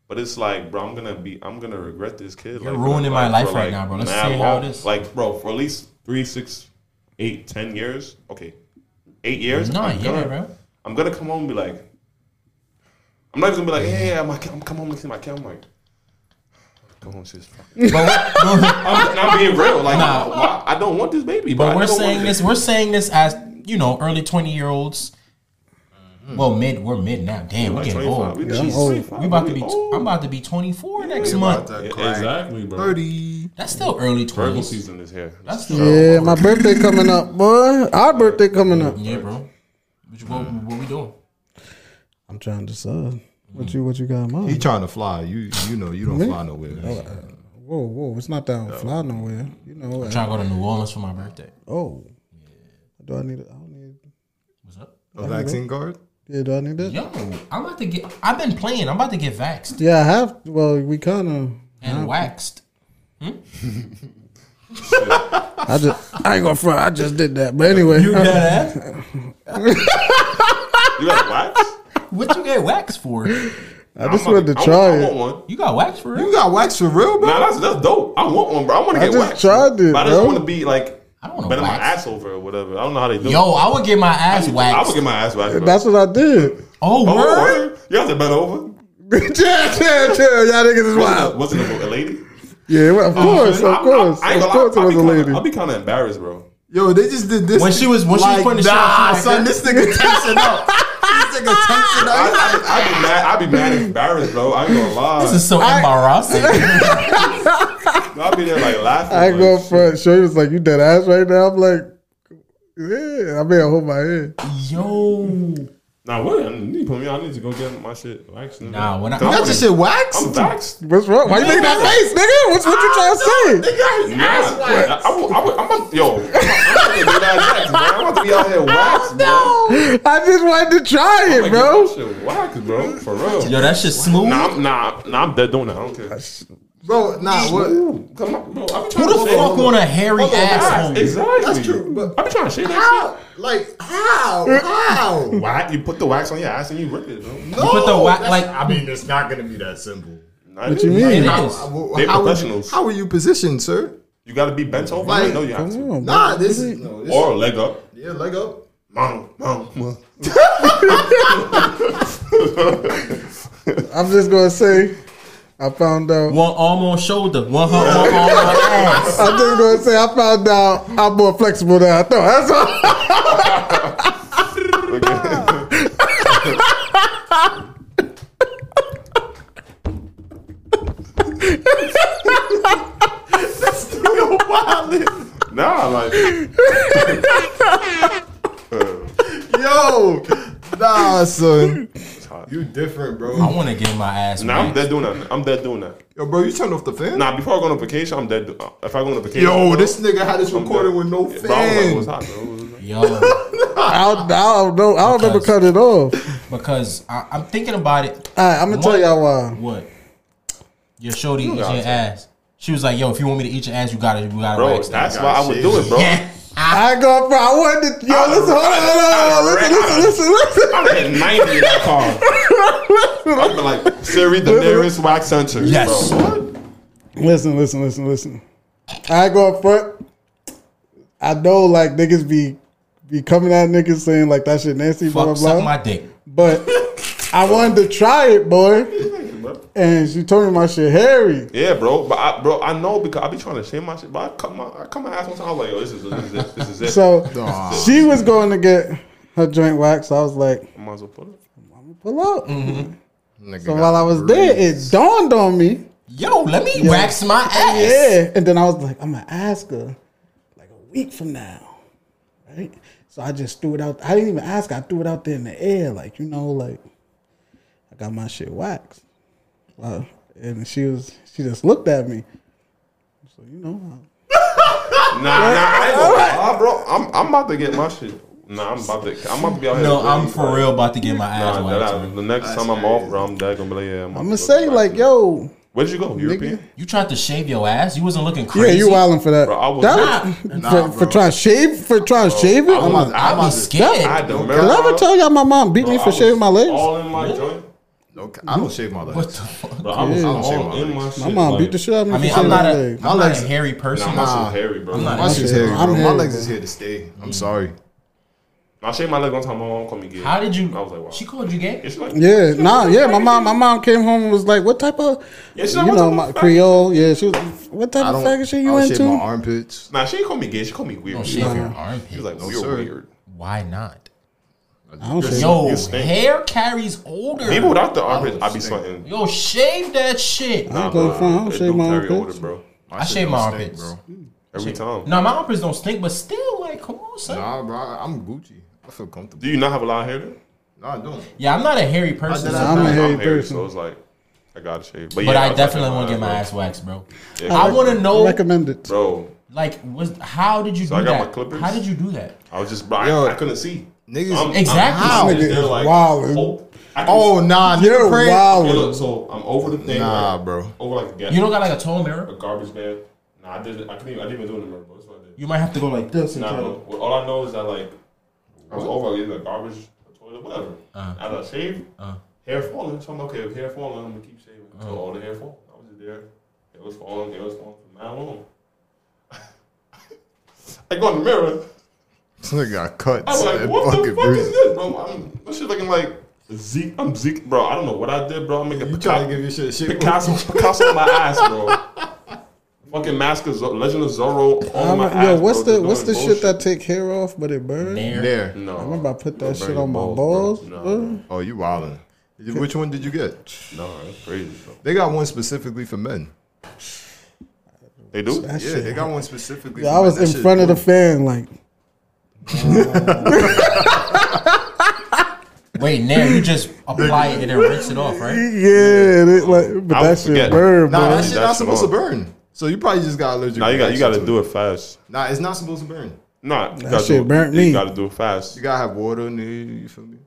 S3: but it's like, bro, I'm gonna be, I'm gonna regret this kid. You're
S2: ruining my life right now, bro. Let's see how it is.
S3: Like, bro, for at least three, six, eight, ten years. Okay, eight years.
S2: Nah,
S3: I'm
S2: yeah,
S3: gonna-
S2: bro.
S3: I'm gonna come home and be like, I'm not even gonna be like, hey, I'm, I'm come home and see my kid. I'm like, come home, she's fucking. I'm, and I'm being real. Like,
S2: Nah.
S3: why- I don't want this baby. bro.
S2: But
S3: I
S2: we're
S3: never
S2: saying
S3: wanted
S2: this.
S3: it.
S2: We're saying this as you know, early twenty year olds Well, mid we're mid now. Damn, we're
S3: Mm-hmm. Like
S2: getting
S3: 25.
S2: old.
S3: We
S2: We
S4: Yeah, I'm
S3: just
S4: old.
S3: 25.
S2: about to
S3: We
S2: be.
S3: old.
S2: I'm about to be 24 next
S5: About
S2: month.
S5: to
S3: Yeah,
S5: crack
S3: exactly, bro.
S5: Thirty.
S2: That's still early
S3: Virgo
S2: 20s.
S3: season is here.
S2: That's still
S4: Yeah, my birthday coming up, boy. Our birthday coming up.
S2: yeah, bro. What, you- what, what we doing?
S4: I'm trying to decide. What you what you got in
S5: He
S4: mind?
S5: trying to fly. You you know you don't fly nowhere.
S4: Whoa, whoa, it's not that I'm fly nowhere. You know.
S2: I'm trying to go to New Orleans for my birthday.
S4: Oh. Do I need it? I don't need
S2: What's up?
S5: A vaccine card.
S4: Yeah, do I need that?
S2: Yo, I'm about to get. I've been playing. I'm about to get vaxxed
S4: Yeah, I have well, we kinda
S2: and waxed.
S4: I just I ain't gonna front, I just did that. But anyway,
S2: that
S3: You got wax?
S2: What you get waxed for? You
S4: I just
S3: I'm about
S4: wanted to
S3: I
S4: try
S3: want- I
S4: it.
S3: want one.
S2: got waxed for
S5: You
S2: real?
S5: got wax for real, bro.
S3: Nah, that's that's dope. I want one, bro. I want to get
S4: just
S3: waxed,
S4: tried
S3: bro.
S4: it,
S3: But I just
S4: bro.
S3: want to be like
S2: I don't wanna
S3: bending my
S2: wax.
S3: ass over or whatever. I don't know how they do. it.
S2: Yo, I would get my ass
S3: I would
S2: waxed.
S3: get my ass waxed. bro.
S4: That's what I did.
S2: Oh,
S3: Oh,
S2: word?
S3: word? You have to bend over.
S4: chill, chill, chill. Y'all niggas is wild. Uh-huh.
S3: Wasn't it a- a lady?
S4: Yeah, well, of course, of
S3: I'm-
S4: course.
S3: I ain't gonna
S4: Of course it
S3: lie, I'll
S4: was
S3: be
S4: a
S3: kinda-
S4: lady.
S3: I'll be kind of embarrassed, bro.
S5: Yo, they just did this
S2: When she was- when she was putting the shit on, she
S5: Nah,
S2: like
S5: son,
S2: that.
S5: this nigga tensing up. This nigga tensing
S3: I,
S5: up.
S3: I, I be mad. I be mad and embarrassed, bro. I ain't gonna lie.
S2: This is so embarrassing.
S3: I'll be there like laughing.
S4: I
S3: like,
S4: go front. Shorty was like, "You dead ass right now." I'm like, "Yeah." I mean, I hold my head.
S2: Yo.
S3: Nah, what? You need to put me. I need to go get my shit waxed. nigga.
S2: Nah, when I-
S3: Cause
S5: You
S2: I
S5: got your shit waxed?
S3: I'm waxed.
S4: What's wrong? Why you making that face, nigga? What's what you trying to say?
S3: Nah, I, I, would- I, would- I'm about, yo, I'm about to get that waxed, bro. I'm about to be out here waxed, bro.
S4: I just wanted to try it,
S2: Oh
S3: Like,
S4: bro.
S3: that shit waxed, bro. For real.
S2: Yo, that shit smooth.
S3: Nah, I'm, nah, nah, I'm dead doing that. I don't care.
S5: Bro, nah, what?
S3: Ooh, come on, bro. I be trying
S2: Who the
S3: to shave
S2: fuck
S3: that
S2: on a hairy
S3: Oh,
S5: Hold on,
S2: asshole?
S3: shit. Exactly.
S5: That's true, but-
S3: I be trying to shave that shit.
S5: How? Like, how? How?
S3: Why you put the wax on your ass and you rip it, bro?
S5: No,
S2: put the wa-
S5: that's-
S2: like-
S5: I mean, it's not gonna be that simple.
S3: Nah,
S4: What you mean?
S2: It
S5: How,
S2: is.
S5: how,
S3: They
S5: how, are you,
S3: professionals.
S5: how are you positioned, sir?
S3: You gotta be bent over.
S5: Like-
S3: I know you have
S4: Come
S3: to.
S4: on, bro.
S5: Nah, this is no, this,
S3: Or a leg up.
S5: yeah, leg up.
S3: Mom, mom, mom.
S4: I'm just gonna say, I found out.
S2: One arm on shoulder, one, hu- one arm on ass.
S4: I'm just gonna say, I found out I'm more flexible than I thought. That's all.
S3: Nah, like
S5: Yo, nah, son,
S3: hot.
S5: you different,
S2: I
S5: bro.
S2: want to get my ass
S3: Nah, I'm
S2: waxed.
S3: dead doing that. I'm dead doing that.
S5: Yo, bro, you turned off the fan.
S3: Nah, before I go on a vacation, I'm dead. Do- uh, if I go on a vacation,
S5: Yo, this nigga had this
S3: I'm
S5: recording
S3: dead.
S5: with no
S3: Yeah, bro, I was like,
S5: fan.
S3: what's hot, bro? What's hot?
S2: Yo,
S4: I, I don't know. I don't remember cutting it off.
S2: because I, I'm thinking about it.
S4: All right, I'm gonna tell
S2: What?
S4: y'all why.
S2: What? Your shorty eats your
S3: got it.
S2: ass. She was like, "Yo, if you want me to eat your ass, you gotta, you gotta
S3: Bro,
S2: wax that."
S3: that's why I would do it, bro.
S2: Yeah.
S4: I ain't gonna front. I wanted to. Yo, listen, hold on, hold on, hold on. Listen, listen, listen, listen.
S3: I'm at 90 in that car. I'm like Siri, the nearest wax center.
S2: Yes.
S3: bro. What?
S4: Listen, listen, listen, listen. I go up front. I know like niggas be be coming at niggas saying like that shit nasty, blah blah
S2: Fuck, suck
S4: blah.
S2: my dick.
S4: but I wanted to try it, boy. And she told me my shit hairy.
S3: Yeah, bro. But I, bro, I know because I be trying to shave my shit. But I cut my, I cut my ass one time. I was like, yo, this is, this is it. This is it.
S4: So she was going to get her joint waxed. I was like,
S3: I might as well put it.
S4: pull up.
S2: Mm-hmm.
S5: Nigga
S4: So
S5: got
S4: while I was there, it dawned on me.
S2: Yo, let me wax my ass.
S4: Yeah. And then I was like, I'm gonna ask her like a week from now. Right? So I just threw it out. I didn't even ask, her. I threw it out there in the air, like, you know, like I got my shit waxed. Wow. And she was she just looked at me. So you know
S3: Nah, nah, I ain't gonna lie, bro. I'm, I'm about to get my shit. Nah, I'm about to. I'm about to be out here.
S2: No, I'm
S3: really,
S2: for
S3: like,
S2: real about to get my ass
S3: Nah,
S2: waxed.
S3: that-
S2: man.
S3: the next time I'm off, bro, I'm dead gonna be like, yeah. I'm,
S4: I'm gonna say like, yo,
S3: Where did you go? European?
S2: You tried to shave your ass. You wasn't looking
S4: yeah,
S2: crazy.
S4: you wilding for that.
S3: Bro, I was-
S4: that was, for, for trying to shave for trying to shave it.
S3: I
S4: I'm
S3: was-
S4: like,
S5: I'm
S2: I'd be
S5: about to-
S2: scared.
S3: I had the
S4: did I ever
S3: America.
S4: tell y'all my mom beat me
S3: I
S4: for
S3: was
S4: shaving my legs?
S3: All in my joint.
S5: No, I don't shave my legs.
S2: what the fuck?
S3: Bro, I was
S5: Yeah.
S3: all in my shit.
S4: My mom
S3: like,
S4: beat the shit out of me
S2: I mean, I'm
S4: for shaving
S2: not
S4: my
S2: a,
S4: legs.
S5: My
S2: I'm not a
S5: legs-
S2: hairy person.
S3: Nah, my shit's hairy, bro.
S2: I'm not-
S5: My shit's
S4: Okay,
S5: hairy,
S4: I'm
S5: bro. My
S4: hairy,
S5: legs
S4: bro.
S5: is here to stay. I'm sorry.
S3: I shaved my leg one time. My mom called me gay.
S2: How did you?
S3: I was like, wow.
S2: She called you
S3: Yeah,
S2: gay.
S3: she like,
S4: Yeah, nah, yeah. My mom, my mom came home and was like, "What type of,
S3: Yeah, she's
S4: you
S3: like, what type
S4: know,
S3: of
S4: my
S3: faggot?
S4: Creole? Yeah, she was. like, What type
S5: I
S4: of
S5: don't.
S4: faggot shit you
S5: I don't shave my
S4: into?
S5: armpits.
S3: Nah, she didn't call me gay. She called me weird.
S2: Don't
S3: she
S2: shave
S3: was
S2: your
S3: like, she
S2: armpit.
S3: was like,
S5: No,
S3: you're
S5: sir.
S3: weird.
S2: Why not?
S4: I don't
S3: You're
S4: shave.
S3: so-
S2: Yo,
S3: you stink.
S2: hair carries older.
S3: Even without the armpits, I'd be sweating.
S2: Yo, shave that shit.
S3: Nah,
S4: go
S3: bro,
S4: front, I don't
S3: it
S4: shave
S3: do
S4: my
S3: carry
S4: armpits.
S3: odor, bro.
S2: I shave my
S5: don't
S2: armpits.
S5: stink,
S3: Every time.
S2: No, my armpits don't stink, but still, like, come on, son.
S5: bro. Nah, bro, I- I'm Gucci. I feel comfortable.
S3: Do you not have a lot of hair? Then?
S5: No, I don't.
S2: Yeah, I'm not a hairy person,
S5: Nah,
S2: so-
S4: I'm a hairy
S3: I'm hairy,
S4: person.
S3: so it's like I gotta shave. But,
S2: but
S3: yeah,
S2: I
S3: was
S2: definitely
S3: like,
S2: want to get my
S3: bro.
S2: ass waxed, bro.
S3: Yeah,
S2: I
S3: bro.
S2: want to know,
S4: Recommend it.
S3: Bro,
S2: like, was how did you
S3: I
S2: do
S3: got my
S2: that?
S3: clippers.
S2: how did you do that?
S3: I was just, bro, I,
S5: Yo.
S3: I couldn't see.
S5: Niggas-
S3: I'm- I'm
S2: Exactly.
S5: How?
S3: just
S4: Nigga
S3: there
S4: is
S3: like,
S4: wildin'.
S3: oh, I can-
S5: Oh nah,
S4: You're
S5: nigga pray.
S3: Yeah,
S4: wild.
S3: look, so I'm over the thing.
S5: Nah,
S3: like,
S5: bro.
S3: Over like a gap.
S2: You don't got like a tall mirror.
S3: a garbage bag. Nah, I did. I couldn't. Even, I didn't even do it in the mirror, bro. That's what I did.
S2: You might have to go like this. And
S3: Nah,
S2: try to-
S3: bro. Well, all I know is that like I was over either garbage, or toilet, whatever.
S2: Uh.
S3: I was shaved,
S2: Uh.
S3: hair falling. So I'm okay. If hair falling, I'm gonna keep shaving until all the hair falls. I was just there. It was falling. It was falling for mad long. I go in the mirror.
S5: This nigga got cuts.
S3: I was like,
S5: and
S3: what the
S5: fucking
S3: fuck
S5: bruises.
S3: is this, bro? I'm this shit looking like Zeke. I'm Zeke, bro. I don't know what I did, bro. I'm making
S5: You trying
S3: Picasso,
S5: to give your shit shit?
S3: Picasso, Picasso on my ass, bro. Fucking mask of Zo- Legend of Zorro on
S4: I'm
S3: my
S4: like,
S3: ass.
S4: yo, what's
S3: bro,
S4: the
S3: just
S4: what's the
S3: doing
S4: shit
S3: bullshit.
S4: that take hair off but it burns?
S2: There.
S5: There.
S3: No.
S4: I'm about to put that
S3: Bro,
S4: shit
S3: your
S4: on my
S3: balls,
S4: balls.
S3: bro.
S4: bro.
S3: No.
S5: Oh, you wildin'. Which one did you get?
S3: No, that's crazy. Bro.
S5: They got one specifically for men.
S3: They do.
S4: That
S5: Yeah,
S4: shit
S5: they got one specifically.
S4: Yeah,
S5: for
S4: I
S5: men.
S4: was
S5: That
S4: in
S5: shit
S4: front of the
S5: cool.
S4: fan, like,
S2: Wait, there. You just apply it and then rinse it off, right?
S4: yeah, they, like, but
S3: I
S4: that
S3: was
S4: shit
S3: forgetting.
S4: burned,
S5: Nah,
S4: bro.
S5: that shit not
S3: That's
S5: supposed to
S3: wrong.
S5: burn. So you probably just got allergic.
S3: Now you got you got
S5: reaction
S3: to do it fast.
S5: Nah, it's not supposed to burn.
S3: Nah, you
S4: That
S3: gotta
S4: shit
S3: do it-
S4: burnt
S3: you
S4: me.
S3: gotta do it fast.
S5: You gotta have water in there. You feel me?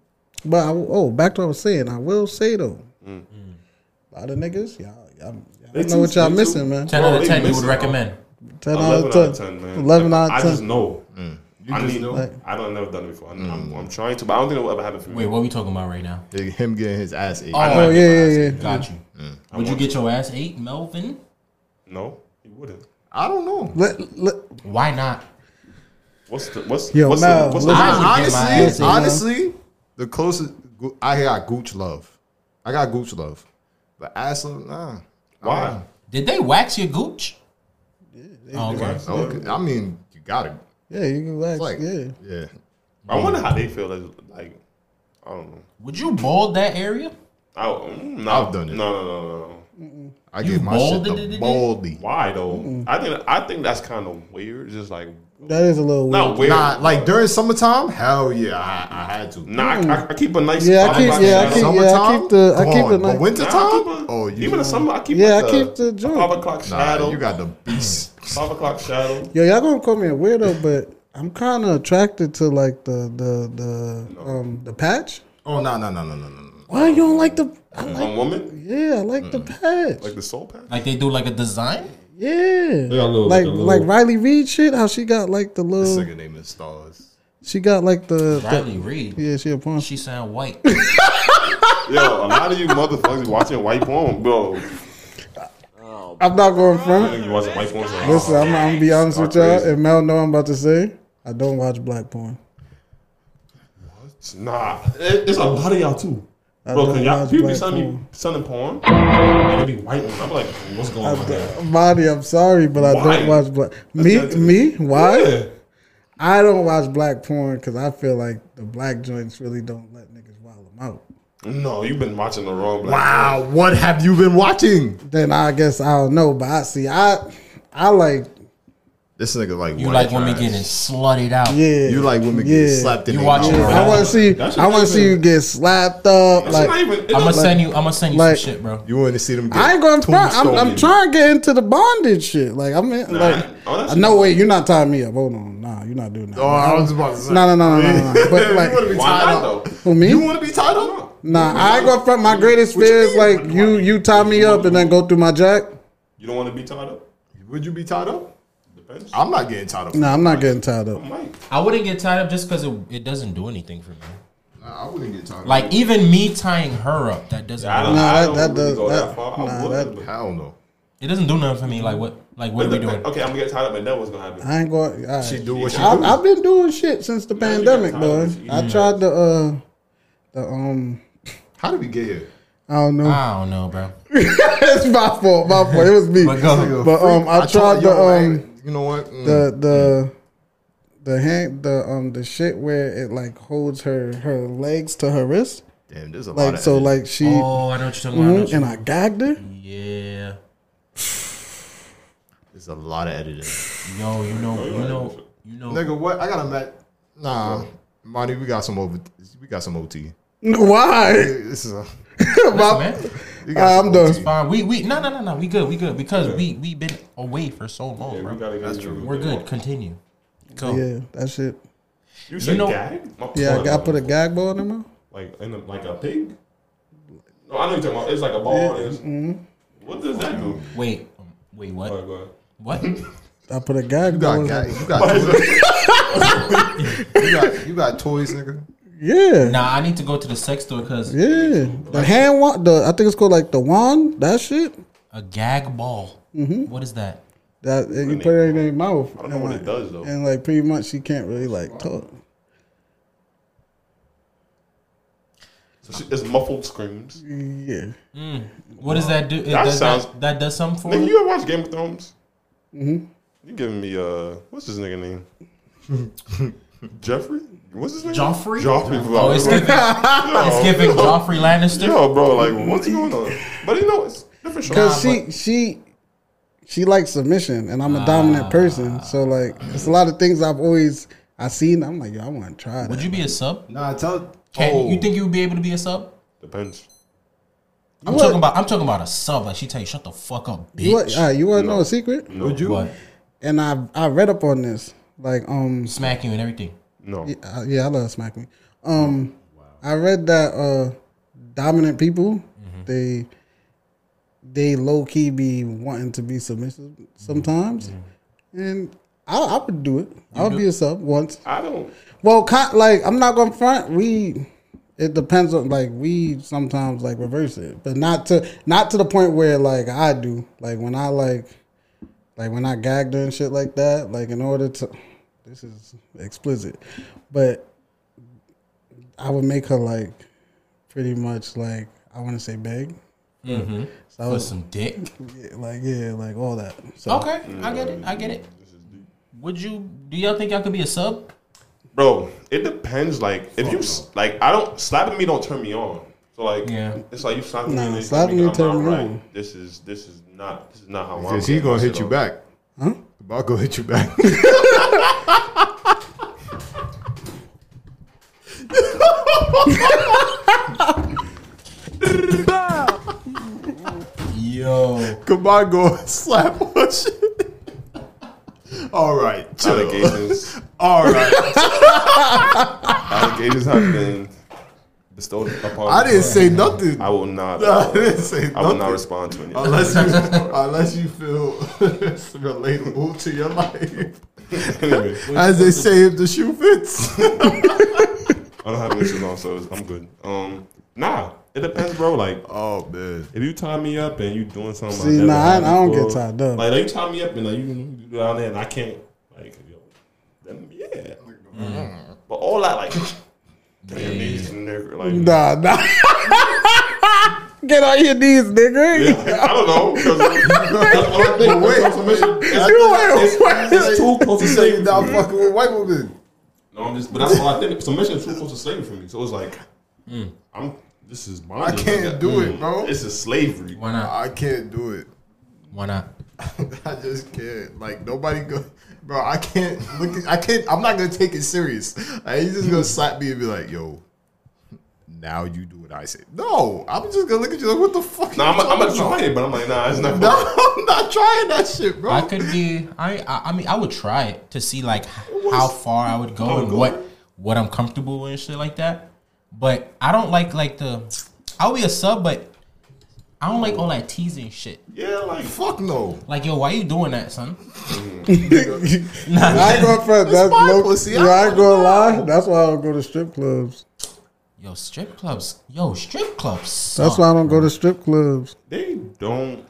S4: But I, oh, back to what I was saying. I will say though, a lot of niggas, y'all, y'all, y'all
S3: Mm. They
S4: know what
S3: too-
S4: y'all
S3: they
S4: missing,
S3: too-
S4: man.
S2: Ten
S3: Bro,
S2: out of
S3: they
S2: ten, you
S3: missing
S2: would
S3: out.
S2: recommend.
S4: Ten out
S3: Eleven
S4: of
S3: out
S4: ten.
S3: of ten, man.
S4: Eleven out
S3: I
S4: of ten.
S3: just know.
S5: Mm. You
S3: I
S5: just
S3: need.
S5: know.
S3: I don't I've never done it before. I'm,
S4: Mm.
S3: I'm, I'm trying to, but I don't think it'll ever happen for me.
S2: Wait, what are we talking about right now?
S5: Like, Him getting his ass ate.
S2: Oh,
S4: oh yeah, yeah, yeah.
S2: Got you. Would you get your ass ate, Melvin?
S3: No, you wouldn't.
S5: I don't know.
S4: Let, let,
S2: Why not?
S3: What's the what's
S4: Yo,
S3: what's
S4: Mel,
S3: the what's
S4: look-
S3: the
S2: I would get my ass ate.
S5: honestly, honestly, the closest Gu- I got Gooch love. I got Gooch love, but ass love, nah.
S3: why?
S2: Did they wax your gooch? Oh, okay.
S5: I, don't- okay, I mean, you got it.
S4: yeah, you can wax.
S5: Like,
S4: yeah,
S5: yeah.
S3: I wonder how they feel. As, like, I don't know.
S2: Would you bald that area?
S3: I, mm, no,
S5: I've done it.
S3: No, no, no, no, no.
S5: I
S2: You
S5: give my shit
S2: balded it, did
S5: the
S2: it?
S5: baldy.
S3: Why though? I think I think that's kind of weird. Just like
S4: that is a little weird.
S3: not weird.
S5: Nah, like during summertime, hell yeah, I, I had to.
S3: Nah, I- I, I keep a nice.
S4: Yeah, I
S3: I'm
S4: keep-
S3: about to
S4: yeah, I
S3: say that.
S4: keep- the- I
S5: Come
S4: keep
S5: on,
S4: the
S5: But
S4: night-
S5: wintertime,
S3: Nah, I keep a-
S5: oh, you,
S3: even the summer, I keep
S4: Yeah,
S3: like
S4: I keep the joint.
S3: five o'clock shadow.
S5: nah, you got the beast.
S3: five o'clock shadow.
S4: Yo, y'all gonna call me a weirdo, but I'm kind of attracted to like the the the um the patch.
S5: Oh no, no, no, no, no, no, no.
S4: Why you don't like the? I like,
S3: One woman,
S4: yeah, I like the patch.
S3: Mm. like the soul patch.
S2: Like they do like a design?
S4: yeah,
S3: got a little-
S4: like
S3: like a little-
S4: like Riley Reed shit. How she got like the
S5: This
S4: little?
S5: nigga name is Stars.
S4: She got like the, the
S2: Riley Reed.
S4: yeah. She a porn.
S2: She sound white.
S3: Yo, a lot of you motherfuckers watching white porn, bro.
S4: I'm not going front.
S3: You watching white porn? so-
S4: Listen, I'm, I'm gonna be honest with y'all.
S3: crazy.
S4: If Mel know I'm about to say, I don't watch black porn.
S3: Nah, it- it's a lot of y'all too. Bro,
S4: don't
S3: cause y'all
S4: watch
S3: people be
S4: black
S3: sending me
S4: porn.
S3: sending porn, and it be white one. I'm like, what's going on there?
S4: Marty, I'm sorry, but I
S3: Why?
S4: don't watch black. Me,
S3: That's-
S4: me, why?
S3: Yeah.
S4: I don't watch black porn because I feel like the black joints really don't let niggas wild them out.
S3: No, you've been watching the wrong. Black
S5: Wow, what have you been watching?
S4: Then I guess I don't know, but I see, I, I like,
S5: This nigga like
S2: You
S5: white
S2: like women
S5: trash.
S2: getting slutted out.
S4: yeah,
S5: You like women
S4: Yeah.
S5: getting slapped in
S2: You
S5: the
S2: watching
S5: mouth.
S2: Right.
S4: I want to see,
S3: That's
S4: I want
S3: not
S4: to see
S3: even-
S4: you get slapped up.
S3: It's not
S4: Like,
S3: even. It's
S2: I'ma
S3: not,
S2: send you I'ma send you
S4: Like-
S2: some shit, bro.
S5: You want to see them? Get
S4: I ain't going front. I'm, I'm
S5: tombstone.
S4: trying to get into the bondage shit. Like, I'm in, like,
S3: Oh, that's-
S4: no way, you're not tying me up. Hold on, nah, you're not doing that.
S5: Oh, I was about to say.
S4: No, no, no, no, no, no. But
S5: you want to
S4: like,
S5: be
S3: Why
S5: tied
S3: not
S5: up?
S3: though?
S4: who me?
S5: You want to be tied up?
S4: Nah, I ain't gonna front. My greatest fear is like you, you tie me up and then go through my jack.
S3: You don't want to be tied up.
S5: Would you be tied up?
S3: Depends. I
S5: I'm not getting tied up.
S4: Nah, I'm not getting tied up.
S3: might.
S2: I wouldn't get tied up just because it, it doesn't do anything for me.
S5: Nah, I wouldn't get tied up.
S2: Like even me tying her up, that doesn't
S3: I
S2: do,
S3: don't,
S4: Nah,
S3: I
S4: that-
S3: don't
S4: that
S3: really
S4: does-
S3: go that,
S4: that-
S3: far.
S4: nah,
S3: I would,
S4: that-
S3: but-
S5: hell no.
S2: it doesn't do nothing for me. Like what like what are we doing?
S3: Okay, I'm gonna get tied up, and that was gonna happen.
S4: I ain't going. All right.
S5: She do what she
S4: I've,
S5: do.
S4: I've been doing shit since the
S3: you
S4: pandemic,
S3: got
S4: boy.
S3: time.
S4: I tried the uh, the um,
S5: How did we get here?
S4: I don't
S5: Ah.
S4: know.
S2: I don't know, bro.
S4: it's my fault. My fault. It was me.
S2: But go.
S4: But um, I
S5: told
S4: tried the
S5: yo,
S4: um,
S5: hey, you know what? Mm.
S4: the the the hand the um the shit where it like holds her her legs to her wrist.
S5: Damn, there's a lot
S4: Like
S5: of
S4: so like she
S2: Oh, I know what you're talking about.
S4: Mhm,
S2: I know
S4: and
S2: what
S4: I gagged her.
S2: you- yeah.
S5: there's a lot of editing.
S2: Yo, you
S3: Oh,
S2: know, you know, you know.
S5: Nigga, what? I gotta met. Nah, Marty, we got some over. We got some OT.
S4: Why?
S5: This is a.
S2: Listen,
S4: My-
S2: man.
S5: we got
S4: I'm
S5: some
S4: done.
S5: OT.
S2: Fine. We we no no no no. We good. We good because we we been away for so long,
S3: Yeah, we
S2: bro.
S3: gotta get
S5: That's
S3: you-
S5: true.
S2: We're good. Continue. Go.
S4: yeah, that shit.
S3: You said
S2: know-
S3: gag? My
S4: Yeah, I,
S3: God.
S4: got, I put a gag ball in her mouth.
S3: like in a, like a pig. No, I know you're talking about. It's like a ball. It's, What does that do?
S2: Wait. um, Wait. What?
S3: All right, go ahead.
S2: What?
S4: I put a gag
S5: You
S4: ball.
S5: got,
S4: in
S5: got
S4: her.
S5: you got toys. you got you got toys, nigga.
S4: Yeah,
S2: nah, I need to go to the sex store because
S4: yeah. The hand wand. The I think it's called like the wand. That shit.
S2: a gag ball.
S4: Mm-hmm.
S2: What is that?
S4: That and you put it in her mouth.
S3: I don't know
S4: and,
S3: what
S4: like-
S3: it does though.
S4: And like pretty much, she can't really like talk.
S3: So she- it's muffled screams.
S4: Yeah.
S2: What does that do? It
S3: That
S2: does
S3: sounds-
S2: that, that does something for
S3: Nigga,
S2: me.
S3: you ever watch Game of Thrones? Mm-hmm. You giving me uh, what's this nigga name? Jeffrey? What's his name?
S2: Joffrey?
S3: Joffrey.
S2: Oh, it's giving, it's giving Joffrey Lannister.
S3: Yo, bro, like what's going on? But you know, it's different. show.
S4: Cause she she she likes submission, and I'm a dominant person. So like, it's a lot of things I've always I seen. I'm like, yo, I want to try
S2: Would
S4: that.
S2: you be a sub?
S5: Nah, tell.
S2: Can
S3: Oh.
S5: Oh.
S2: you think you would be able to be a sub?
S3: Depends.
S2: I'm
S4: would.
S2: talking about I'm talking about a sub. Like she tell you, shut the fuck up,
S4: You want,
S2: bitch.
S4: all right, you want to know a secret?
S5: Would you?
S2: What?
S4: And I I read up on this. Like, um,
S2: Smack you and everything.
S3: No.
S4: uh, yeah, I love smack me. Um, I read that uh, dominant people
S2: Mm-hmm.
S4: they they low key be wanting to be submissive sometimes,
S2: Mm-hmm.
S4: and I, I would do it. I would be a sub once.
S3: I don't.
S4: Well, con- like I'm not gonna front. We it depends on like we sometimes like reverse it, but not to not to the point where like I do. Like when I like like when I gagged her and shit like that. Like in order to this is explicit, but I would make her like pretty much like I want to say beg.
S2: Mm-hmm.
S4: So I
S2: With
S4: was
S2: some dick.
S4: yeah, like yeah, like all that. So
S2: Okay, I get it. I get it. Would you? Do y'all think y'all could be a sub?
S3: Bro, it depends. Like, if you s like, I don't slapping me don't turn me on. So like,
S2: Yeah.
S3: it's like you slapping
S4: Nah,
S3: me.
S4: slapping you
S3: you
S4: turn me on.
S3: This is this is not this is not how. I'm
S5: Cause he
S3: getting
S5: gonna
S3: my
S5: hit
S3: shit
S5: you
S3: on.
S5: back. Huh? About gonna hit you back.
S2: Yo,
S5: Come on, go slap on shit. All right, chill.
S3: Allegations.
S5: All right.
S3: allegations have been bestowed upon.
S5: I
S3: me.
S5: didn't say nothing.
S3: I will not.
S5: I didn't say
S3: I will not
S5: nothing.
S3: respond to any. of that.
S5: Unless you, unless you feel it's relatable to your life,
S3: anyway,
S5: as they say, if the shoe fits.
S3: I don't have any issues on, so it's- I'm good. Um, nah, it depends, bro. Like,
S5: Oh man.
S3: if you tie me up and you doing something,
S4: See,
S3: never
S4: nah, I-
S3: had
S4: I don't
S3: before,
S4: get tied up.
S3: Like, you tie me up and like you you do down there, and I can't. Like, yo, then, yeah. But all that, like, damn, these nigga, like,
S4: nah, nah. Get on your knees, nigga.
S3: I don't know. 'cause That's what I think.
S5: Wait.
S3: Wait, submission. It's,
S4: You ain't
S3: it's, it's too close to
S5: say
S3: slavery.
S5: you're not fucking with white women.
S3: No, I'm just, but that's all I think. Submission is too close to slavery for me. So it's like, I'm. This is
S5: I
S3: bondage.
S5: can't do it, bro.
S3: This is slavery.
S2: why not?
S5: I can't do it.
S2: Why not?
S5: I just can't. Like nobody go, bro. I can't look. At, I can't. I'm not gonna take it serious. Like, he's just gonna slap me and be like, "Yo, now you do what I say." No, I'm just gonna look at you like, "What the fuck?"
S3: Nah,
S5: you
S3: I'm, I'm gonna
S5: talking about?"
S3: try it, but I'm like, nah, it's not.
S5: No, I'm not trying that shit, bro.
S2: I could be. I, I. I mean, I would try it to see like how far I would go and what what I'm comfortable with and shit like that. But I don't like like the. I'll be a sub, but I don't like all that teasing shit.
S3: Yeah, like
S5: Fuck no.
S2: Like, yo, why you doing that, son?
S4: I ain't going front. That's
S5: my
S4: low,
S5: pussy. I
S4: yo, I ain't gonna
S5: don't
S4: lie. That's why I don't go to strip clubs.
S2: Yo, strip clubs. Yo, strip clubs.
S4: That's why I don't go to strip clubs.
S3: they don't.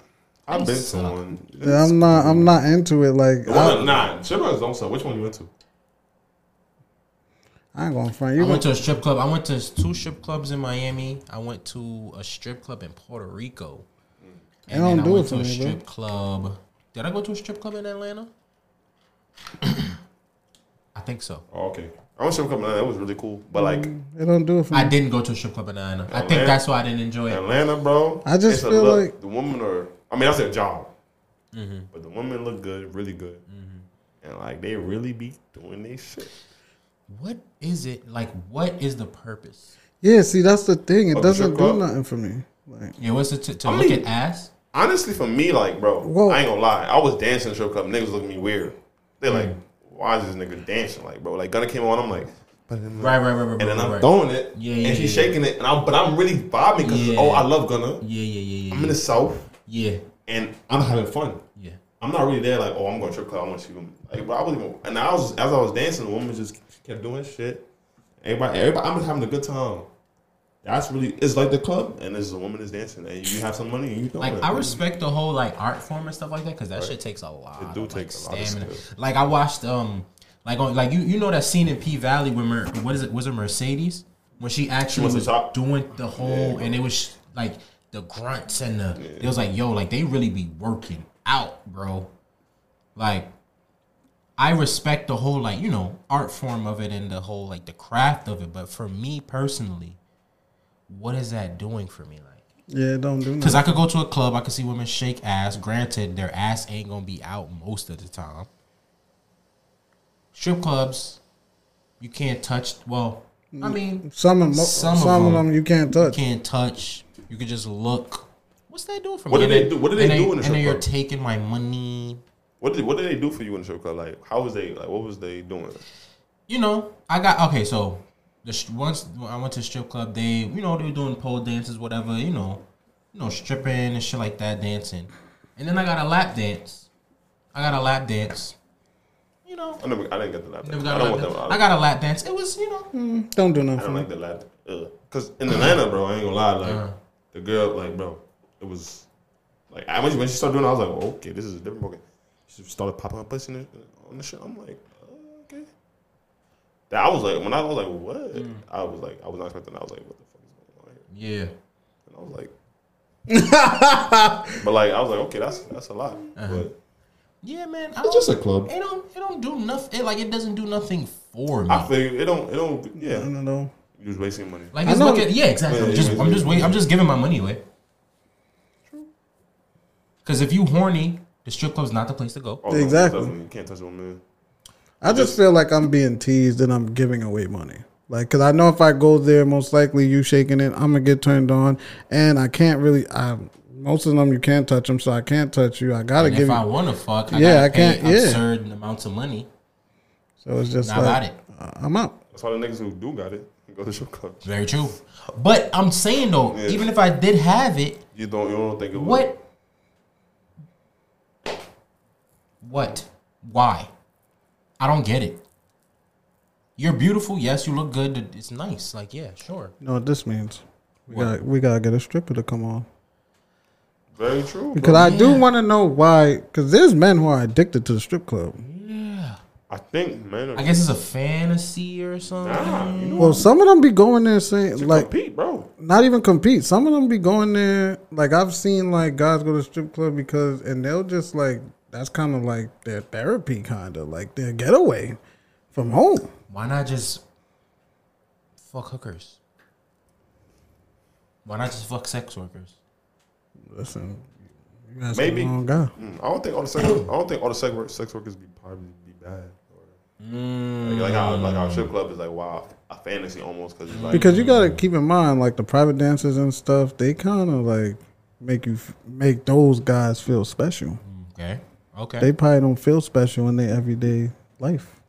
S3: I've been to
S2: suck.
S3: one.
S4: Yeah, I'm not. I'm not into it. Like I,
S3: One, nah, Chipmunks don't sell. Which one you went to?
S4: I ain't going front. You
S2: I went
S4: gonna,
S2: to a strip club. I went to two strip clubs in Miami. I went to a strip club in Puerto Rico. And
S4: don't
S2: then I
S4: do
S2: went
S4: it
S2: to
S4: for
S2: a
S4: me, bro.
S2: strip club. Did I go to a strip club in Atlanta? I think so.
S3: Oh, okay. I went strip club in Atlanta. That was really cool. But like
S5: Mm.
S4: It don't do it for me.
S2: I didn't go to a strip club in Atlanta. I think
S3: Atlanta?
S2: that's why I didn't enjoy it.
S3: Atlanta, bro.
S4: I just
S3: it's a
S4: feel
S3: look.
S4: like-
S3: the women are. I mean, that's their job. But the women look good, really good, and like they really be doing they shit.
S2: What is it like? What is the purpose?
S4: yeah, see, that's the thing. It
S3: Oh, the
S4: doesn't
S3: strip
S4: do
S3: club?
S4: nothing for me. Like,
S2: Yeah, what's it to, to
S3: I
S2: look
S3: mean-
S2: at ass?
S3: Honestly, for me, like, bro,
S4: Whoa.
S3: I ain't gonna lie. I was dancing in the strip club. Niggas looking at me weird. They like, why is this nigga dancing? Like, bro, like Gunna came on. I'm like,
S2: Right, right, right, right,
S3: and
S2: right,
S3: then
S2: right,
S3: I'm
S2: right.
S3: throwing it.
S2: Yeah, yeah,
S3: And she's
S2: yeah.
S3: shaking it, and I'm but I'm really vibing because
S2: Yeah.
S3: oh, I love Gunna.
S2: Yeah, yeah, yeah,
S3: I'm
S2: yeah,
S3: in the south,
S2: yeah, yeah,
S3: and I'm having fun.
S2: yeah.
S3: I'm not really there like, oh, I'm going to strip club. I want you. Like, but I wasn't. Even, and I was as I was dancing, the woman just kept doing shit. Everybody, everybody, I'm just having a good time. That's really. It's like the club, and this is a woman is dancing, and you have some money, and you don't.
S2: Like I respect the whole like art form and stuff like that because that shit takes a lot.
S3: It do
S2: of, like,
S3: take a lot of
S2: stamina.
S3: skill.
S2: Like I watched um like on like you you know that scene in P Valley when Mer- what is it was it Mercedes when she actually
S3: was the
S2: was
S3: top.
S2: doing the whole and it was like the grunts and the it was like yo like they really be working out bro like I respect the whole like you know art form of it and the whole like the craft of it but for me personally what is that doing for me like
S4: yeah, it don't do
S2: because I
S4: nothing.
S2: could go to a club, I could see women shake ass. Granted, their ass ain't gonna be out most of the time. Strip clubs, you can't touch. Well, I mean,
S4: Some of, mo-
S2: Some
S4: some,
S2: of
S4: of
S2: them
S4: them you can't
S2: you
S4: touch.
S2: can't touch. You could just look. What's that doing for
S3: What
S2: me?
S3: do they
S2: And
S3: do- what do they
S2: and
S3: do in a
S2: And
S3: strip
S2: then you're
S3: club?
S2: taking my money.
S3: What did what did they do for you in the strip club? Like, how was they? Like, what was they doing?
S2: you know, I got okay. So the sh- once when I went to strip club, they you know they were doing pole dances, whatever, you know, you know stripping and shit like that, dancing, and then I got a lap dance. I got a lap dance. You know,
S3: I never, I didn't get the lap.
S2: never
S3: Dance.
S2: got
S3: I
S2: a
S3: don't
S2: lap
S3: want
S2: dance.
S3: them.
S2: I got a lap dance. It was you know,
S4: Don't do nothing
S3: I
S4: for
S3: don't
S4: me.
S3: like the lap. Ugh. Cause in Atlanta, bro, I ain't gonna lie. Like
S2: Uh-huh.
S3: the girl, like bro, it was like I, when, she, when she started doing, it, I was like, oh, okay, this is a different ballgame. She started popping her pussy in the- on the shit. I'm like, oh, okay. That I was like, when I was like, what?
S2: Mm.
S3: I was like, I was not expecting. That. I was like, what the fuck is going on here?
S2: yeah.
S3: And I was like, but like I was like, okay, that's that's a lot.
S2: Uh-huh.
S3: But
S2: Yeah, man. I
S5: It's
S2: don't-
S5: just a club.
S2: It don't. It don't do nothing. Like it doesn't do nothing for me.
S3: I feel you, it don't it don't
S4: I
S3: yeah.
S4: don't know.
S3: You was wasting money.
S2: Like
S4: I
S2: it's
S4: know-
S2: looking, yeah, exactly. I'm
S3: Yeah,
S2: just,
S3: yeah,
S2: I'm
S3: yeah,
S2: just
S3: yeah.
S2: wait, I'm just giving my money away. Because if you horny, the strip club's not the place to go.
S3: Oh, no, it
S4: Exactly.
S3: doesn't. You can't touch one man.
S4: I just feel like I'm being teased and I'm giving away money. Like, cause I know if I go there, most likely you shaking it, I'm gonna get turned on, and I can't really. I most of them you can't touch them, so I can't touch you. I gotta
S2: And
S4: give
S2: if I
S4: you.
S2: want to fuck, I
S4: Yeah,
S2: gotta
S4: I
S2: pay
S4: can't- yeah.
S2: absurd amounts of money.
S4: So it's just
S2: Not about
S4: like uh,
S2: it.
S4: I'm out.
S3: That's why the niggas who do got it go to strip club.
S2: Very true. But I'm saying though,
S3: Yeah.
S2: even if I did have it,
S3: You don't you don't think it was
S2: what? What? Why? I don't get it. You're beautiful. Yes, you look good. It's nice. Like yeah, sure.
S4: You know what this means? We got we gotta get a stripper to come on
S3: very true. bro.
S4: because I do
S2: Yeah.
S4: want to know why. Because there's men who are addicted to the strip club.
S3: I think man
S2: I guess it's a fantasy or something.
S3: nah, you know
S4: Well, some of them be going there saying
S3: to
S4: like
S3: compete, bro.
S4: not even compete. Some of them be going there. Like I've seen like guys go to strip club because and they'll just like that's kind of like their therapy, kind of like their getaway from home.
S2: Why not just fuck hookers? Why not just fuck sex workers?
S4: Listen, you guys
S3: Maybe.
S4: the wrong guy.
S3: Mm, I don't think all the sex I don't think all the sex work, sex workers be probably be bad. Or, like, like our like our strip club is like wow a fantasy almost because it's like
S4: because you gotta keep in mind like the private dances and stuff. They kind of like make you f- make those guys feel special.
S2: Okay. Okay.
S4: They probably don't feel special in their everyday life.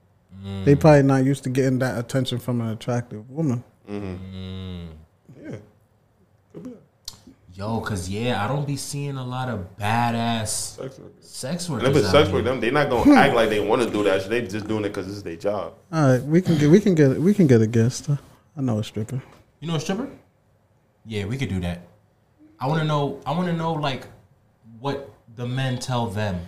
S4: They probably not used to getting that attention from an attractive woman.
S3: yeah. Could be
S2: Yo, cause yeah, I don't be seeing a lot of badass
S3: Sex workers.
S2: sex
S3: And if
S2: workers.
S3: it's
S2: out
S3: sex
S2: here.
S3: work, them they not gonna act like they want to do that. shit. They just doing it because it's their job.
S4: All right, we can get we can get we can get a guest. I know a stripper.
S2: You know a stripper? Yeah, we could do that. I want to know. I want to know like what the men tell them.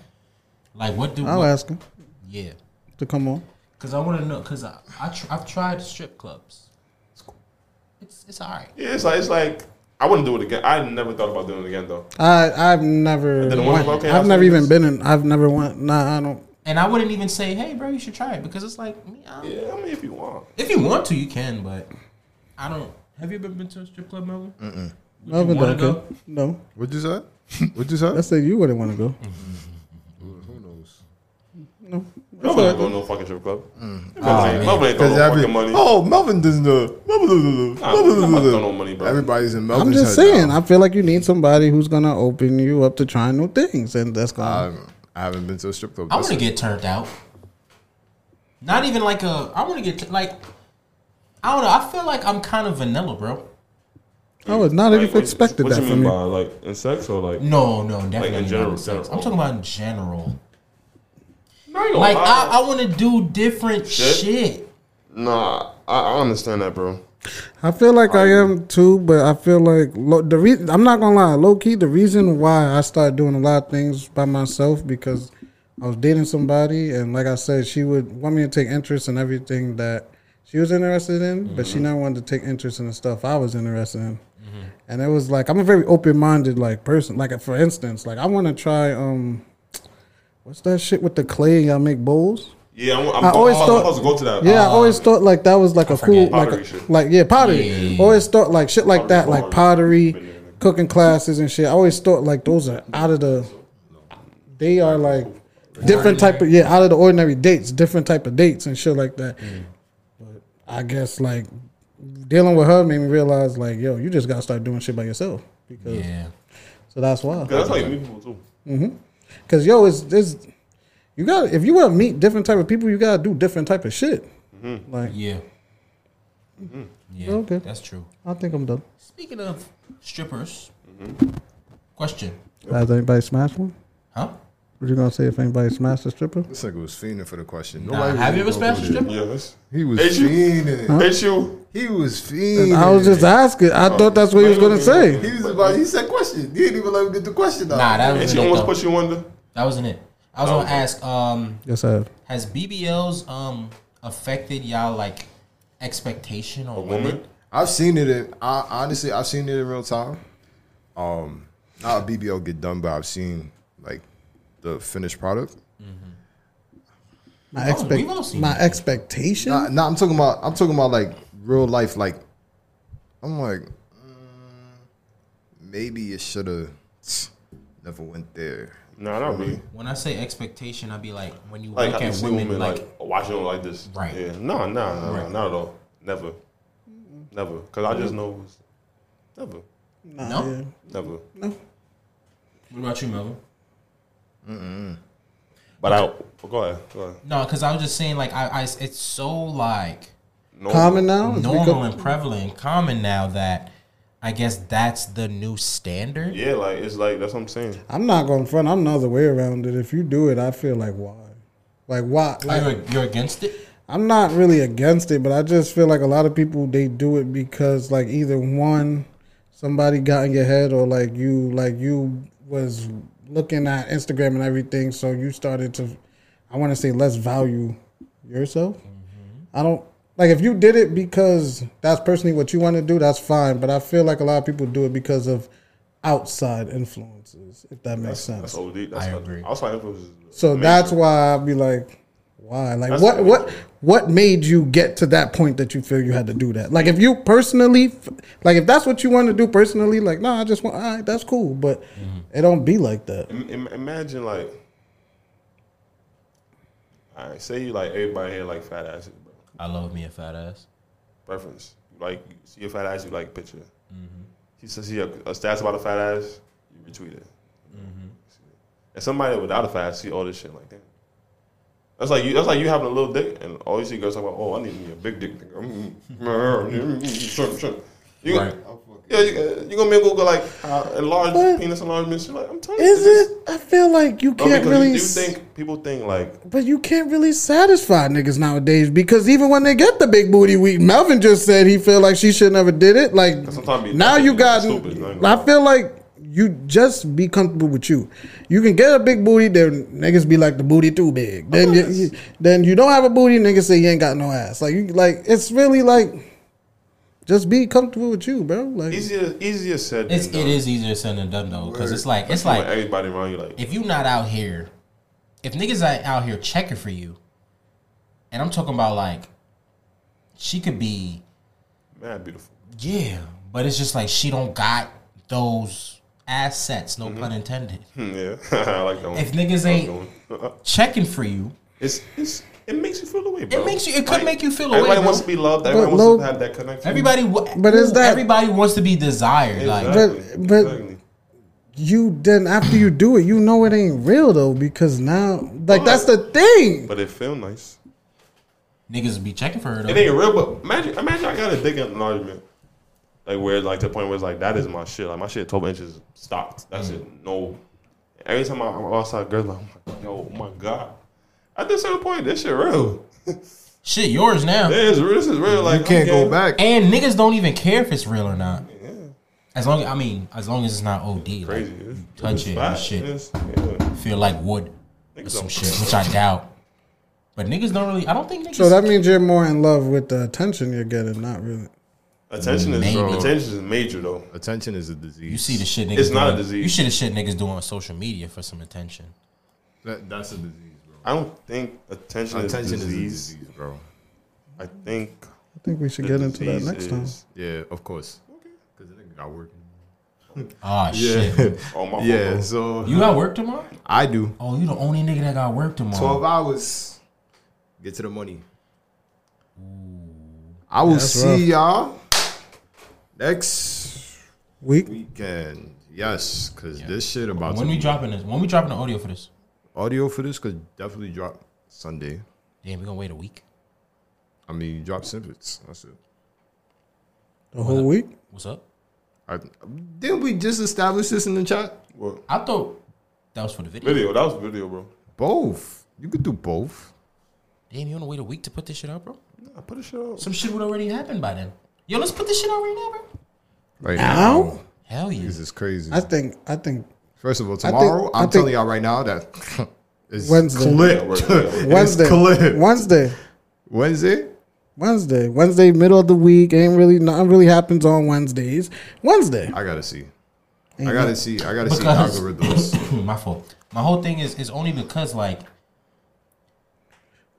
S2: Like what do?
S4: I'll
S2: what-
S4: ask him
S2: Yeah,
S4: to come on.
S2: cause I want to know. Cause I, I tr- I've tried strip clubs. It's it's alright.
S3: Yeah, it's like it's like I wouldn't do it again. I never thought about doing it again though.
S4: I I've never
S3: then the one
S4: went,
S3: about, okay,
S4: I've
S3: I've
S4: never
S3: seen
S4: even
S3: this.
S4: been in. I've never went. Nah, I don't.
S2: And I wouldn't even say, hey, bro, you should try it because it's like, me, I don't-
S3: Yeah, I mean, if you want.
S2: if you want to, you can, but I don't. Have you ever been to a strip club, Melvin?
S4: No, but
S2: wanna
S4: okay.
S2: go?
S4: No,
S5: What'd you say? What'd you say?
S4: I said you wouldn't want to go.
S3: Mm.
S5: Who knows?
S3: No, I'm not going to no fucking strip club.
S4: Mm. Ah,
S3: Melvin ain't- Melvin ain't throwing no
S5: Because
S3: fucking money.
S5: oh, Melvin doesn't know. Melvin
S3: Nah,
S5: doesn't know.
S3: I'm
S5: Melvin
S3: not
S5: doesn't
S3: throwing no
S5: know.
S3: money, bro.
S5: Everybody's in
S4: I'm
S5: Melvin's
S4: just
S5: head
S4: saying.
S5: now.
S4: I feel like you need somebody who's gonna open you up to trying new things, and
S3: Uh,
S4: that's gonna.
S5: I'm, I haven't been to a strip club.
S2: I want to get turned out. Not even like a. I want to get like. I don't know. I feel like I'm kind of vanilla, bro.
S4: I would not have
S3: Like, what-
S4: expected
S3: what
S4: that
S3: you
S4: from
S3: mean
S4: you.
S3: by, like, in sex or like.
S2: No, no, definitely not
S3: general,
S2: in sex.
S3: general.
S2: I'm talking about in general.
S3: No, you don't
S2: Like
S3: lie.
S2: I, I want to do different shit.
S3: Shit? Nah, I, I understand that, bro.
S4: I feel like I am too, but I feel like lo- the re- I'm not gonna lie, low key. The reason why I started doing a lot of things by myself because I was dating somebody, and like I said, she would want me to take interest in everything that she was interested in, but she not wanted to take interest in the stuff I was interested in. And it was like I'm a very open minded like person. Like for instance, like I want to try um, what's that shit with the clay? Y'all make bowls.
S3: Yeah, I'm, I'm,
S4: I always
S3: I'm
S4: thought-
S3: supposed to go to that.
S4: Yeah, I always thought like that was like a cool,
S2: Uh, forget.
S4: like,
S3: Pottery
S4: a-
S3: shit.
S4: like yeah, pottery. Always thought like shit like that,
S3: Pottery
S4: like
S3: pottery.
S4: pottery, cooking classes and shit. I always thought like those are out of the. They are like different type of yeah, out of the ordinary dates, different type of dates and shit like that.
S2: Mm.
S4: But I guess like dealing with her made me realize like yo, you just gotta start doing shit by yourself because
S2: Yeah.
S4: so that's why.
S3: That's how you meet people, too.
S4: Cause yo, it's this. You got to if you want to meet different type of people, you gotta do different type of shit.
S3: Mm-hmm.
S4: Like
S2: Yeah. Yeah.
S4: Okay.
S2: That's true.
S4: I think I'm done.
S2: Speaking of strippers,
S3: Mm-hmm.
S2: question,
S4: Has anybody smashed one?
S2: huh?
S4: What you gonna say if anybody smashed a stripper?
S5: This nigga was fiending for the question.
S2: Nah, have you ever smashed a stripper?
S3: Yes.
S5: He was
S3: Ain't you?
S5: fiending.
S3: Ain't you?
S5: He was fiending.
S4: I was just asking. I thought that's what he was gonna say.
S5: He was about. He said question. He didn't even let me get the question out.
S2: Nah, that
S3: Ain't
S2: wasn't
S3: she
S2: it.
S3: almost
S2: Though.
S3: put you under?
S2: that wasn't it. I was gonna ask, um,
S4: Yes, I have.
S2: has BBLs um affected y'all like expectation on
S3: A
S2: women?
S3: woman?
S5: I've seen it. In, I honestly, I've seen it in real time. Um, not a BBL get done, but I've seen like the finished product.
S4: My
S2: Oh, we've all
S4: expect
S2: seen
S4: my
S2: that.
S4: expectation.
S2: Uh,
S5: Nah, nah, I'm talking about. I'm talking about like real life. Like, I'm like, mm, maybe you should have never went there.
S3: Nah, not really.
S2: When I say expectation, I'd be like, when you
S3: Like,
S2: look
S3: I can
S2: at
S3: see
S2: women,
S3: women
S2: like,
S3: like, watching them like this.
S2: Right.
S3: Yeah. No, no, no, no, not at all. Never. Never. Because I just know it's never.
S4: Nah,
S2: no?
S4: yeah.
S3: Never.
S2: What about you, Melvin?
S3: But I. oh, go ahead. Go ahead.
S2: No, because I was just saying, like, I, I it's so like
S3: No.
S4: Common now. It's
S2: normal
S4: become-
S2: and prevalent and common now that I guess that's the new standard.
S3: Yeah, like, it's like, that's what I'm saying.
S4: I'm not going front. I'm the other way around it. If you do it, I feel like why, like why, like
S2: You're, you're against it?
S4: I'm not really against it, but I just feel like a lot of people they do it because like either one, somebody got in your head, or like you like you was looking at Instagram and everything, so you started to, I want to say less value yourself.
S3: Mm-hmm.
S4: I don't like if you did it because that's personally what you want to do. That's fine, but I feel like a lot of people do it because of outside influences. If that makes sense.
S3: That's OD. That's
S2: I
S3: not-
S2: agree.
S3: Outside influences. is
S4: So
S3: amazing.
S4: that's why I'd be like, why? Like,
S3: That's
S4: what,
S3: the
S4: what,
S3: way.
S4: what made you get to that point that you feel you had to do that? Like, if you personally, f- like, if that's what you want to do personally, like, no, I just want, all right, that's cool, but
S3: Mm-hmm.
S4: it don't be like that.
S3: Im- im- imagine like, all right, say you like everybody here like fat asses, bro.
S2: I love me a fat ass.
S3: Preference, like you see a fat ass, you like picture.
S4: Mm-hmm.
S3: He says he a, a stats about a fat ass, you retweet it.
S4: Mm-hmm.
S3: And somebody without a fat ass see all this shit like damn. That's like you. That's like you having a little dick, and all you see girls talk about. Oh, I need me a big dick. nigga. Mm, Shrimp, shrimp. You,
S2: Right.
S3: Yeah, you, you gonna make a go like uh, enlarged
S4: But-
S3: penis enlargement? Shit like I'm telling you,
S4: Is
S3: this-
S4: it? I feel like you
S3: No,
S4: can't
S3: because
S4: really,
S3: you do
S4: s-
S3: think people think like
S4: but you can't really satisfy niggas nowadays because even when they get the big booty week, Melvin just said he feel like she should never did it. Like,
S3: sometimes
S4: now you got.
S3: stupid. I ain't gonna
S4: I feel like you just be comfortable with you. You can get a big booty, then niggas be like the booty too big. Then you, you- then you don't have a booty, niggas say you ain't got no ass. Like you like it's really like just be comfortable with you, bro. Like
S3: easier easier said than
S2: It's,
S3: done.
S2: it is easier said than done though, because it's like it's
S3: Like,
S2: like
S3: everybody around you like
S2: if you're not out here if niggas ain't out here checking for you, and I'm talking about like, she could be
S3: Man, beautiful.
S2: yeah, but it's just like she don't got those assets. No pun intended.
S3: Hmm, yeah, I like that one.
S2: If niggas
S3: I like
S2: ain't
S3: that one.
S2: checking for you,
S3: Uh, it's it's it makes you feel away, bro.
S2: it makes you. It could
S3: Like,
S2: make you feel away.
S3: Everybody wants
S2: Wants
S3: to be loved. Everybody
S4: But
S3: wants
S4: low-
S3: to have that connection.
S2: everybody, wa-
S4: But is that-
S2: everybody wants to be desired? Like
S3: Exactly,
S4: But- but-
S3: exactly.
S4: You then after you do it, you know it ain't real though because now like that's the thing.
S3: but it feel nice.
S2: niggas be checking for her. Though.
S3: It ain't real, but imagine, imagine I got a dick in an argument, like where like to the point where it's like that is my shit. Like my shit, twelve inches stopped. That's
S2: Mm.
S3: it. No. Every time I, I'm outside, girls like, oh my, yo, oh my god. At this certain point, this shit real.
S2: Shit, yours now.
S3: It is real. This is real. Like
S5: You can't
S3: okay.
S5: go back.
S2: And niggas don't even care if it's real or not. As long I mean, as long as it's not OD.
S3: Crazy.
S2: Like,
S3: It's-
S2: Touch
S3: it's
S2: it and
S3: fat.
S2: shit.
S3: It's- yeah.
S2: feel like wood or
S3: Niggas
S2: some
S3: don't-
S2: shit, which I doubt. But niggas don't really. I don't think niggas.
S4: So that means you're more in love with the attention you're getting, not really.
S3: Attention is
S2: Maybe.
S3: attention is major though.
S5: Attention is a disease.
S2: you see the shit niggas.
S3: It's not a
S2: doing-
S3: disease.
S2: You see the shit niggas doing on social media for some attention.
S5: That, that's a disease,
S3: I don't think attention,
S5: bro. Attention
S3: is
S5: is a
S3: disease.
S5: disease, bro.
S3: I think
S4: I think we should
S3: the
S4: get into that
S3: disease
S4: next time.
S3: is-
S5: Yeah, of course. Because the nigga got work.
S2: Ah shit.
S5: Yeah.
S3: Oh my
S5: yeah.
S3: fault,
S5: So
S2: You got work tomorrow?
S5: I do
S2: Oh, you the only nigga that got work tomorrow.
S5: twelve hours. Get to the money. I will
S4: that's
S5: see
S4: rough.
S5: y'all next
S4: Week.
S5: weekend. Yes, because this shit about
S2: When
S5: to
S2: we
S5: be-
S2: dropping this? When we dropping the audio for this?
S5: audio for this could definitely drop Sunday.
S2: Damn, we gonna wait a week.
S5: I mean, drop snippets. That's it.
S4: The whole week?
S2: What's up?
S5: I, didn't we just establish this in the chat?
S3: Well,
S2: I thought that was for the video.
S3: video. That was video, bro.
S5: Both. You could do both.
S2: Damn, you wanna wait a week to put this shit out, bro?
S3: I put a shit up.
S2: Some shit would already happen by then. Yo, let's put this shit out right now, bro.
S5: Right
S4: Now?
S2: Hell yeah.
S5: This is crazy.
S4: I think I think
S5: First of all, tomorrow,
S4: I
S5: I'm
S4: think-
S5: telling y'all right now that it's
S4: Wednesday.
S5: clipped.
S4: Wednesday.
S5: It's clipped.
S4: Wednesday.
S5: Wednesday?
S4: Wednesday. Wednesday, middle of the week. Ain't really nothing really happens on Wednesdays. Wednesday.
S5: I gotta see. I gotta see. I gotta see
S2: Because-
S5: algorithms.
S2: My fault. My whole thing is is only because like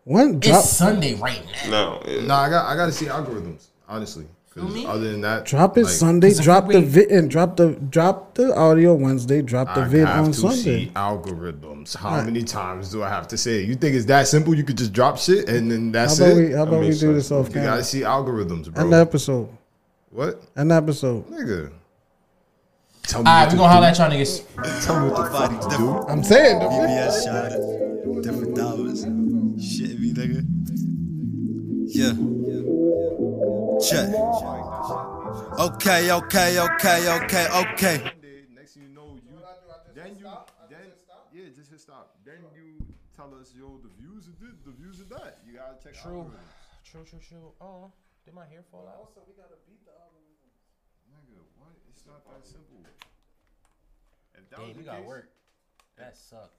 S4: One
S2: it's
S4: drop
S2: Sunday right now.
S3: No, yeah.
S5: no, I got. I gotta see algorithms. Honestly, 'Cause
S2: Feel me?
S5: other than that,
S4: drop it
S5: like,
S4: Sunday.
S2: 'cause if
S4: Drop
S2: we
S4: the
S2: wait-
S4: vid and drop the drop the audio Wednesday. Drop the
S5: I
S4: vid
S5: have
S4: on
S5: to see
S4: Sunday.
S5: algorithms. How many times do I have to say? it? You think it's that simple? You could just drop shit and then
S4: How
S5: that's
S4: about we uh,
S5: it.
S4: how about we
S3: makes
S4: do this
S3: sense.
S4: off
S5: you
S4: camera?
S5: gotta see algorithms, bro.
S4: An episode.
S5: what,
S4: An episode.
S5: nigga? Tell me.
S2: All right,
S5: what
S2: we
S5: to
S2: gonna
S5: do.
S2: holler at y'all niggas.
S5: Tell me what the fuck
S6: Everybody's
S5: to
S6: different.
S5: do.
S4: I'm saying the
S6: BBS shot. Different dollars. Shit me, nigga. Yeah. Check. Okay, okay, okay, okay, okay.
S5: Next thing you know, you then you then yeah, just hit stop. Then you tell us yo, the views are this, the views are that. You gotta check.
S2: True.
S5: algorithms.
S2: True, true, true. Oh, did my hair fall out?
S5: Nigga, what? It's not that simple. If that
S2: Hey,
S5: was
S2: we
S5: the
S2: got
S5: case,
S2: work. That sucked.